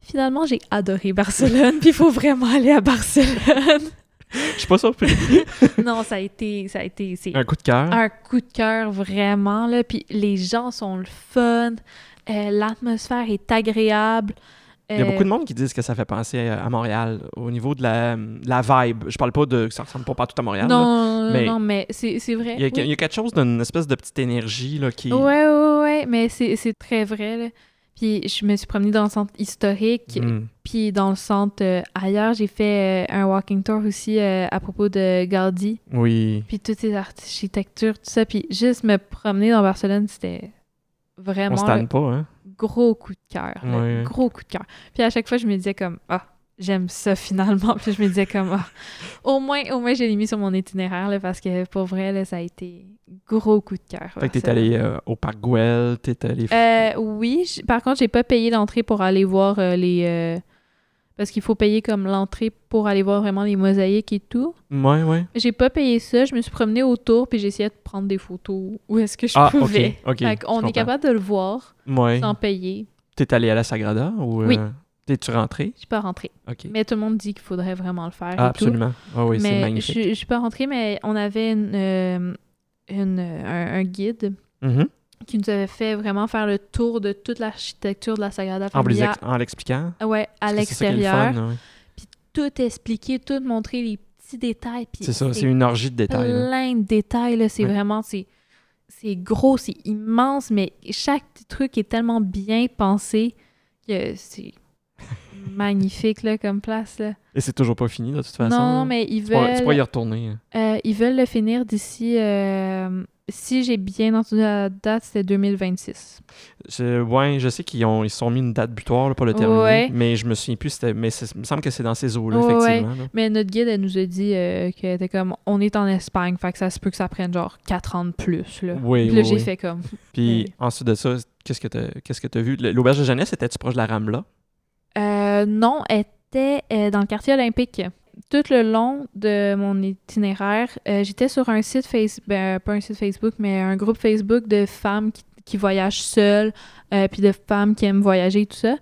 S2: Finalement, j'ai adoré <laughs> Barcelone puis il faut vraiment aller
S1: <laughs>
S2: à Barcelone.
S1: Je suis pas
S2: <laughs>
S1: surpris.
S2: non, ça a été ça a été c'est
S1: un coup de cœur.
S2: un coup de cœur vraiment là puis les gens sont le fun, euh, l'atmosphère est agréable.
S1: Il y a
S2: euh,
S1: beaucoup de monde qui disent que ça fait penser à à Montréal au niveau de la, de la vibe. Je parle pas de... Ça ressemble pas partout à Montréal. là.
S2: Non,
S1: mais-
S2: mais... non, mais c'est c'est vrai.
S1: Il y, a,
S2: oui.
S1: il y a quelque chose d'une espèce de petite énergie là, qui...
S2: Ouais, ouais, ouais, mais c'est c'est très vrai. là. Puis je me suis promenée dans le centre historique,
S1: Mm.
S2: puis dans le centre euh, ailleurs, j'ai fait euh, un walking tour aussi euh, à propos de Gaudi,
S1: Oui.
S2: puis toutes ces architectures, tout ça. Puis juste me promener dans Barcelone, c'était
S1: On se
S2: vraiment le
S1: tanne pas, hein?
S2: gros coup de cœur. le
S1: Ouais.
S2: Gros coup de cœur. Puis à chaque fois, je me disais comme, ah, j'aime ça finalement. <laughs> Puis je me disais comme, ah, au moins, au moins, je l'ai mis sur mon itinéraire là, parce que pour vrai, là, ça a été gros coup de cœur.
S1: Fait que t'es
S2: Barcelone.
S1: allé euh, au parc Güell, t'es allé...
S2: Euh, oui, j- par contre, j'ai pas payé l'entrée pour aller voir euh, les. euh, parce qu'il faut payer comme l'entrée pour aller voir vraiment les mosaïques et tout.
S1: Ouais, ouais.
S2: J'ai pas payé ça. Je me suis promenée autour puis j'ai essayé de prendre des photos où est-ce que je
S1: Ah, ok,
S2: pouvais.
S1: ok,
S2: Fait
S1: je
S2: qu'on
S1: comprends.
S2: est capable de le voir
S1: Ouais.
S2: sans payer.
S1: T'es allé à la Sagrada ou...
S2: Oui.
S1: euh, T'es-tu rentré?
S2: Je suis pas rentrée.
S1: OK.
S2: Mais tout le monde dit qu'il faudrait vraiment le
S1: Ah,
S2: faire. et tout.
S1: absolument. Ah oui, c'est
S2: mais
S1: magnifique.
S2: je, je suis pas rentrée, mais on avait une, euh, une, euh, un, un guide
S1: Mhm.
S2: qui nous avait fait vraiment faire le tour de toute l'architecture de la Sagrada
S1: En, les
S2: Familia.
S1: ex- en l'expliquant.
S2: Ouais, à
S1: Parce que c'est ça qui est le
S2: l'extérieur.
S1: fun, hein. ouais.
S2: tout expliquer, tout montrer les petits détails. puis
S1: C'est ça, c'est une orgie de détails. hein. là.
S2: Plein de détails, là. C'est
S1: Ouais.
S2: vraiment, c'est, c'est gros, c'est immense, mais chaque petit truc est tellement bien pensé que
S1: <laughs>
S2: c'est magnifique, là, comme place, là.
S1: Et c'est toujours pas fini, de toute façon.
S2: non,
S1: là.
S2: mais ils
S1: Tu pourras- tu pourras
S2: veulent,
S1: y retourner. hein.
S2: euh, ils veulent le finir d'ici, euh, si j'ai bien entendu la date, c'était 2026.
S1: Je, ouais, je sais qu'ils ont, ils se sont mis une date butoir là, pour le terminer,
S2: Ouais.
S1: mais je me souviens plus. c'était- Mais c'est- il me semble que c'est dans ces eaux-là,
S2: Ouais, ouais.
S1: effectivement. là.
S2: Mais notre guide, elle nous a dit euh, qu'elle était comme, on est en Espagne, fait que ça se peut que ça prenne genre 4 ans de plus, là.
S1: Oui,
S2: Puis là,
S1: oui,
S2: j'ai
S1: oui.
S2: fait comme,
S1: Puis
S2: Ouais.
S1: ensuite de ça, qu'est-ce que tu qu'est-ce que t'as vu? Le- L'auberge de jeunesse, était-tu proche de la Rambla?
S2: Euh, non, elle était euh, dans le quartier olympique. Tout le long de mon itinéraire, euh, j'étais sur un site Facebook, pas un site Facebook, mais un groupe Facebook de femmes qui, qui voyagent seules, euh, puis de femmes qui aiment voyager, tout ça.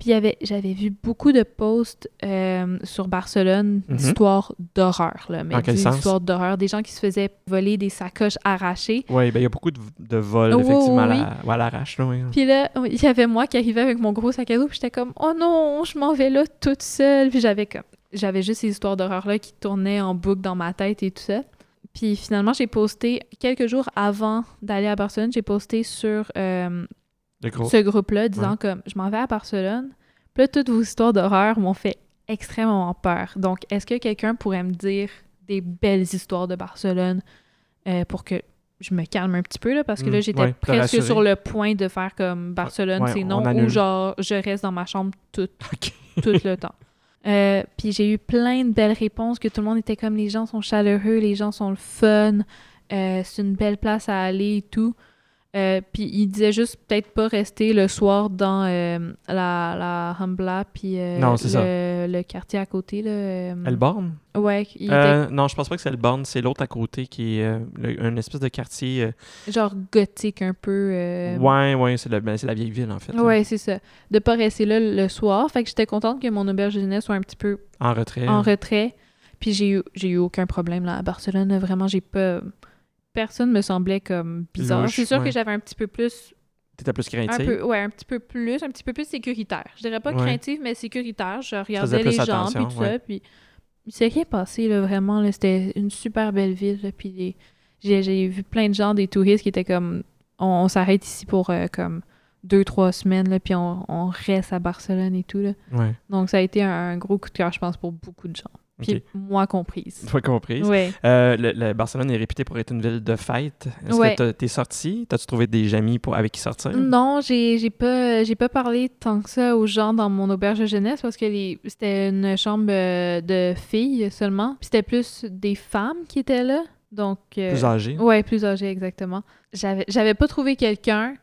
S2: Puis il y avait- j'avais vu beaucoup de posts euh, sur Barcelone
S1: Mhm.
S2: d'histoires d'horreur, là, mais
S1: En quel
S2: des
S1: sens?
S2: histoires d'horreur, des gens qui se faisaient voler des sacoches arrachées.
S1: Oui, ben, il y a beaucoup de, de vols,
S2: Oh,
S1: effectivement, à
S2: oui,
S1: la- à l'arrache. là, ouais.
S2: Puis là, il y avait moi qui arrivais avec mon gros sac à dos, puis j'étais comme oh non, je m'en vais là toute seule. Puis j'avais comme j'avais juste ces histoires d'horreur là qui tournaient en boucle dans ma tête et tout ça. Puis finalement, j'ai posté quelques jours avant d'aller à Barcelone, j'ai posté sur euh,
S1: Le gros.
S2: ce groupe-là, disant
S1: Ouais.
S2: comme je m'en vais à Barcelone. Puis là, toutes vos histoires d'horreur m'ont fait extrêmement peur. Donc, est-ce que quelqu'un pourrait me dire des belles histoires de Barcelone euh, pour que je me calme un petit peu là, parce que
S1: Mm,
S2: là, j'étais
S1: ouais, pour te
S2: presque
S1: rassurer.
S2: sur le point de faire comme Barcelone,
S1: Ouais,
S2: c'est
S1: on
S2: non, ou
S1: annule.
S2: genre je reste dans ma chambre toute
S1: Ok.
S2: tout le temps. Euh, puis j'ai eu plein de belles réponses que tout le monde était comme les gens sont chaleureux, les gens sont le fun, euh, c'est une belle place à aller et tout. Euh, puis il disait juste peut-être pas rester le soir dans euh, la, la Rambla puis euh,
S1: Non, c'est ça.
S2: le, le quartier à côté. Là, euh,
S1: Elle borne?
S2: Ouais, il
S1: Euh, non, je pense pas que c'est le borne, c'est l'autre à côté qui est euh, le- une espèce de quartier. euh,
S2: était genre gothique un peu. euh,
S1: Ouais, ouais, c'est le- ben, c'est la vieille ville en fait. là.
S2: Ouais, c'est ça. De pas rester là le soir. Fait que j'étais contente que mon auberge de jeunesse soit un petit peu
S1: En retrait.
S2: en retrait. Puis j'ai eu, j'ai eu aucun problème là à Barcelone. Vraiment, j'ai pas. Personne me semblait comme bizarre.
S1: Louche,
S2: C'est sûr
S1: ouais.
S2: que j'avais un petit peu plus,
S1: T'étais plus
S2: un
S1: craintif.
S2: peu, ouais, un petit peu plus, un petit peu plus sécuritaire. Je dirais pas
S1: Ouais.
S2: craintive, mais sécuritaire. Je regardais
S1: plus
S2: les gens puis
S1: attention,
S2: tout ça,
S1: ouais.
S2: puis il s'est rien passé là vraiment. Là, c'était une super belle ville. là, puis les- j'ai, j'ai vu plein de gens, des touristes qui étaient comme, on, on s'arrête ici pour euh, comme deux trois semaines là, puis on, on reste à Barcelone et tout là.
S1: Ouais.
S2: Donc ça a été un, un gros coup de cœur, je pense, pour beaucoup de gens. Puis
S1: Ok.
S2: moi comprise.
S1: Pas comprise.
S2: Ouais.
S1: Euh, le, le Barcelone est réputé pour être une ville de fête. Est-ce
S2: Ouais.
S1: que t'as- t'es sorti? T'as-tu trouvé des amis pour, avec qui sortir?
S2: Non, j'ai j'ai pas j'ai pas parlé tant que ça aux gens dans mon auberge de jeunesse parce que les- c'était une chambre euh, de filles seulement. Puis c'était plus des femmes qui étaient là. Donc euh,
S1: Plus âgés.
S2: Ouais, plus âgées exactement. J'avais j'avais pas trouvé quelqu'un.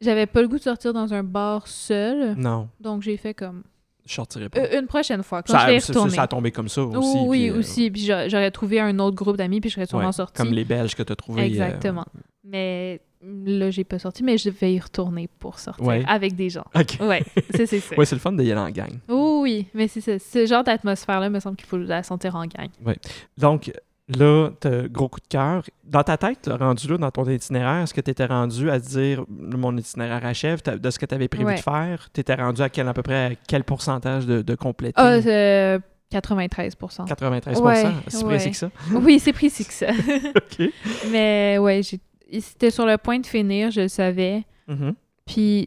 S2: J'avais pas le goût de sortir dans un bar seul.
S1: Non,
S2: Donc j'ai fait comme
S1: je sortirais pas.
S2: Euh, une prochaine fois quand
S1: ça,
S2: je vais y
S1: ça- ça-
S2: retourner.
S1: ça a tombé comme ça aussi.
S2: oui,
S1: puis, euh,
S2: aussi. Puis j'a- j'aurais trouvé un autre groupe d'amis, puis je serais sûrement
S1: ouais,
S2: sortie.
S1: Comme les Belges que t'as trouvé. euh,
S2: Exactement. Mais là, j'ai pas sorti, mais je vais y retourner pour sortir
S1: Ouais.
S2: avec des gens.
S1: OK.
S2: Ouais, <laughs> ça, c'est ça.
S1: Ouais, c'est le fun d'y aller en gang.
S2: Oh oui, mais c'est ça. Ce genre d'atmosphère-là, me semble qu'il faut la sentir en
S1: Mm.
S2: gang.
S1: Donc, là, t'as gros coup de cœur. Dans ta tête, là, rendu là, dans ton itinéraire, est-ce que tu étais rendu à te dire mon itinéraire achève t'as- de ce que tu avais prévu
S2: Ouais.
S1: de faire? Tu étais rendu à quel à peu près à quel pourcentage de, de compléter?
S2: Ah, euh, 93
S1: 93
S2: Ouais,
S1: c'est
S2: ouais.
S1: précis que ça.
S2: Oui, c'est précis que ça.
S1: <laughs> OK.
S2: mais ouais, j'ai- c'était sur le point de finir, je le savais.
S1: Mhm.
S2: Puis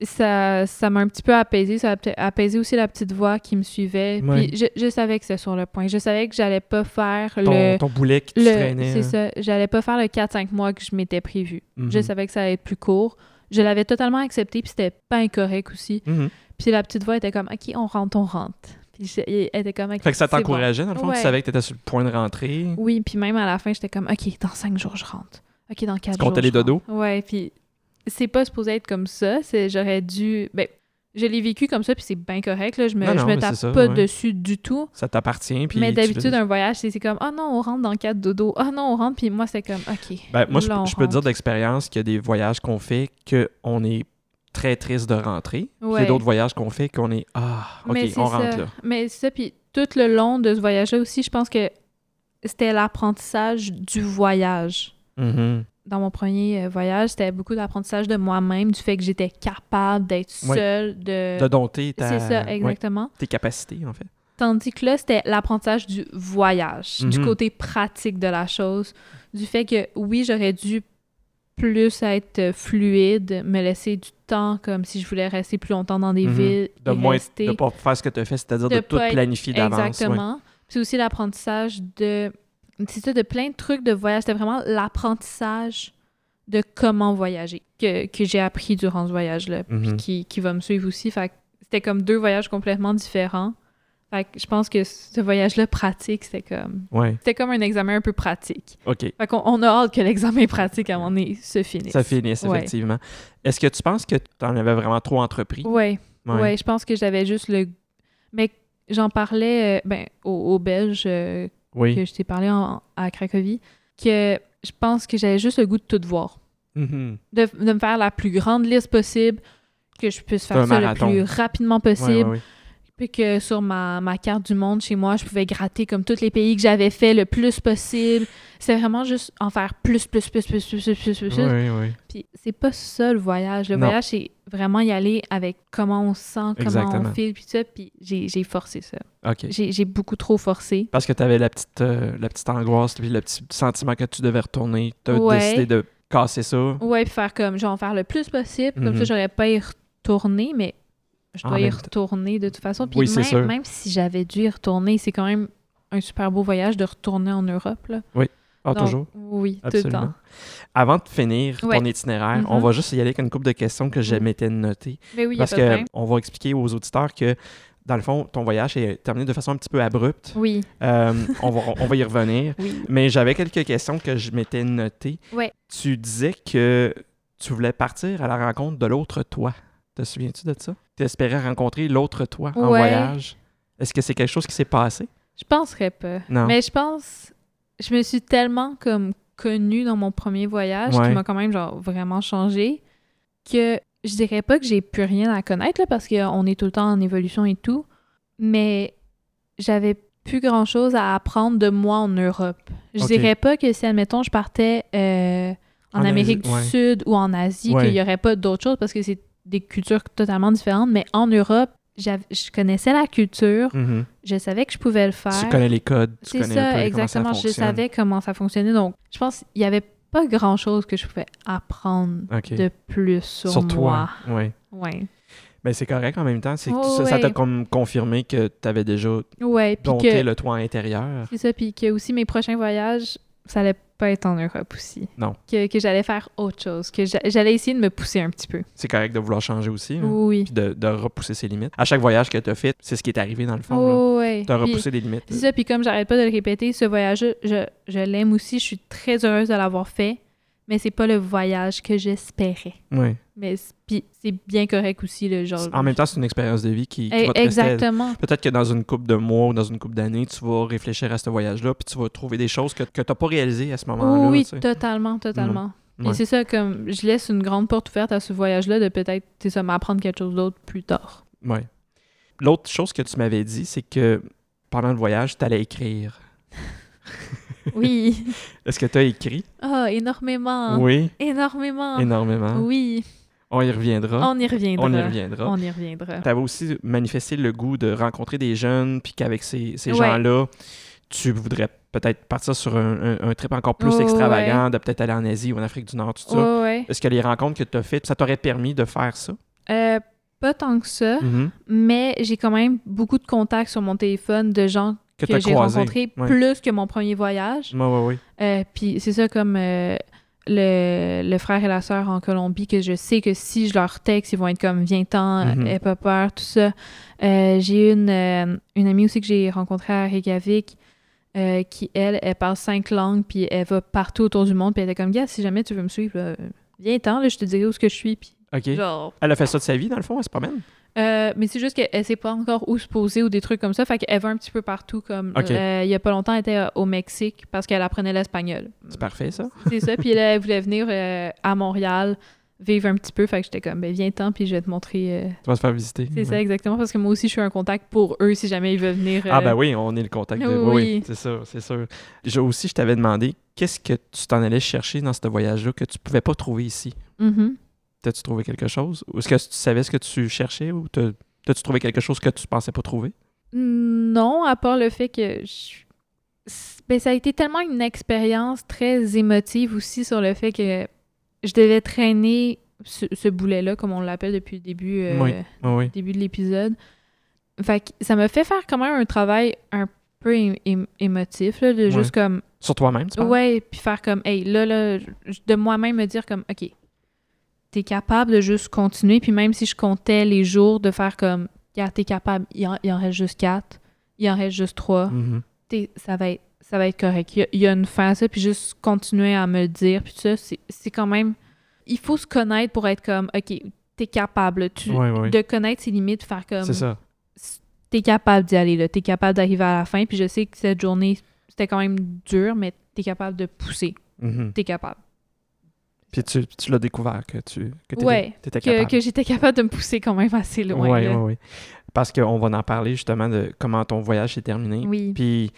S2: ça ça m'a un petit peu apaisé. Ça a peut- apaisé aussi la petite voix qui me suivait.
S1: Ouais.
S2: Puis je, je savais que c'était sur le point. Je savais que j'allais pas faire
S1: Ton,
S2: le...
S1: ton boulet qui te
S2: Le-
S1: traînait.
S2: C'est
S1: hein.
S2: ça. J'allais pas faire le 4-5 mois que je m'étais prévu.
S1: Mhm.
S2: Je savais que ça allait être plus court. Je l'avais totalement accepté, puis c'était pas incorrect aussi.
S1: Mhm.
S2: Puis la petite voix était comme, OK, on rentre, on rentre. Puis je- elle était comme, OK.
S1: Fait que ça
S2: c'est bon.
S1: t'encourageait, dans le fond.
S2: Ouais.
S1: Tu savais que tu étais sur le point de rentrer.
S2: Oui, puis même à la fin, j'étais comme, OK, dans 5 jours, je rentre. OK, dans 4
S1: Tu
S2: jours.
S1: comptais les
S2: je rentre.
S1: dodos?
S2: Ouais, puis c'est pas supposé être comme ça. C'est, j'aurais dû. Ben, je l'ai vécu comme ça, puis c'est bien correct. Là. Je me,
S1: Non,
S2: je
S1: non,
S2: me
S1: mais
S2: tape
S1: c'est ça,
S2: pas
S1: ouais.
S2: dessus du tout.
S1: Ça t'appartient. puis
S2: mais
S1: tu
S2: d'habitude,
S1: le-
S2: un voyage, c'est, c'est comme, oh non, on rentre dans 4 dodos. Oh non, on rentre. Puis moi, c'est comme, OK.
S1: Ben, moi, je,
S2: là, on
S1: je peux te dire
S2: rentre.
S1: d'expérience qu'il y a des voyages qu'on fait qu'on est très triste de rentrer. Puis Il y
S2: Ouais.
S1: a d'autres voyages qu'on fait qu'on est Ah, OK,
S2: Mais c'est
S1: on
S2: ça.
S1: rentre là.
S2: Mais c'est ça, puis tout le long de ce voyage-là aussi, je pense que c'était l'apprentissage du voyage.
S1: Mhm.
S2: Dans mon premier euh, voyage, c'était beaucoup d'apprentissage de moi-même, du fait que j'étais capable d'être
S1: Ouais.
S2: seule, de...
S1: De dompter ta-
S2: Euh, C'est ça,
S1: ouais,
S2: exactement.
S1: tes capacités, en fait.
S2: Tandis que là, c'était l'apprentissage du voyage, du
S1: Mhm.
S2: côté pratique de la chose, du fait que oui, j'aurais dû plus être euh, fluide, me laisser du temps, comme si je voulais rester plus longtemps dans des
S1: Mhm.
S2: villes.
S1: De
S2: et
S1: moins
S2: rester.
S1: de pas faire ce que tu as fait, c'est-à-dire de,
S2: De
S1: tout
S2: pas être-
S1: planifier d'avance. ouais.
S2: Exactement. C'est aussi l'apprentissage de. C'est ça, de plein de trucs de voyage. C'était vraiment l'apprentissage de comment voyager que, que j'ai appris durant ce voyage-là, puis
S1: Mhm.
S2: qui, qui va me suivre aussi. Fait que c'était comme deux voyages complètement différents. Fait que je pense que ce voyage-là pratique, c'était comme.
S1: Ouais.
S2: C'était comme un examen un peu pratique.
S1: OK.
S2: Fait qu'on on a hâte que l'examen pratique à un moment donné se finisse.
S1: Ça finisse,
S2: Ouais.
S1: effectivement. Est-ce que tu penses que tu en avais vraiment trop entrepris?
S2: Ouais.
S1: Ouais.
S2: Ouais, je pense que j'avais juste le. Mais j'en parlais euh, ben, aux, aux Belges euh,
S1: Oui.
S2: que je t'ai parlé en- à Cracovie, que je pense que j'avais juste le goût de tout voir.
S1: Mhm.
S2: De, de me faire la plus grande liste possible, que je puisse
S1: C'est
S2: faire
S1: un
S2: ça
S1: marathon.
S2: le plus rapidement
S1: Ouais, ouais,
S2: possible,
S1: ouais.
S2: Puis que sur ma, ma carte du monde chez moi, je pouvais gratter comme tous les pays que j'avais fait le plus possible. C'est vraiment juste en faire plus, plus, plus, plus, plus, plus, plus, plus. plus.
S1: Oui, oui.
S2: Puis c'est pas ça le voyage. Le
S1: Non.
S2: voyage, c'est vraiment y aller avec comment on se sent, comment
S1: Exactement.
S2: on file, puis tout ça. Puis j'ai j'ai forcé ça.
S1: OK.
S2: J'ai j'ai beaucoup trop forcé.
S1: Parce que tu avais la petite, euh, la petite angoisse, puis le petit sentiment que tu devais retourner. Tu as
S2: Ouais.
S1: décidé de casser ça.
S2: Ouais, puis faire comme, genre, faire le plus possible. Comme
S1: Mhm.
S2: ça, j'aurais pas à y retourner, mais je
S1: En
S2: dois y
S1: même temps.
S2: retourner de toute façon. Puis
S1: Oui, c'est sûr.
S2: même, même si j'avais dû y retourner, c'est quand même un super beau voyage de retourner en Europe, là.
S1: Ah,
S2: Donc,
S1: toujours.
S2: Oui, tout le
S1: Absolument.
S2: temps.
S1: Avant de finir
S2: Ouais.
S1: ton itinéraire,
S2: Mhm.
S1: on va juste y aller avec une couple de questions que je
S2: Mhm.
S1: m'étais notées.
S2: Mais oui, il y a
S1: parce
S2: pas de
S1: que
S2: problème.
S1: on va expliquer aux auditeurs que, dans le fond, ton voyage est terminé de façon un petit peu abrupte.
S2: Oui,
S1: Euh, on, va, on va y revenir.
S2: oui.
S1: Mais j'avais quelques questions que je m'étais notées.
S2: Ouais.
S1: Tu disais que tu voulais partir à la rencontre de l'autre toi. Te souviens-tu de ça? Tu espérais rencontrer l'autre toi en
S2: Ouais.
S1: voyage. Est-ce que c'est quelque chose qui s'est passé?
S2: Je penserais pas.
S1: Non.
S2: Mais je pense, je me suis tellement comme connue dans mon premier voyage
S1: Ouais.
S2: qui m'a quand même genre vraiment changé que je dirais pas que j'ai plus rien à connaître là, parce qu'on est tout le temps en évolution et tout, mais j'avais plus grand chose à apprendre de moi en Europe. Je
S1: Ok.
S2: dirais pas que si admettons je partais euh, en,
S1: En
S2: Amérique
S1: Asie, ouais.
S2: du Sud ou en Asie
S1: Ouais.
S2: qu'il y aurait pas d'autres choses parce que c'est des cultures totalement différentes, mais en Europe j'av- je connaissais la culture,
S1: Mhm.
S2: je savais que je pouvais le faire.
S1: Tu connais les codes. tu
S2: C'est
S1: connais
S2: ça,
S1: un peu comment ça
S2: exactement. je
S1: fonctionne.
S2: savais comment ça fonctionnait. Donc, je pense qu'il n'y avait pas grand-chose que je pouvais apprendre
S1: Ok.
S2: de plus sur,
S1: Sur
S2: moi.
S1: toi. Oui.
S2: Ouais.
S1: Mais c'est correct en même temps. C'est-
S2: Oh,
S1: ça ça t'a
S2: ouais.
S1: comme confirmé que tu avais déjà
S2: Ouais, puis
S1: dompté
S2: que...
S1: le toit intérieur.
S2: C'est ça, puis que aussi mes prochains voyages, ça allait pas être en Europe aussi.
S1: Non.
S2: Que, que j'allais faire autre chose, que j'a- j'allais essayer de me pousser un petit peu.
S1: C'est correct de vouloir changer aussi. là,
S2: Oui.
S1: Mmh. Puis de, de repousser ses limites. À chaque voyage que tu as fait, c'est ce qui est arrivé dans le fond. là.
S2: Oh, ouais.
S1: T'as
S2: Puis-
S1: repoussé des limites.
S2: C'est ça, puis comme j'arrête pas de le répéter, ce voyage, je, je l'aime aussi, je suis très heureuse de l'avoir fait, mais c'est pas le voyage que j'espérais.
S1: Ouais.
S2: Mais c'est- puis c'est bien correct aussi, le genre.
S1: En même temps, c'est une expérience de vie qui, qui
S2: Eh,
S1: va te rester.
S2: Exactement.
S1: Peut-être que dans une coupe de mois ou dans une coupe d'années, tu vas réfléchir à ce voyage-là, puis tu vas trouver des choses que, que tu n'as pas réalisées à ce moment-là.
S2: Oui,
S1: tu sais. Mm.
S2: totalement, totalement.
S1: Ouais.
S2: Et c'est ça, comme je laisse une grande porte ouverte à ce voyage-là de peut-être, tu sais, ça m'apprendre quelque chose d'autre
S1: <laughs>
S2: plus tard.
S1: Ouais. L'autre chose que tu m'avais dit, c'est que pendant le voyage, tu allais écrire.
S2: Oui.
S1: Est-ce que tu as écrit?
S2: Ah, énormément.
S1: Oui,
S2: Énormément.
S1: énormément.
S2: Oui.
S1: On y reviendra.
S2: On y reviendra.
S1: On y reviendra.
S2: On y reviendra.
S1: Tu avais aussi manifesté le goût de rencontrer des jeunes, puis qu'avec ces, ces
S2: Ouais.
S1: gens-là, tu voudrais peut-être partir sur un, un- un trip encore plus
S2: Oh,
S1: extravagant, de peut-être aller en Asie ou en Afrique du Nord, tout ça.
S2: Ouais, ouais.
S1: Est-ce que les rencontres que tu as faites, ça t'aurait permis de faire ça? Mhm.
S2: Euh, pas tant que ça, mais j'ai quand même beaucoup de contacts sur mon téléphone de gens
S1: Que,
S2: que,
S1: t'as
S2: j'ai
S1: croisé.
S2: rencontrés
S1: Ouais.
S2: plus que mon premier voyage.
S1: Ouais, ouais, ouais.
S2: Euh, puis c'est ça comme euh, le, le frère et la sœur en Colombie que je sais que si je leur texte, ils vont être comme viens-t'en,
S1: Mhm.
S2: aie pas peur, tout ça. Euh, j'ai une, euh, une amie aussi que j'ai rencontrée à Reykjavik euh, qui, elle, elle parle cinq langues puis elle va partout autour du monde puis elle était comme, gars, si jamais tu veux me suivre, là, viens-t'en, là, je te dirai où ce que je suis. Puis
S1: OK.
S2: genre...
S1: Elle a fait ça de sa vie, dans le fond, hein, elle se promène?
S2: Euh, mais c'est juste qu'elle sait pas encore où se poser ou des trucs comme ça. Fait qu'elle va un petit peu partout. Comme
S1: Ok.
S2: euh, il y a pas longtemps, elle était euh, au Mexique parce qu'elle apprenait l'espagnol.
S1: C'est parfait, ça.
S2: C'est ça. Puis là, elle voulait venir euh, à Montréal vivre un petit peu. Fait que j'étais comme, ben viens-t'en, puis je vais te montrer. euh,
S1: Tu vas se faire visiter.
S2: C'est
S1: Ouais.
S2: ça, exactement. Parce que moi aussi, je suis un contact pour eux si jamais ils veulent venir.
S1: Ah
S2: euh,
S1: ben oui, on est le contact. De... Oui,
S2: Oui.
S1: oui, c'est sûr, c'est sûr. Je, aussi, je t'avais demandé, qu'est-ce que tu t'en allais chercher dans ce voyage-là que tu pouvais pas trouver ici?
S2: mhm.
S1: T'as-tu trouvé quelque chose? Ou Est-ce que tu savais ce que tu cherchais ou t'as- t'as-tu trouvé quelque chose que tu pensais pas trouver?
S2: Non, à part le fait que je- c'est- ben, ça a été tellement une expérience très émotive aussi sur le fait que je devais traîner ce, ce boulet-là, comme on l'appelle depuis le début, euh,
S1: Oui. Ah oui.
S2: début de l'épisode. Fait que ça m'a fait faire quand même un travail un peu é- é- émotif, là, de
S1: Ouais.
S2: juste comme,
S1: Sur toi-même, tu parles?
S2: ouais, puis faire comme, hey, là, là, je- de moi-même me dire comme, ok, t'es capable de juste continuer, puis même si je comptais les jours, de faire comme, regarde, t'es capable, il en, il en reste juste quatre, il en reste juste trois,
S1: Mhm.
S2: t'es- ça va être ça va être correct. Il y, a, il y a une fin à ça, puis juste continuer à me le dire, puis tout ça, c'est c'est quand même... Il faut se connaître pour être comme, OK, t'es capable, là, tu,
S1: Ouais, ouais.
S2: de um, connaître ses limites, faire comme,
S1: C'est ça.
S2: t'es capable d'y aller, là, t'es capable d'arriver à la fin, puis je sais que cette journée, c'était quand même dur, mais t'es capable de pousser,
S1: Mhm.
S2: t'es capable.
S1: Puis tu, tu l'as découvert que tu que t'étais-
S2: Ouais,
S1: t'étais
S2: Que,
S1: capable.
S2: que j'étais capable de me pousser quand même assez loin.
S1: Oui,
S2: là.
S1: oui, oui. parce qu'on va en parler justement de comment ton voyage s'est terminé.
S2: Oui.
S1: Puis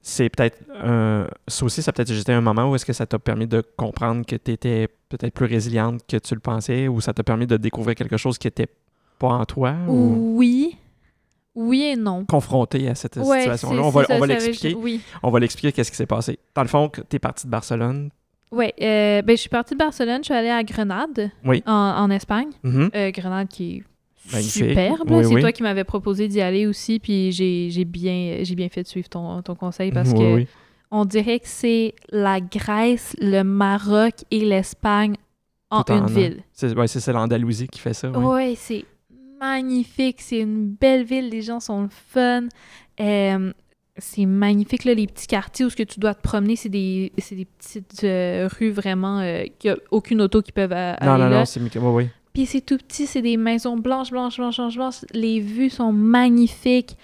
S1: c'est peut-être un. Ça aussi, ça a peut-être jeté un moment où est-ce que ça t'a permis de comprendre que tu étais peut-être plus résiliente que tu le pensais ou ça t'a permis de découvrir quelque chose qui n'était pas en toi ou
S2: Oui. Oui et non.
S1: confronté à cette
S2: Ouais,
S1: situation-là.
S2: c'est-
S1: On va,
S2: c'est ça,
S1: on va
S2: ça avait-
S1: l'expliquer.
S2: Oui.
S1: On va l'expliquer qu'est-ce qui s'est passé. Dans le fond, tu es parti de Barcelone.
S2: Ouais, euh, ben, je suis partie de Barcelone, je suis allée à Grenade,
S1: Oui.
S2: en, en Espagne.
S1: Mhm.
S2: Euh, Grenade qui est
S1: Magnifique.
S2: superbe.
S1: Oui,
S2: c'est
S1: oui.
S2: toi qui m'avais proposé d'y aller aussi, puis j'ai j'ai bien, j'ai bien fait de suivre ton, ton conseil parce
S1: Oui,
S2: que
S1: oui.
S2: on dirait que c'est la Grèce, le Maroc et l'Espagne en
S1: Tout en
S2: une
S1: un.
S2: ville.
S1: C'est ouais, c'est ça, l'Andalousie qui fait ça. oui.
S2: Ouais, c'est magnifique. C'est une belle ville. Les gens sont le fun. Euh, c'est magnifique, là, les petits quartiers où ce que tu dois te promener, c'est des, c'est des petites euh, rues vraiment euh, qu'il n'y a aucune auto qui peuvent a- aller
S1: non, non,
S2: là.
S1: non, c'est micro. Oui, oui.
S2: Puis c'est tout petit, c'est des maisons blanches, blanches, blanches, blanches, blanches. Les vues sont magnifiques.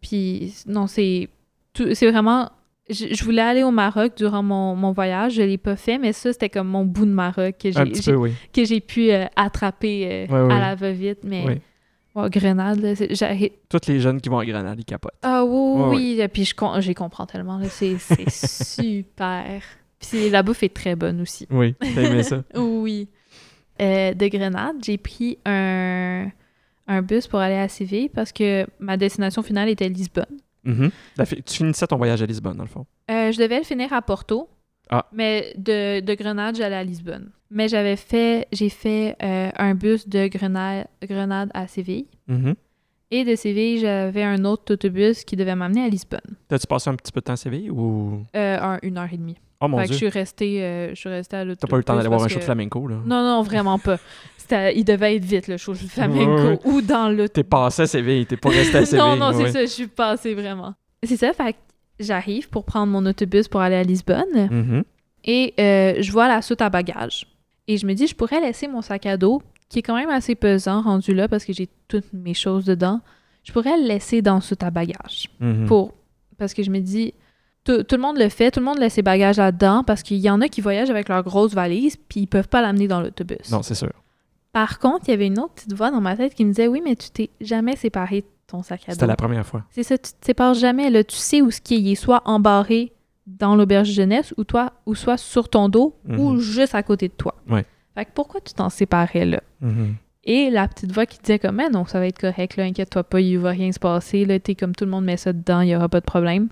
S2: Puis non, c'est tout- c'est vraiment... Je, je voulais aller au Maroc durant mon, mon voyage, je l'ai pas fait, mais ça, c'était comme mon bout de Maroc que
S1: Un
S2: j'ai-
S1: petit
S2: j'ai
S1: peu, oui.
S2: que j'ai pu euh, attraper euh,
S1: Ouais, ouais.
S2: à la va-vite, mais
S1: Oui.
S2: wow, Grenade, là, c'est- j'arrive-
S1: Toutes les jeunes qui vont à Grenade, ils capotent.
S2: Ah oui,
S1: Ouais,
S2: oui, oui, et puis je, com- je les comprends tellement, là, c'est
S1: <laughs>
S2: c'est super. Puis c'est- la bouffe est très bonne aussi. <laughs>
S1: Oui, t'as aimé ça.
S2: Oui. Euh, de Grenade, j'ai pris un, un bus pour aller à Séville parce que ma destination finale était Lisbonne.
S1: Mhm. La fi- Tu finissais ton voyage à Lisbonne, dans le fond.
S2: Euh, je devais le finir à Porto.
S1: Ah.
S2: Mais de, de Grenade, j'allais à Lisbonne. Mais j'avais fait, j'ai fait euh, un bus de Grenade, Grenade à Séville.
S1: Mhm.
S2: Et de Séville, j'avais un autre autobus qui devait m'amener à Lisbonne.
S1: T'as-tu passé un petit peu de temps à Séville ou.
S2: Euh, un- une heure et demie.
S1: Oh mon
S2: fait que je
S1: dieu.
S2: suis restée, euh, je suis restée à l'autobus.
S1: T'as pas eu le temps d'aller voir un
S2: parce
S1: show de
S2: que-
S1: flamenco, là.
S2: Non, non, vraiment pas. C'était- Il devait être vite, le show de flamenco,
S1: Ouais, ouais.
S2: ou dans le...
S1: T'es passé à Séville, t'es pas resté à Séville.
S2: <laughs> non, non, c'est
S1: oui.
S2: ça, je suis passée vraiment. C'est ça, fait que j'arrive pour prendre mon autobus pour aller à Lisbonne,
S1: Mhm.
S2: et euh, je vois la soute à bagages. Et je me dis, je pourrais laisser mon sac à dos, qui est quand même assez pesant rendu là, parce que j'ai toutes mes choses dedans. Je pourrais le laisser dans la soute à bagages.
S1: Mhm.
S2: pour parce que je me dis tout, tout le monde le fait, tout le monde laisse ses bagages là-dedans parce qu'il y en a qui voyagent avec leur grosse valise puis ils peuvent pas l'amener dans l'autobus.
S1: Non, c'est sûr.
S2: Par contre, il y avait une autre petite voix dans ma tête qui me disait oui, mais tu t'es jamais séparé de ton sac à
S1: C'était
S2: dos.
S1: la première fois.
S2: C'est ça, tu te sépares jamais là, tu sais où ce qui est, il est soit embarré dans l'auberge jeunesse ou toi ou soit sur ton dos
S1: Mhm.
S2: ou juste à côté de toi.
S1: Ouais.
S2: Fait que pourquoi tu t'en séparais là
S1: Mhm.
S2: et la petite voix qui disait comme, Mais non, ça va être correct, là, inquiète-toi pas, il va rien se passer, là, t'es comme tout le monde met ça dedans, il y aura pas de problème,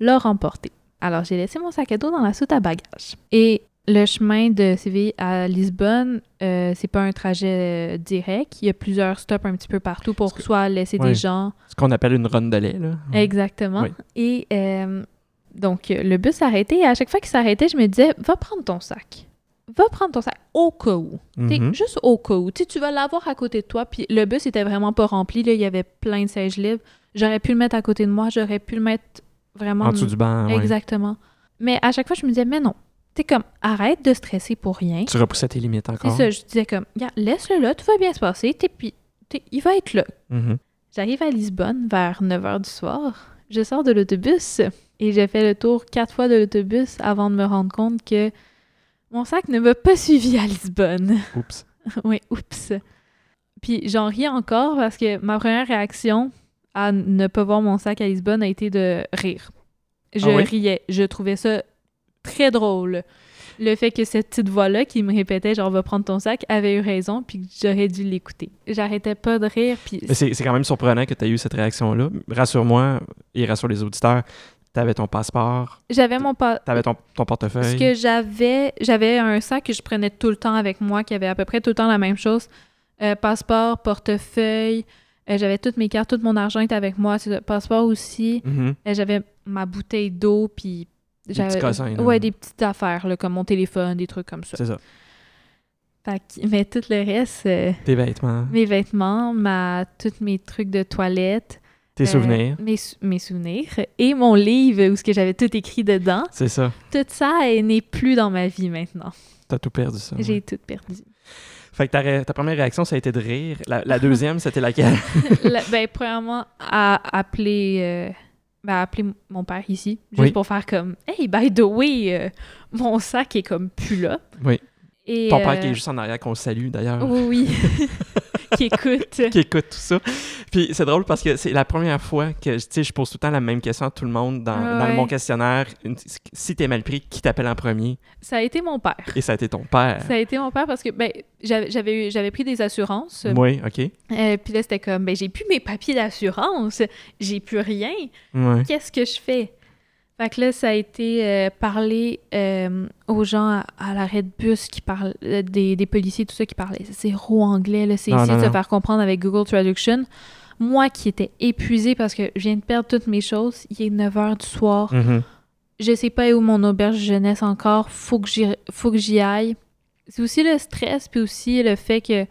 S2: l'a remporté. Alors, j'ai laissé mon sac à dos dans la soute à bagages. Et le chemin de Séville à Lisbonne, euh, c'est pas un trajet euh, direct. Il y a plusieurs stops un petit peu partout pour
S1: Parce que-
S2: soit laisser
S1: Ouais. Mmh.
S2: des gens.
S1: Ce qu'on appelle une run de lait, là.
S2: Eh, Exactement.
S1: Oui.
S2: Et euh, donc, euh, le bus s'arrêtait et à chaque fois qu'il s'arrêtait, je me disais, va prendre ton sac. Va prendre ton sac au cas où. T'sais,
S1: Mhm.
S2: Juste au cas où. T'sais, tu vas l'avoir à côté de toi. Puis le bus était vraiment pas rempli. Là, il y avait plein de sièges libres. J'aurais pu le mettre à côté de moi. J'aurais pu le mettre vraiment.
S1: En dessous du banc, ouais.
S2: Exactement. Mais à chaque fois, je me disais, mais non. Tu comme, arrête de stresser pour rien.
S1: Tu repoussais tes limites
S2: C'est
S1: encore.
S2: ça. Je disais comme, Regarde, laisse-le là. Tout va bien se passer. T'es- puis, t'es- il va être là.
S1: Mhm.
S2: J'arrive à Lisbonne vers 9 h du soir. Je sors de l'autobus et j'ai fait le tour quatre fois de l'autobus avant de me rendre compte que mon sac ne m'a pas suivi à Lisbonne.
S1: Oups.
S2: Oui, oups. Puis j'en ris encore parce que ma première réaction à ne pas voir mon sac à Lisbonne a été de rire. Je
S1: Ah oui?
S2: riais. Je trouvais ça très drôle. Le fait que cette petite voix-là qui me répétait genre va prendre ton sac avait eu raison puis que j'aurais dû l'écouter. J'arrêtais pas de rire puis
S1: Mais c'est c'est quand même surprenant que tu eu cette réaction-là. Rassure-moi et rassure les auditeurs. Tu avais ton passeport,
S2: j'avais mon pas
S1: tu avais ton, ton
S2: Parce
S1: portefeuille.
S2: que j'avais, j'avais un sac que je prenais tout le temps avec moi, qui avait à peu près tout le temps la même chose. Euh, passeport, portefeuille, euh, j'avais toutes mes cartes, tout mon argent était avec moi. C'est le passeport aussi.
S1: Mhm.
S2: Euh, j'avais ma bouteille d'eau, puis j'avais...
S1: petits cossins, là.
S2: ouais, des petites affaires, là, comme mon téléphone, des trucs comme ça.
S1: C'est ça.
S2: Fait que- mais tout le reste,
S1: <laughs>
S2: euh,
S1: Tes vêtements,
S2: mes vêtements, ma, tous mes trucs de toilette.
S1: tes
S2: euh,
S1: souvenirs.
S2: mes, sou- mes souvenirs. Et mon livre, où ce que j'avais tout écrit dedans.
S1: C'est ça.
S2: Tout ça elle n'est plus dans ma vie maintenant.
S1: T'as tout perdu, ça. Ah ouais.
S2: J'ai tout perdu.
S1: Fait que ta, ré- ta première réaction, ça a été de rire. La, la deuxième, c'était laquelle?
S2: La- ben, premièrement, à appeler, euh, ben, à appeler m- mon père ici, juste
S1: Oui.
S2: pour faire comme Hey, by the way, euh, mon sac est comme plus là.
S1: Oui.
S2: Et,
S1: Ton père
S2: euh,
S1: <laughs> qui est juste en arrière, qu'on salue, d'ailleurs.
S2: Oui, oui. qui écoute.
S1: <laughs> qui écoute tout ça. Puis c'est drôle parce que c'est la première fois que tu sais, je pose tout le temps la même question à tout le monde dans,
S2: Ah
S1: dans
S2: ouais.
S1: mon questionnaire. Une- Si t'es mal pris, qui t'appelle en premier?
S2: Ça a été mon père.
S1: Et ça a été ton père.
S2: Ça a été mon père parce que ben, j'avais- j'avais eu- j'avais pris des assurances.
S1: Oui, OK.
S2: Euh, puis là, c'était comme, ben, j'ai plus mes papiers d'assurance, j'ai plus rien,
S1: Ouais.
S2: qu'est-ce que je fais? Fait que là, ça a été euh, parler euh, aux gens à, à l'arrêt de bus qui parlent, euh, des, des policiers, tout ça, qui parlaient zéro anglais, là, c'est
S1: Non,
S2: essayer
S1: non,
S2: de se
S1: non.
S2: faire comprendre avec Google Traduction. Moi qui étais épuisée parce que je viens de perdre toutes mes choses, il est 9 h du soir,
S1: Mhm.
S2: je sais pas où mon auberge jeunesse encore, faut que j'y- faut que j'y aille. C'est aussi le stress, puis aussi le fait que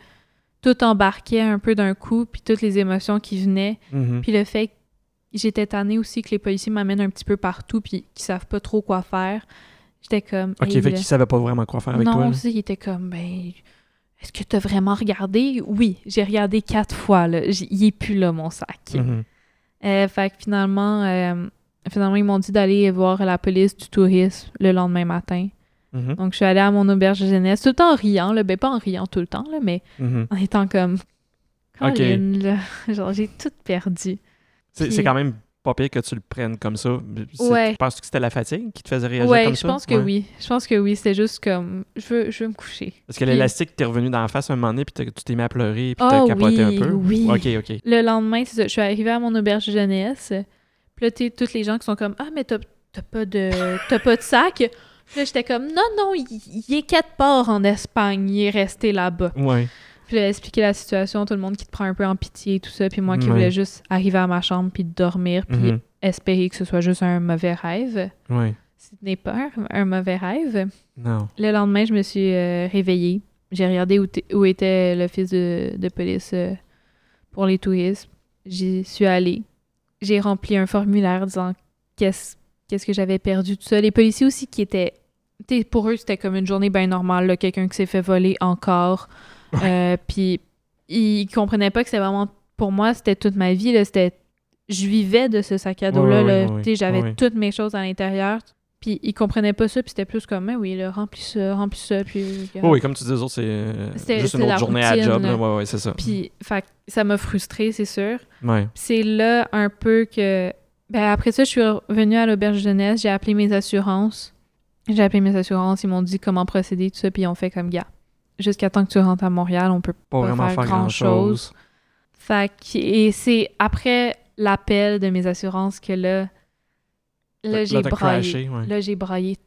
S2: tout embarquait un peu d'un coup, puis toutes les émotions qui venaient,
S1: Mhm.
S2: puis le fait que j'étais tannée aussi que les policiers m'amènent un petit peu partout, puis qu'ils savent pas trop quoi faire. J'étais comme...
S1: OK,
S2: Hey,
S1: fait
S2: là.
S1: qu'il savait pas vraiment quoi faire avec
S2: non,
S1: toi. là.
S2: aussi, il était comme, ben... Est-ce que t'as vraiment regardé? Oui, j'ai regardé quatre fois, là. J- Il est plus là, mon sac.
S1: Mhm.
S2: Euh, fait que finalement, euh, finalement, ils m'ont dit d'aller voir la police du tourisme le lendemain matin.
S1: Mhm.
S2: Donc, je suis allée à mon auberge de jeunesse, tout le temps en riant, là. Ben, pas en riant tout le temps, là, mais
S1: Mhm.
S2: en étant comme...
S1: Ok.
S2: Colin, là. <laughs> Genre, j'ai tout perdu.
S1: C'est
S2: Puis-
S1: c'est quand même pas pire que tu le prennes comme ça. C'est-
S2: Ouais.
S1: Penses-tu que c'était la fatigue qui te faisait réagir
S2: Ouais,
S1: comme
S2: je
S1: ça?
S2: pense que
S1: Ouais.
S2: oui. Je pense que oui. C'était juste comme, je veux, je veux me coucher.
S1: Parce que
S2: Puis-
S1: l'élastique t'es revenu dans la face un moment donné, puis t'as- tu t'es mis à pleurer, puis t'as
S2: Ah
S1: capoté
S2: oui,
S1: un peu.
S2: oui.
S1: OK, OK.
S2: Le lendemain, c'est ça, je suis arrivée à mon auberge de jeunesse. Puis là, t'es toutes les gens qui sont comme, ah, mais t'as t'as pas de, t'as pas de sac. Puis là, j'étais comme, non, non, il il est quatre ports en Espagne. Il est resté là-bas.
S1: Ouais.
S2: Puis là, expliquer la situation, tout le monde qui te prend un peu en pitié et tout ça. Puis moi qui
S1: Ouais.
S2: voulais juste arriver à ma chambre puis dormir puis
S1: Mhm.
S2: espérer que ce soit juste un mauvais rêve.
S1: Ouais.
S2: Ce n'est pas un- un mauvais rêve.
S1: Non.
S2: Le lendemain, je me suis euh, réveillée. J'ai regardé où, t- où était l'office de, de police euh, pour les touristes. J'y suis allée. J'ai rempli un formulaire disant qu'est-ce qu'est-ce que j'avais perdu, tout ça. Les policiers aussi qui étaient... tu sais, Pour eux, c'était comme une journée bien normale. là, Quelqu'un qui s'est fait voler encore. Euh, Puis ils comprenaient pas que c'était vraiment... Pour moi, c'était toute ma vie. là, C'était... Je vivais de ce sac à dos-là.
S1: Ouais, ouais,
S2: là.
S1: ouais, ouais.
S2: Tu sais, J'avais
S1: Ouais, ouais.
S2: toutes mes choses à l'intérieur. Puis ils comprenaient pas ça, puis c'était plus comme, mais oui, là, remplis ça, remplis ça, puis.
S1: Oh, oui, comme tu dis aux autres, c'est euh,
S2: C'était-
S1: juste
S2: c'est
S1: une
S2: la
S1: autre journée à
S2: routine,
S1: job.
S2: là.
S1: Là. Ouais, ouais, c'est ça.
S2: Puis, fait que ça m'a frustrée, c'est sûr.
S1: Ouais.
S2: Puis c'est là un peu que. Ben, après ça, je suis revenue à l'auberge jeunesse, j'ai appelé mes assurances. J'ai appelé mes assurances, ils m'ont dit comment procéder, tout ça, puis ils ont fait comme, gars, jusqu'à temps que tu rentres à Montréal, on peut
S1: Pas
S2: Pas
S1: vraiment
S2: faire
S1: faire grand-chose.
S2: Fait que- et c'est après l'appel de mes assurances que là, là,
S1: Là,
S2: j'ai
S1: t'as
S2: braillé.
S1: crashé, ouais.
S2: Là, j'ai braillé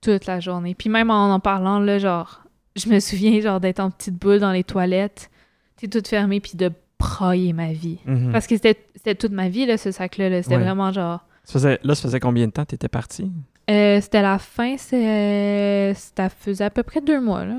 S2: toute la journée. Puis même en en parlant, là, genre, je me souviens, genre, d'être en petite boule dans les toilettes, t'es toute fermée, puis de brailler ma vie.
S1: Mhm.
S2: Parce que c'était c'était toute ma vie, là, ce sac-là. là. C'était
S1: Ouais.
S2: vraiment genre...
S1: Ça faisait- là, ça faisait combien de temps que t'étais parti?
S2: Euh, c'était la fin, c'est- ça faisait à peu près deux mois, là.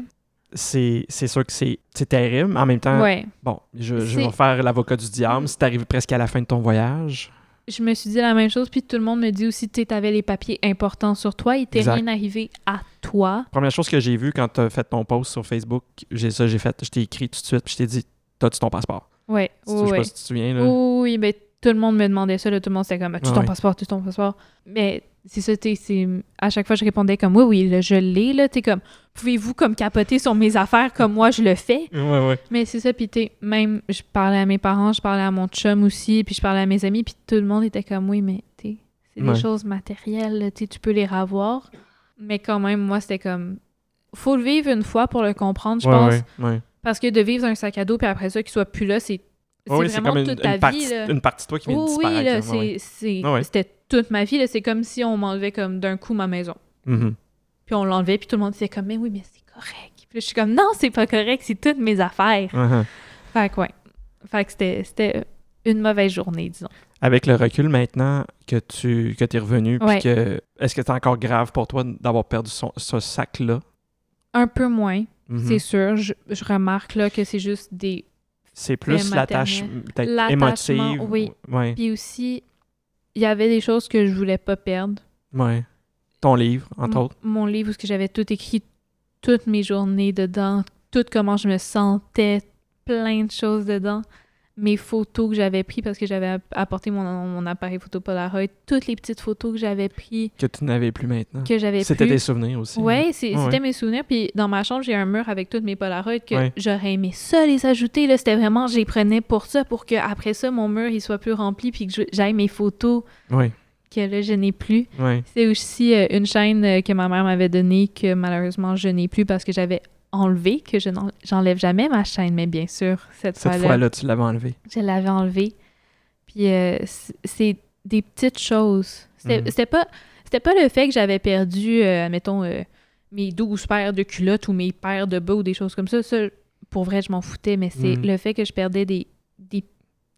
S1: C'est c'est sûr que c'est c'est terrible. En même temps,
S2: Ouais.
S1: bon, je, je
S2: C'est-
S1: vais faire l'avocat du diable. Si t'arrives presque à la fin de ton voyage,
S2: je me suis dit la même chose, puis tout le monde me dit aussi, tu sais, t'avais les papiers importants sur toi, il t'est
S1: Exact.
S2: rien arrivé à toi.
S1: première chose que j'ai vue quand t'as fait ton post sur Facebook, j'ai ça, j'ai fait, je t'ai écrit tout de suite, puis je t'ai dit, t'as-tu ton passeport?
S2: Ouais,
S1: Si tu- Je sais
S2: ouais.
S1: pas si tu te souviens, là.
S2: Oui, oui, mais tout le monde me demandait ça, là, tout le monde c'était comme, tu
S1: Ouais,
S2: ton
S1: ouais.
S2: passeport, tu ton passeport. Mais c'est ça, tu sais, c'est- à chaque fois je répondais comme, oui, oui, là, je l'ai, là, t'es comme, pouvez-vous comme capoter sur mes affaires comme moi je le fais?
S1: Ouais, ouais.
S2: Mais c'est ça, puis t'es, même, je parlais à mes parents, je parlais à mon chum aussi, puis je parlais à mes amis, puis tout le monde était comme, oui, mais tu sais, c'est
S1: Ouais.
S2: des choses matérielles, là, tu sais, tu peux les revoir. Mais quand même, moi, c'était comme, faut le vivre une fois pour le comprendre, je
S1: Ouais,
S2: pense.
S1: ouais, ouais.
S2: Parce que de vivre un sac à dos, puis après ça, qu'il soit plus là, c'est c'est
S1: Ouais, ouais,
S2: vraiment
S1: une,
S2: toute
S1: une
S2: ta
S1: partie,
S2: vie. là.
S1: une partie de toi qui vient de
S2: Oh Oui,
S1: disparaître.
S2: oui, là,
S1: là,
S2: c'est-
S1: ouais, ouais.
S2: c'est-
S1: Ouais, ouais.
S2: c'était toute ma vie. là. C'est comme si on m'enlevait comme d'un coup ma maison.
S1: Mhm.
S2: Puis on l'enlevait, puis tout le monde disait comme, mais oui, mais c'est correct. Puis là, je suis comme, non, c'est pas correct, c'est toutes mes affaires.
S1: Mhm.
S2: Fait que, ouais. Fait que c'était- c'était une mauvaise journée, disons.
S1: Avec le recul maintenant que tu que es revenu, puis
S2: Ouais.
S1: que est-ce que c'est encore grave pour toi d'avoir perdu son- ce sac-là?
S2: Un peu moins,
S1: Mhm.
S2: c'est sûr. Je, je remarque là que c'est juste des.
S1: C'est plus
S2: Très
S1: l'attache peut-être
S2: L'attachement,
S1: émotive.
S2: oui.
S1: Ouais,
S2: Puis aussi, il y avait des choses que je voulais pas perdre.
S1: ouais. Ton livre, entre
S2: mon,
S1: autres.
S2: mon livre où ce que j'avais tout écrit toutes mes journées dedans, tout comment je me sentais, plein de choses dedans. mes photos que j'avais prises parce que j'avais apporté mon, mon appareil photo Polaroid, toutes les petites photos que j'avais prises,
S1: Que tu n'avais plus maintenant.
S2: que j'avais
S1: Ah, C'était
S2: plus.
S1: des souvenirs aussi.
S2: Ouais, c'est-
S1: Ah ouais.
S2: c'était mes souvenirs. Puis dans ma chambre, j'ai un mur avec toutes mes Polaroids que
S1: Ouais.
S2: j'aurais aimé ça les ajouter. Là, c'était vraiment, je les prenais pour ça, pour que après ça, mon mur il soit plus rempli, puis que je- j'aille mes photos
S1: Oui,
S2: que là, je n'ai plus.
S1: oui.
S2: C'est aussi euh, une chaîne euh, que ma mère m'avait donnée que malheureusement je n'ai plus parce que j'avais enlevé, que je n'en- j'enlève jamais ma chaîne, mais bien sûr, cette,
S1: Cette
S2: fois-là,
S1: fois-là, tu l'avais enlevé.
S2: je l'avais enlevée. Puis euh, c- c'est des petites choses. C'était
S1: Mhm.
S2: c'était pas c'était pas le fait que j'avais perdu, euh, admettons, euh, mes 12 paires de culottes ou mes paires de bas ou des choses comme ça. Ça, pour vrai, je m'en foutais, mais c'est
S1: Mhm.
S2: le fait que je perdais des, des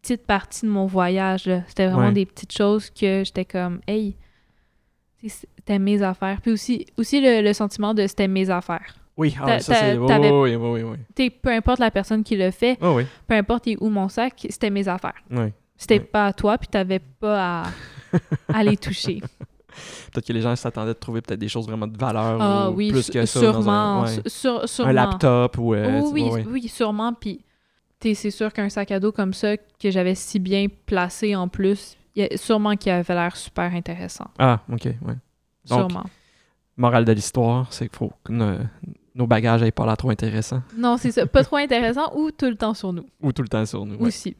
S2: petites parties de mon voyage. là. C'était vraiment
S1: Ouais.
S2: des petites choses que j'étais comme, hey, c'est- c'était mes affaires. Puis aussi, aussi le, le sentiment de c'était mes affaires.
S1: Oui, ah,
S2: T'a-
S1: ça c'est.
S2: t'a-
S1: Oui,
S2: t'avais-
S1: oui, oui, oui, oui.
S2: Tu sais, peu importe la personne qui le fait,
S1: Ah oui,
S2: peu importe il est où mon sac, c'était mes affaires.
S1: oui.
S2: C'était
S1: Ouais.
S2: pas à toi, puis t'avais
S1: <laughs>
S2: pas à, à les toucher.
S1: Peut-être que les gens s'attendaient de trouver peut-être des choses vraiment de valeur
S2: Ah
S1: ou
S2: oui,
S1: plus
S2: su-
S1: que ça. dans
S2: sûrement.
S1: un, ouais.
S2: su- sur- sûrement.
S1: un laptop ou. euh,
S2: Oui,
S1: tu-
S2: oui,
S1: ouais, ouais.
S2: oui, sûrement. Puis, t'sais, c'est sûr qu'un sac à dos comme ça, que j'avais si bien placé en plus, il y a- sûrement qu'il avait l'air super intéressant.
S1: Ah, ok, oui. Donc,
S2: sûrement.
S1: Morale de l'histoire, c'est qu'il faut que nos, nos bagages aient pas l'air trop intéressants
S2: Non, c'est ça. Pas trop intéressant ou tout le temps sur nous
S1: ou tout le temps sur nous. ouais.
S2: aussi.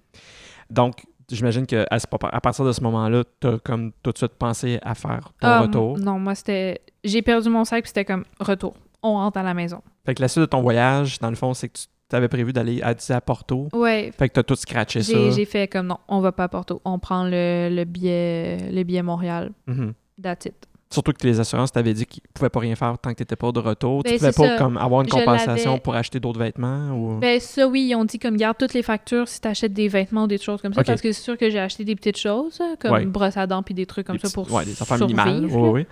S1: Donc, j'imagine que à, ce- à partir de ce moment-là, t'as comme tout de suite pensé à faire ton
S2: Ah,
S1: retour.
S2: Non, moi, c'était. J'ai perdu mon sac, puis c'était comme retour. On rentre à la maison.
S1: Fait que la suite de ton voyage, dans le fond, c'est que tu t'avais prévu d'aller à, à Porto.
S2: Ouais.
S1: Fait que t'as tout scratché ça.
S2: J'ai j'ai fait comme non, on va pas à Porto. On prend le, le billet le billet Montréal.
S1: Mhm.
S2: That's it.
S1: Surtout que les assurances t'avaient dit qu'ils pouvaient pas rien faire tant que t'étais pas de retour.
S2: Ben,
S1: tu pouvais
S2: c'est
S1: pas
S2: ça.
S1: comme avoir une
S2: Je
S1: compensation
S2: l'avais-
S1: pour acheter d'autres vêtements ou.
S2: Ben ça, oui, ils ont dit comme garde toutes les factures si t'achètes des vêtements ou des choses comme ça,
S1: Ok.
S2: parce que c'est sûr que j'ai acheté des petites choses, hein, comme
S1: Ouais.
S2: une brosse à dents puis des trucs comme
S1: des
S2: ça
S1: petites-
S2: pour
S1: ouais, des affaires
S2: survivre,
S1: minimales.
S2: là.
S1: Oui, oui.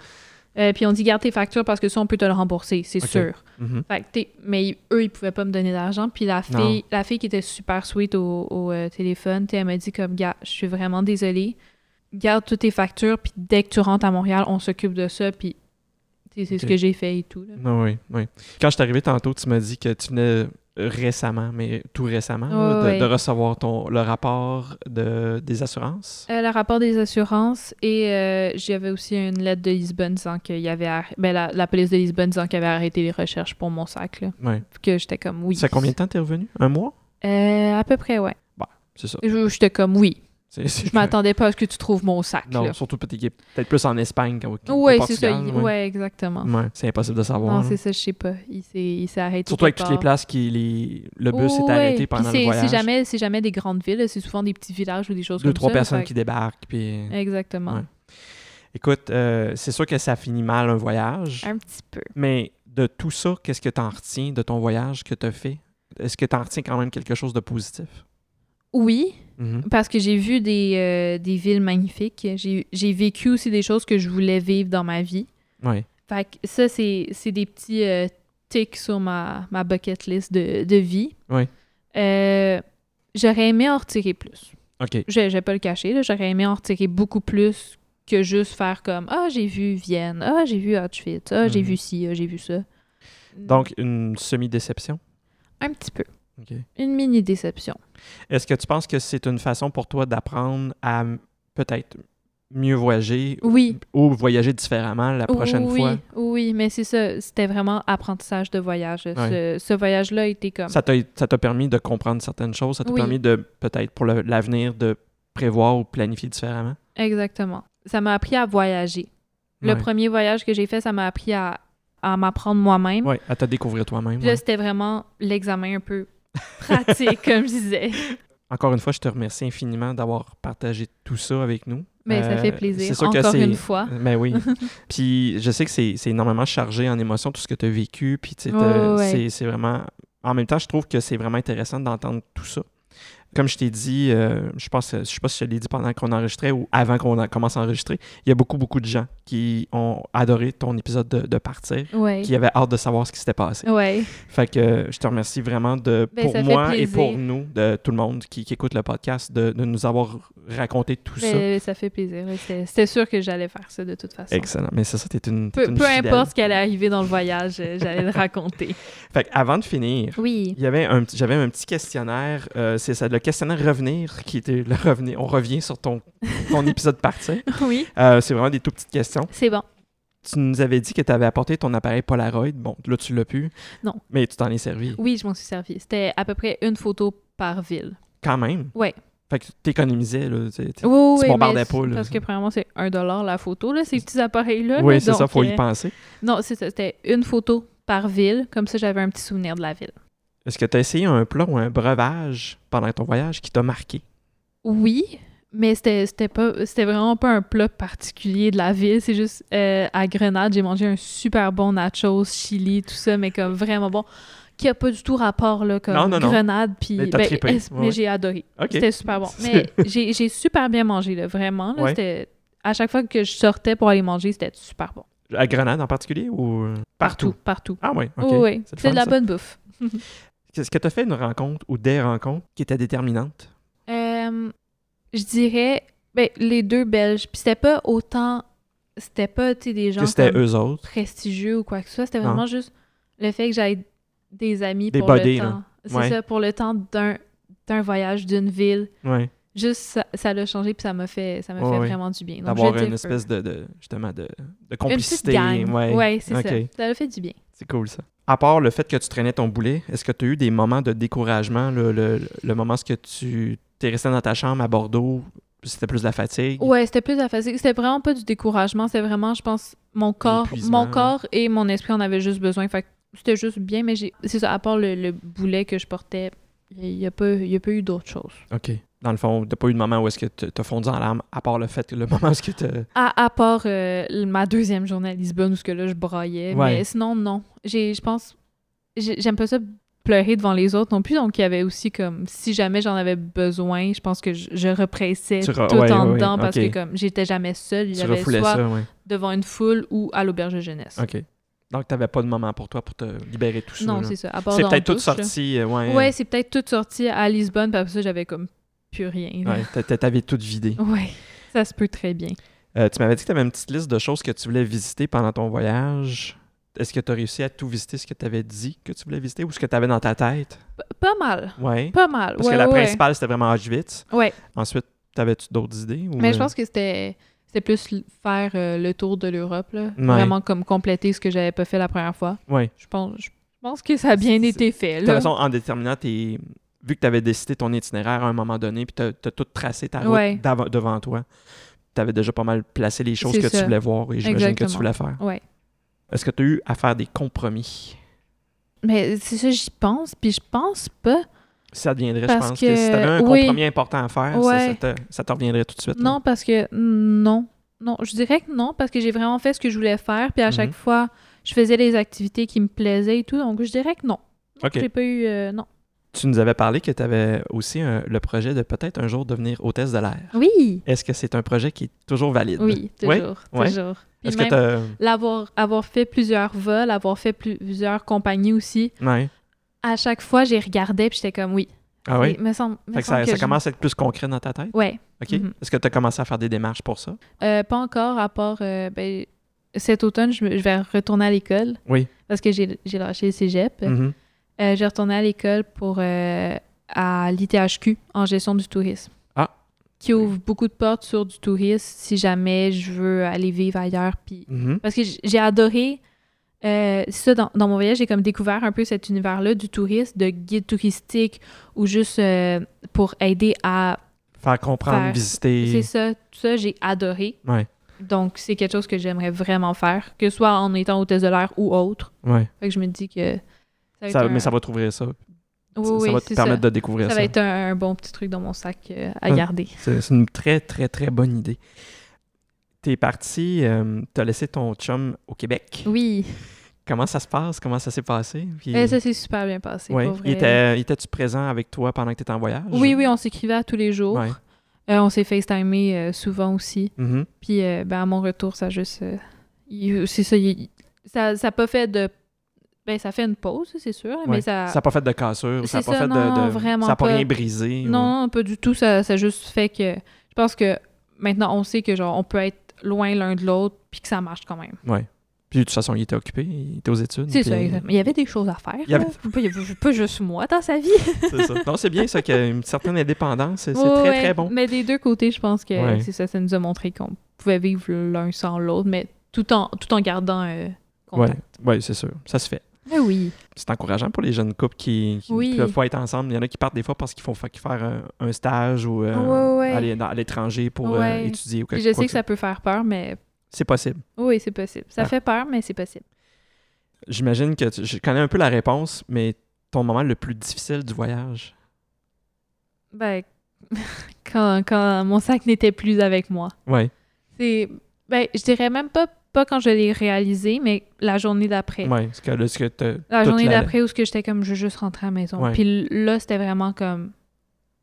S2: Euh, puis on dit garde tes factures parce que ça, on peut te le rembourser, c'est
S1: Ok.
S2: sûr.
S1: Mhm.
S2: Fait que t'es- mais eux, ils pouvaient pas me donner d'argent. Puis la
S1: Non.
S2: fille, la fille qui était super sweet au, au, euh, téléphone, t'sais, elle m'a dit comme gars, je suis vraiment désolée. Garde toutes tes factures, puis dès que tu rentres à Montréal, on s'occupe de ça, puis t'sais, c'est ce
S1: Ok.
S2: que j'ai fait et tout. là.
S1: Ah oui, oui. Quand je suis arrivé tantôt, tu m'as dit que tu venais récemment, mais tout récemment, là,
S2: Ouais,
S1: de,
S2: ouais.
S1: de recevoir ton, le rapport de, des assurances.
S2: Euh, le rapport des assurances et euh, j'avais aussi une lettre de Lisbonne disant qu'il y avait arr- ben, la, la police de Lisbonne disant qu'il avait arrêté les recherches pour mon sac là.
S1: Ouais.
S2: Puis que j'étais comme Euh, oui.
S1: Ça fait combien de temps t'es revenu? Un mois?
S2: Euh, à peu près ouais.
S1: C'est ça.
S2: Je- J'étais comme oui.
S1: C'est- c'est-
S2: Euh, Je m'attendais pas à ce que tu trouves mon sac
S1: <laughs> Non,
S2: là.
S1: surtout peut-être peut-être plus en Espagne qu'au qu'au
S2: Ouais, c'est ça.
S1: Portugal.
S2: il-
S1: ouais.
S2: Ouais, exactement.
S1: Ouais, c'est impossible de savoir.
S2: Non,
S1: là.
S2: c'est ça, je sais pas. Il s'est il s'est arrêté.
S1: Surtout avec
S2: quelque
S1: toutes les
S2: part.
S1: places qui les, le bus est
S2: Ouais,
S1: arrêté
S2: puis
S1: pendant
S2: c'est-
S1: le voyage.
S2: C'est jamais, c'est jamais des grandes villes, c'est souvent des petits villages ou des choses
S1: Deux
S2: comme
S1: trois
S2: ça. là,
S1: personnes
S2: fait
S1: qui débarquent puis
S2: que- Exactement.
S1: Ouais. écoute, euh, c'est sûr que ça finit mal un voyage,
S2: Un petit peu.
S1: mais de tout ça, qu'est-ce que tu en retiens de ton voyage que tu as fait Est-ce que tu en retiens quand même quelque chose de positif
S2: Oui,
S1: Mhm.
S2: Parce que j'ai vu des, euh, des villes magnifiques. J'ai j'ai vécu aussi des choses que je voulais vivre dans ma vie.
S1: Ouais.
S2: Fait que ça, c'est c'est des petits euh, tics sur ma, ma bucket list de, de vie.
S1: Oui.
S2: Euh, J'aurais aimé en retirer plus.
S1: OK.
S2: Je, je vais pas le cacher, là. j'aurais aimé en retirer beaucoup plus que juste faire comme Ah, j'ai vu Vienne, Ah, j'ai vu Auschwitz, Ah, j'ai
S1: Mhm.
S2: vu ci, Ah, j'ai vu ça.
S1: Donc une semi-déception.
S2: Un petit peu.
S1: OK.
S2: Une mini déception.
S1: Est-ce que tu penses que c'est une façon pour toi d'apprendre à m- peut-être mieux voyager
S2: Oui.
S1: ou voyager différemment la prochaine
S2: oui,
S1: fois?
S2: Oui, mais c'est ça. C'était vraiment apprentissage de voyage. Ce, ce voyage-là était comme.
S1: Ça t'a ça t'a permis de comprendre certaines choses, ça t'a
S2: Oui.
S1: permis de peut-être pour le- l'avenir de prévoir ou planifier différemment.
S2: Exactement. Ça m'a appris à voyager. Le
S1: Ouais.
S2: premier voyage que j'ai fait, ça m'a appris à, à m'apprendre moi-même.
S1: Ouais, à te découvrir toi-même.
S2: Puis là,
S1: ouais.
S2: c'était vraiment l'examen un peu pratique, comme je disais.
S1: Encore une fois, je te remercie infiniment d'avoir partagé tout ça avec nous.
S2: Mais ça
S1: Euh,
S2: fait plaisir.
S1: c'est sûr que
S2: Encore
S1: c'est-
S2: une fois.
S1: Ben
S2: <laughs>
S1: oui. puis je sais que c'est c'est énormément chargé en émotions, tout ce que tu as vécu. Puis tu sais,
S2: Ouais,
S1: t'as-
S2: ouais, ouais.
S1: c'est- c'est vraiment. En même temps, je trouve que c'est vraiment intéressant d'entendre tout ça. Comme je t'ai dit, euh, je pense, je sais pas si je te l'ai dit pendant qu'on enregistrait ou avant qu'on en- commence à enregistrer, il y a beaucoup, beaucoup de gens qui ont adoré ton épisode de, de Partir,
S2: Ouais.
S1: qui avaient hâte de savoir ce qui s'était passé.
S2: Ouais.
S1: Fait que euh, je te remercie vraiment de,
S2: Ben,
S1: pour
S2: ça fait
S1: moi et
S2: plaisir.
S1: pour nous, de tout le monde qui, qui écoute le podcast, de, de nous avoir raconté tout ça.
S2: Mais ça fait plaisir. ouais. C'était c'était sûr que j'allais faire ça de toute façon.
S1: Excellent. Mais c'est ça, t'es une, t'es
S2: Peu,
S1: une
S2: peu
S1: fidèle.
S2: importe ce qui allait arriver dans le voyage, euh, j'allais le raconter.
S1: Fait que avant de finir,
S2: Oui.
S1: il y avait un petit- j'avais un petit questionnaire. euh, c'est ça, le questionnaire revenir, qui était le revenir. On revient sur ton, ton épisode <laughs> parti.
S2: Oui,
S1: Euh, c'est vraiment des tout petites questions.
S2: c'est bon.
S1: Tu nous avais dit que tu avais apporté ton appareil Polaroid. Bon, là, tu l'as pu.
S2: Non.
S1: Mais tu t'en es servi.
S2: Oui, je m'en suis servi. C'était à peu près une photo par ville.
S1: Quand même.
S2: Ouais.
S1: Fait que t'économisais, là. tu sais, tu-
S2: Oui, oui,
S1: Tu
S2: oui,
S1: bombardais
S2: mais
S1: pas, là.
S2: Parce que premièrement, c'est 1 la photo, là, ces petits appareils-là. là,
S1: Oui, c'est ça,
S2: donc,
S1: faut y
S2: euh,
S1: penser.
S2: Non, c'est ça, c'était une photo par ville. Comme ça, j'avais un petit souvenir de la ville.
S1: Est-ce que tu as essayé un plat ou un breuvage pendant ton voyage qui t'a marqué?
S2: Oui, mais c'était c'était pas c'était vraiment pas un plat particulier de la ville. C'est juste euh, à Grenade, j'ai mangé un super bon nachos, chili, tout ça, mais comme vraiment bon, qui a pas du tout rapport là comme
S1: Non, non, non.
S2: Grenade puis
S1: Mais t'as trippé,
S2: est-
S1: ouais,
S2: <laughs> mais
S1: ouais.
S2: j'ai adoré.
S1: OK.
S2: C'était super bon. Mais
S1: <laughs> C'est-
S2: j'ai j'ai super bien mangé là, vraiment là,
S1: Ouais.
S2: c'était- à chaque fois que je sortais pour aller manger, c'était super bon.
S1: À Grenade en particulier ou euh, partout?
S2: partout.
S1: Ah oui, OK.
S2: Oui, oui,
S1: C'est le
S2: c'est de
S1: fun,
S2: la
S1: ça.
S2: bonne bouffe.
S1: Est-ce que tu as fait une rencontre ou des rencontres qui étaient déterminantes?
S2: Euh, je dirais ben, les deux Belges. Puis c'était pas autant. C'était pas tu sais, des gens
S1: que c'était
S2: comme
S1: eux autres?
S2: prestigieux ou quoi que ce soit. C'était
S1: Non.
S2: vraiment juste le fait que j'avais des amis
S1: Des
S2: pour
S1: buddies,
S2: le
S1: là.
S2: temps. C'est
S1: Ouais.
S2: ça, pour le temps d'un d'un voyage, d'une ville.
S1: Oui.
S2: Juste ça ça l'a changé, puis ça m'a fait, ça m'a
S1: Ouais,
S2: fait
S1: ouais.
S2: vraiment du bien. Donc, je
S1: D'avoir
S2: vais
S1: une
S2: dire
S1: espèce de, de- justement, de, de
S2: une petite
S1: complicité.
S2: gang.
S1: ouais.
S2: c'est
S1: OK.
S2: ça. Ça l'a fait du bien.
S1: C'est cool, ça. À part le fait que tu traînais ton boulet, est-ce que tu as eu des moments de découragement, le, le, le moment où tu es resté dans ta chambre à Bordeaux, c'était plus de la fatigue?
S2: Ouais, c'était plus la fatigue. C'était vraiment pas du découragement. C'était vraiment, je pense, mon corps,
S1: L'épuisement,
S2: mon
S1: ouais.
S2: corps et mon esprit en avaient juste besoin. Fait que c'était juste bien, mais j'ai- c'est ça, à part le, le boulet que je portais, il n'y a, pas- il y a pas eu d'autre chose.
S1: OK. Dans le fond, t'as pas eu de moment où est-ce que tu t'as fondu en larmes, à part le fait que le <laughs> moment où est-ce que t'as...
S2: À, à part euh, ma deuxième journée à Lisbonne, où ce que là, je braillais.
S1: Ouais.
S2: Mais sinon, non. J'ai, je pense, j'ai- j'aime pas ça pleurer devant les autres non plus. Donc, il y avait aussi comme, si jamais j'en avais besoin, je pense que je, je repressais
S1: Tu
S2: tout
S1: re-
S2: en
S1: ouais, ouais,
S2: dedans parce
S1: ok.
S2: que comme, j'étais jamais seule. Il y
S1: Tu
S2: avait
S1: refoulais
S2: soit
S1: ça, oui.
S2: devant une foule ou à l'auberge de jeunesse.
S1: OK. Donc, t'avais pas de moment pour toi pour te libérer tout ça.
S2: Non,
S1: là.
S2: c'est ça. À part
S1: c'est
S2: dans
S1: peut-être
S2: la
S1: toute
S2: douche, là.
S1: sortie, euh, ouais.
S2: Ouais, c'est peut-être toute sortie à Lisbonne, parce que ça, j'avais comme plus rien. là.
S1: Ouais, t'a- t'a- t'avais tout vidé.
S2: <laughs> Ouais, ça se peut très bien.
S1: Euh, tu m'avais dit que t'avais une petite liste de choses que tu voulais visiter pendant ton voyage. Est-ce que t'as réussi à tout visiter ce que t'avais dit que tu voulais visiter ou ce que t'avais dans ta tête?
S2: P- pas mal,
S1: Ouais.
S2: pas mal.
S1: Parce
S2: ouais,
S1: que la
S2: ouais, ouais.
S1: principale, c'était vraiment Auschwitz.
S2: Ouais,
S1: Ensuite, t'avais-tu d'autres idées? ou,
S2: mais je
S1: euh,
S2: pense que c'était c'était plus l- faire euh, le tour de l'Europe, là.
S1: Ouais.
S2: Vraiment comme compléter ce que j'avais pas fait la première fois.
S1: Ouais.
S2: Je pense, je pense que ça a bien
S1: C'est-
S2: été fait,
S1: De toute
S2: là.
S1: façon, en déterminant tes. Vu que tu avais décidé ton itinéraire à un moment donné, puis tu as, tout tracé ta route
S2: Ouais.
S1: d'avant- devant toi, tu avais déjà pas mal placé les choses
S2: C'est
S1: que tu
S2: ça.
S1: voulais voir et j'imagine que tu
S2: Exactement.
S1: voulais faire.
S2: Ouais.
S1: Est-ce que tu as eu à faire des compromis?
S2: Mais c'est ça, j'y pense, puis je pense pas.
S1: Ça deviendrait, je
S2: Parce
S1: pense, que,
S2: que-
S1: si tu avais un
S2: oui.
S1: compromis important à faire, ça-
S2: Ouais.
S1: ça, te, ça te reviendrait tout de suite. là.
S2: Non, parce que non. Non, je dirais que non, parce que j'ai vraiment fait ce que je voulais faire, puis à chaque
S1: Mhm.
S2: fois, je faisais les activités qui me plaisaient et tout, donc je dirais que non. Non,
S1: OK.
S2: J'ai pas eu... euh, non.
S1: Tu nous avais parlé que tu avais aussi un- le projet de peut-être un jour devenir hôtesse de l'air.
S2: Oui!
S1: Est-ce que c'est un projet qui est toujours valide?
S2: Oui,
S1: Oui?
S2: toujours,
S1: Ouais.
S2: toujours. Puis
S1: Est-ce que
S2: même
S1: tu as.
S2: l'avoir avoir fait plusieurs vols, avoir fait plus- plusieurs compagnies aussi, à chaque fois, j'ai regardé, puis j'étais comme, oui.
S1: Ah oui?
S2: Il me semble, me
S1: Fait que
S2: semble
S1: ça,
S2: que
S1: ça
S2: je-
S1: commence à être plus concret dans ta tête?
S2: Ouais.
S1: OK.
S2: Mhm.
S1: Est-ce que tu as commencé à faire des démarches pour ça?
S2: Euh, pas encore, à part... euh, ben, cet automne, je, me- je vais retourner à l'école.
S1: Oui.
S2: Parce que j'ai j'ai lâché le cégep.
S1: Mhm.
S2: Euh, j'ai retourné à l'école pour euh, à l'ITHQ en gestion du tourisme.
S1: Ah.
S2: Qui ouvre beaucoup de portes sur du tourisme si jamais je veux aller vivre ailleurs. Puis...
S1: Mhm.
S2: Parce que j- j'ai adoré. euh, c'est ça, dans, dans mon voyage, j'ai comme découvert un peu cet univers-là du tourisme, de guide touristique ou juste euh, pour aider à.
S1: Faire comprendre,
S2: Faire-
S1: visiter.
S2: C'est ça, tout ça, j'ai adoré.
S1: Ouais,
S2: Donc, c'est quelque chose que j'aimerais vraiment faire, que ce soit en étant hôtesse de l'air ou autre.
S1: ouais.
S2: Fait que je me dis que. Ça va être
S1: Ça-
S2: un-
S1: Mais ça va t'ouvrir ça.
S2: Oui,
S1: ça
S2: oui,
S1: va te
S2: c'est ça.
S1: permettre de découvrir
S2: Ça
S1: ça.
S2: va être un, un bon petit truc dans mon sac euh, à
S1: Hum.
S2: garder.
S1: C'est c'est une très, très, très bonne idée. T'es parti, euh, t'as laissé ton chum au Québec.
S2: Oui,
S1: Comment ça se passe? Comment ça s'est passé? Puis-
S2: Eh, ça s'est super bien passé.
S1: Ouais.
S2: pour vrai.
S1: Il était- il Était-tu présent avec toi pendant que t'étais en voyage?
S2: Oui, oui, on s'écrivait à tous les jours.
S1: Ouais.
S2: Euh, on s'est FaceTimé euh, souvent aussi.
S1: Mhm.
S2: Puis euh, ben, à mon retour, ça juste. euh, il- c'est ça, il- ça. Ça a pas fait de. Ben, ça fait une pause, c'est sûr,
S1: Ouais.
S2: mais ça.
S1: Ça n'a pas fait de cassure, ça n'a
S2: C'est
S1: pas
S2: ça,
S1: fait
S2: non,
S1: de. de-
S2: vraiment
S1: ça n'a pas,
S2: pas.
S1: rien brisé. ou-
S2: Non, non, pas du tout. Ça, ça juste fait que. Je pense que maintenant, on sait que genre, on peut être loin l'un de l'autre, puis que ça marche quand même.
S1: Ouais. Puis de toute façon, il était occupé, il était aux études.
S2: C'est
S1: puis-
S2: ça, exactement. Il y avait des choses à faire.
S1: Il y avait-
S2: là. Pas- il y avait pas juste moi dans sa vie.
S1: <laughs> C'est ça. Non, c'est bien ça, qu'il y a une certaine indépendance. C'est c'est
S2: Ouais,
S1: très,
S2: ouais.
S1: très bon.
S2: Mais des deux côtés, je pense que
S1: Ouais.
S2: c'est ça, ça nous a montré qu'on pouvait vivre l'un sans l'autre, mais tout en, tout en gardant euh,
S1: Oui,
S2: contact.
S1: ouais, c'est sûr. Ça se fait.
S2: Mais oui.
S1: C'est encourageant pour les jeunes couples qui ne
S2: Oui.
S1: peuvent pas être ensemble. Il y en a qui partent des fois parce qu'ils font fa- faire un, un stage ou euh,
S2: Ouais, ouais.
S1: aller dans- à l'étranger pour euh,
S2: Ouais.
S1: étudier ou
S2: Puis
S1: quelque
S2: je
S1: quoi
S2: sais que ça peut faire peur, mais
S1: C'est possible.
S2: oui, c'est possible. Ça
S1: Ah.
S2: fait peur, mais c'est possible.
S1: J'imagine que tu- je connais un peu la réponse, mais ton moment le plus difficile du voyage.
S2: Ben, <laughs> quand, quand mon sac n'était plus avec moi.
S1: Oui,
S2: C'est, ben, je dirais même pas, pas quand je l'ai réalisé, mais la journée d'après.
S1: ouais. Parce que là, ce que t'as-
S2: La
S1: toute
S2: journée d'après où ce que j'étais comme je veux juste rentrer à la maison.
S1: Ouais.
S2: Puis l- là, c'était vraiment comme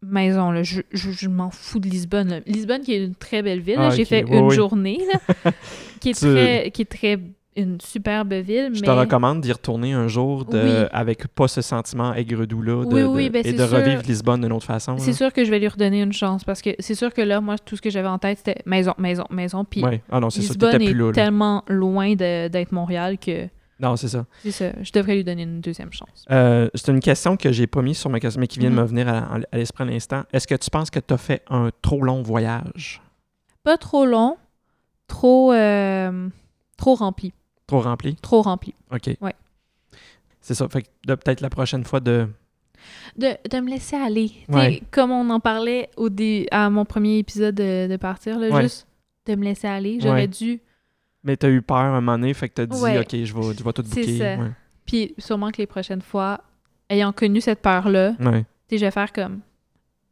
S2: maison. Là. Je, je, je m'en fous de Lisbonne. là. Lisbonne qui est une très belle ville. là.
S1: Ah,
S2: J'ai
S1: ok.
S2: fait
S1: Ouais,
S2: une
S1: oui.
S2: journée
S1: <laughs>
S2: là, qui, est
S1: Tu-
S2: très, qui est très une superbe ville.
S1: Je
S2: mais...
S1: te recommande d'y retourner un jour de,
S2: Oui.
S1: avec pas ce sentiment aigre-doux-là de-
S2: Oui,
S1: de-
S2: oui, ben,
S1: et
S2: c'est
S1: de
S2: sûr.
S1: revivre Lisbonne d'une autre façon.
S2: C'est sûr que je vais lui redonner une chance parce que c'est sûr que là, moi, tout ce que j'avais en tête, c'était maison, maison, maison. Puis
S1: Oui, ah non, c'est ça,
S2: Lisbonne
S1: t'étais
S2: est
S1: plus là. là.
S2: tellement loin de- d'être Montréal que
S1: Non, c'est ça.
S2: c'est ça. Je devrais lui donner une deuxième chance.
S1: Euh, c'est une question que j'ai pas mis sur ma question, mais qui vient de
S2: Mhm.
S1: me venir à, à l'esprit à l'instant. Est-ce que tu penses que tu as fait un trop long voyage?
S2: Pas trop long, trop, euh, trop rempli.
S1: Trop rempli?
S2: Trop rempli.
S1: OK.
S2: Ouais.
S1: C'est ça. Fait que de- peut-être la prochaine fois de.
S2: de, de me laisser aller. Tu sais,
S1: Ouais.
S2: Comme on en parlait au dé à mon premier épisode de, de partir, là,
S1: Ouais.
S2: juste de me laisser aller. J'aurais
S1: Ouais.
S2: dû.
S1: Mais t'as eu peur un moment donné, fait que t'as dit,
S2: Ouais.
S1: OK, je vais, je vais tout
S2: C'est
S1: bouquer.
S2: ça.
S1: Ouais.
S2: Puis sûrement que les prochaines fois, ayant connu cette peur-là, tu
S1: Ouais.
S2: sais, je vais faire comme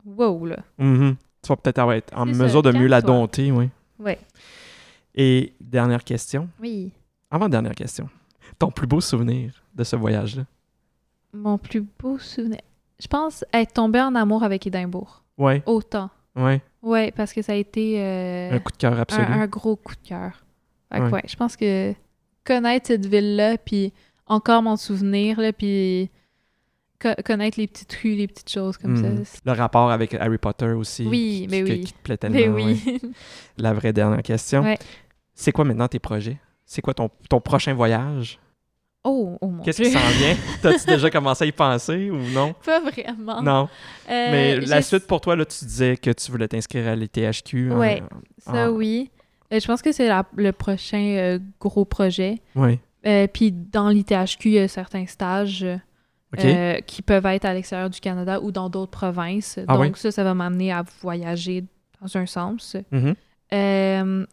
S2: wow, là.
S1: Mhm. Tu vas peut-être avoir- être en
S2: C'est ça,
S1: mesure de mieux la
S2: calme-toi.
S1: dompter, oui.
S2: Ouais.
S1: Et dernière question.
S2: Oui.
S1: Avant-dernière question. Ton plus beau souvenir de ce voyage-là?
S2: Mon plus beau souvenir. Je pense être tombée en amour avec Édimbourg.
S1: Ouais,
S2: Autant.
S1: ouais.
S2: Ouais, parce que ça a été euh,
S1: Un coup de cœur absolu.
S2: un, un gros coup de cœur. Fait que
S1: Ouais.
S2: ouais, je pense que connaître cette ville-là, puis encore m'en souvenir, là, puis co- connaître les petites rues, les petites choses comme
S1: Mhm.
S2: ça.
S1: Le rapport avec Harry Potter aussi.
S2: Oui,
S1: qui-
S2: mais
S1: qui-
S2: oui.
S1: Qui te plaît tellement.
S2: Mais
S1: ouais.
S2: ben oui.
S1: La vraie dernière question.
S2: Ouais.
S1: C'est quoi maintenant tes projets? C'est quoi ton, ton prochain voyage?
S2: <laughs> oh, oh mon
S1: Qu'est-ce
S2: Dieu.
S1: qui s'en vient? T'as-tu déjà commencé à y penser ou non?
S2: <laughs> Pas vraiment.
S1: Non.
S2: Euh,
S1: Mais la
S2: j'ai-
S1: suite pour toi, là, tu disais que tu voulais t'inscrire à l'ETHQ. hein,
S2: Ouais.
S1: euh,
S2: Ça,
S1: Ah.
S2: oui. Euh, je pense que c'est la- le prochain euh, gros projet.
S1: ouais.
S2: Euh, puis dans l'ITHQ, il y a certains stages euh,
S1: OK.
S2: euh, qui peuvent être à l'extérieur du Canada ou dans d'autres provinces.
S1: Ah
S2: Donc
S1: ouais?
S2: ça, ça va m'amener à voyager dans un sens.
S1: Mhm.
S2: Euh,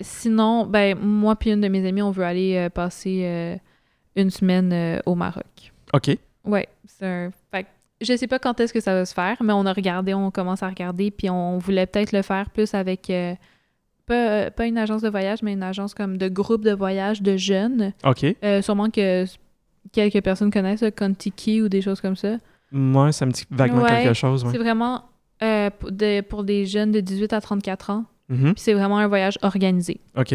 S2: sinon, ben moi puis une de mes amies, on veut aller euh, passer euh, une semaine euh, au Maroc.
S1: OK.
S2: Ouais, c'est un. Fait que je sais pas quand est-ce que ça va se faire, mais on a regardé, on commence à regarder, puis on voulait peut-être le faire plus avec euh, pas, euh, pas une agence de voyage, mais une agence comme de groupe de voyage de jeunes.
S1: OK.
S2: Euh, sûrement que s- quelques personnes connaissent euh, Contiki ou des choses comme ça.
S1: Moi, ça me dit vaguement
S2: Ouais.
S1: quelque chose.
S2: C'est
S1: Ouais.
S2: vraiment euh, pour, de- pour des jeunes de 18 à 34 ans.
S1: Mhm.
S2: Puis c'est vraiment un voyage organisé.
S1: OK.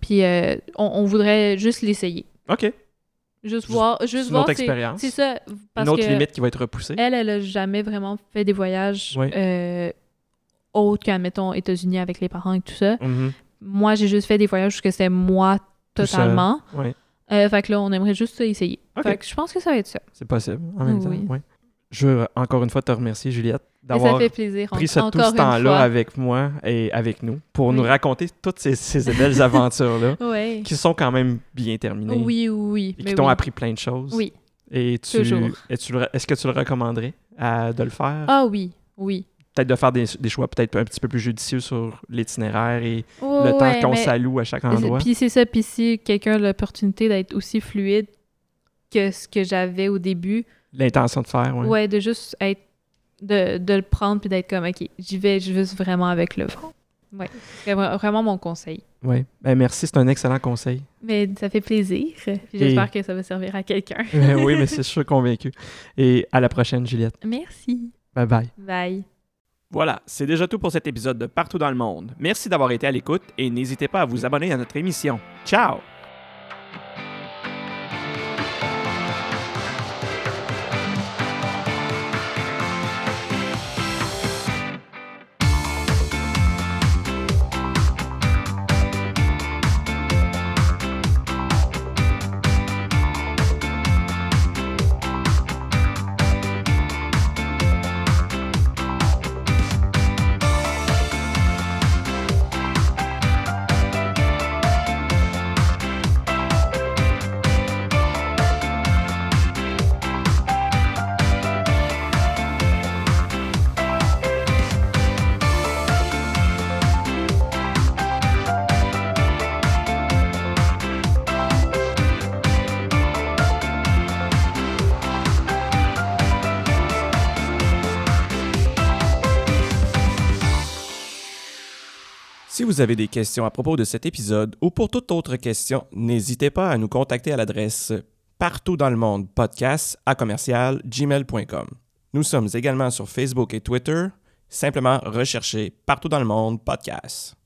S2: Puis euh, on, on voudrait juste l'essayer.
S1: OK.
S2: Juste
S1: Ju-
S2: voir. Juste
S1: Une
S2: voir
S1: autre
S2: c'est-
S1: expérience.
S2: C'est ça. Parce
S1: Une autre
S2: que
S1: limite qui va être repoussée.
S2: Elle, elle a jamais vraiment fait des voyages
S1: Ouais.
S2: euh, autres qu'à, mettons, États-Unis avec les parents et tout ça.
S1: Mhm.
S2: Moi, j'ai juste fait des voyages que c'est moi
S1: Tout seul.
S2: totalement.
S1: Ouais.
S2: Euh, fait que là, on aimerait juste ça essayer.
S1: Ok.
S2: Fait que je pense que ça va être ça.
S1: C'est possible, en même temps.
S2: Oui.
S1: ouais. Je veux encore une fois te remercier, Juliette,
S2: Et ça
S1: d'avoir
S2: fait plaisir. en-
S1: pris ce,
S2: encore
S1: tout ce
S2: une fois.
S1: temps-là avec moi et avec nous pour nous
S2: Oui.
S1: raconter toutes ces, ces
S2: <laughs>
S1: belles aventures-là
S2: Ouais.
S1: qui sont quand même bien terminées
S2: Oui, oui, oui.
S1: et
S2: mais
S1: qui t'ont
S2: oui.
S1: appris plein de choses.
S2: Oui.
S1: Et tu,
S2: Toujours.
S1: et tu le- est-ce que tu le recommanderais à- de le faire?
S2: Ah oui, oui.
S1: Peut-être de faire des, des choix peut-être un petit peu plus judicieux sur l'itinéraire et le
S2: Ouais,
S1: temps
S2: Oh, ouais,
S1: qu'on
S2: mais-
S1: s'alloue à chaque
S2: Et c'est-
S1: endroit.
S2: Puis c'est ça, puis si quelqu'un a l'opportunité d'être aussi fluide que ce que j'avais au début,
S1: L'intention de faire,
S2: ouais.
S1: ouais.
S2: de juste être, de, de le prendre puis d'être comme, OK, j'y vais juste vraiment avec le vent. Ouais, c'est vra- vraiment mon conseil.
S1: Ouais. Ben, merci, c'est un excellent
S2: <laughs>
S1: conseil.
S2: Mais ça fait plaisir. Puis j'espère que ça va servir à quelqu'un.
S1: Ben oui, mais c'est- je suis convaincu. Et à la prochaine, Juliette.
S2: <laughs> Merci.
S1: Bye bye.
S2: Bye.
S3: Voilà, c'est déjà tout pour cet épisode de Partout dans le monde. Merci d'avoir été à l'écoute et n'hésitez pas à vous abonner à notre émission. Ciao!
S1: Si vous avez des questions à propos de cet épisode ou pour toute autre question, n'hésitez pas à nous contacter à l'adresse partout dans le monde podcast à commercial gmail.com. Nous sommes également sur Facebook et Twitter. Simplement recherchez partout dans le monde podcast.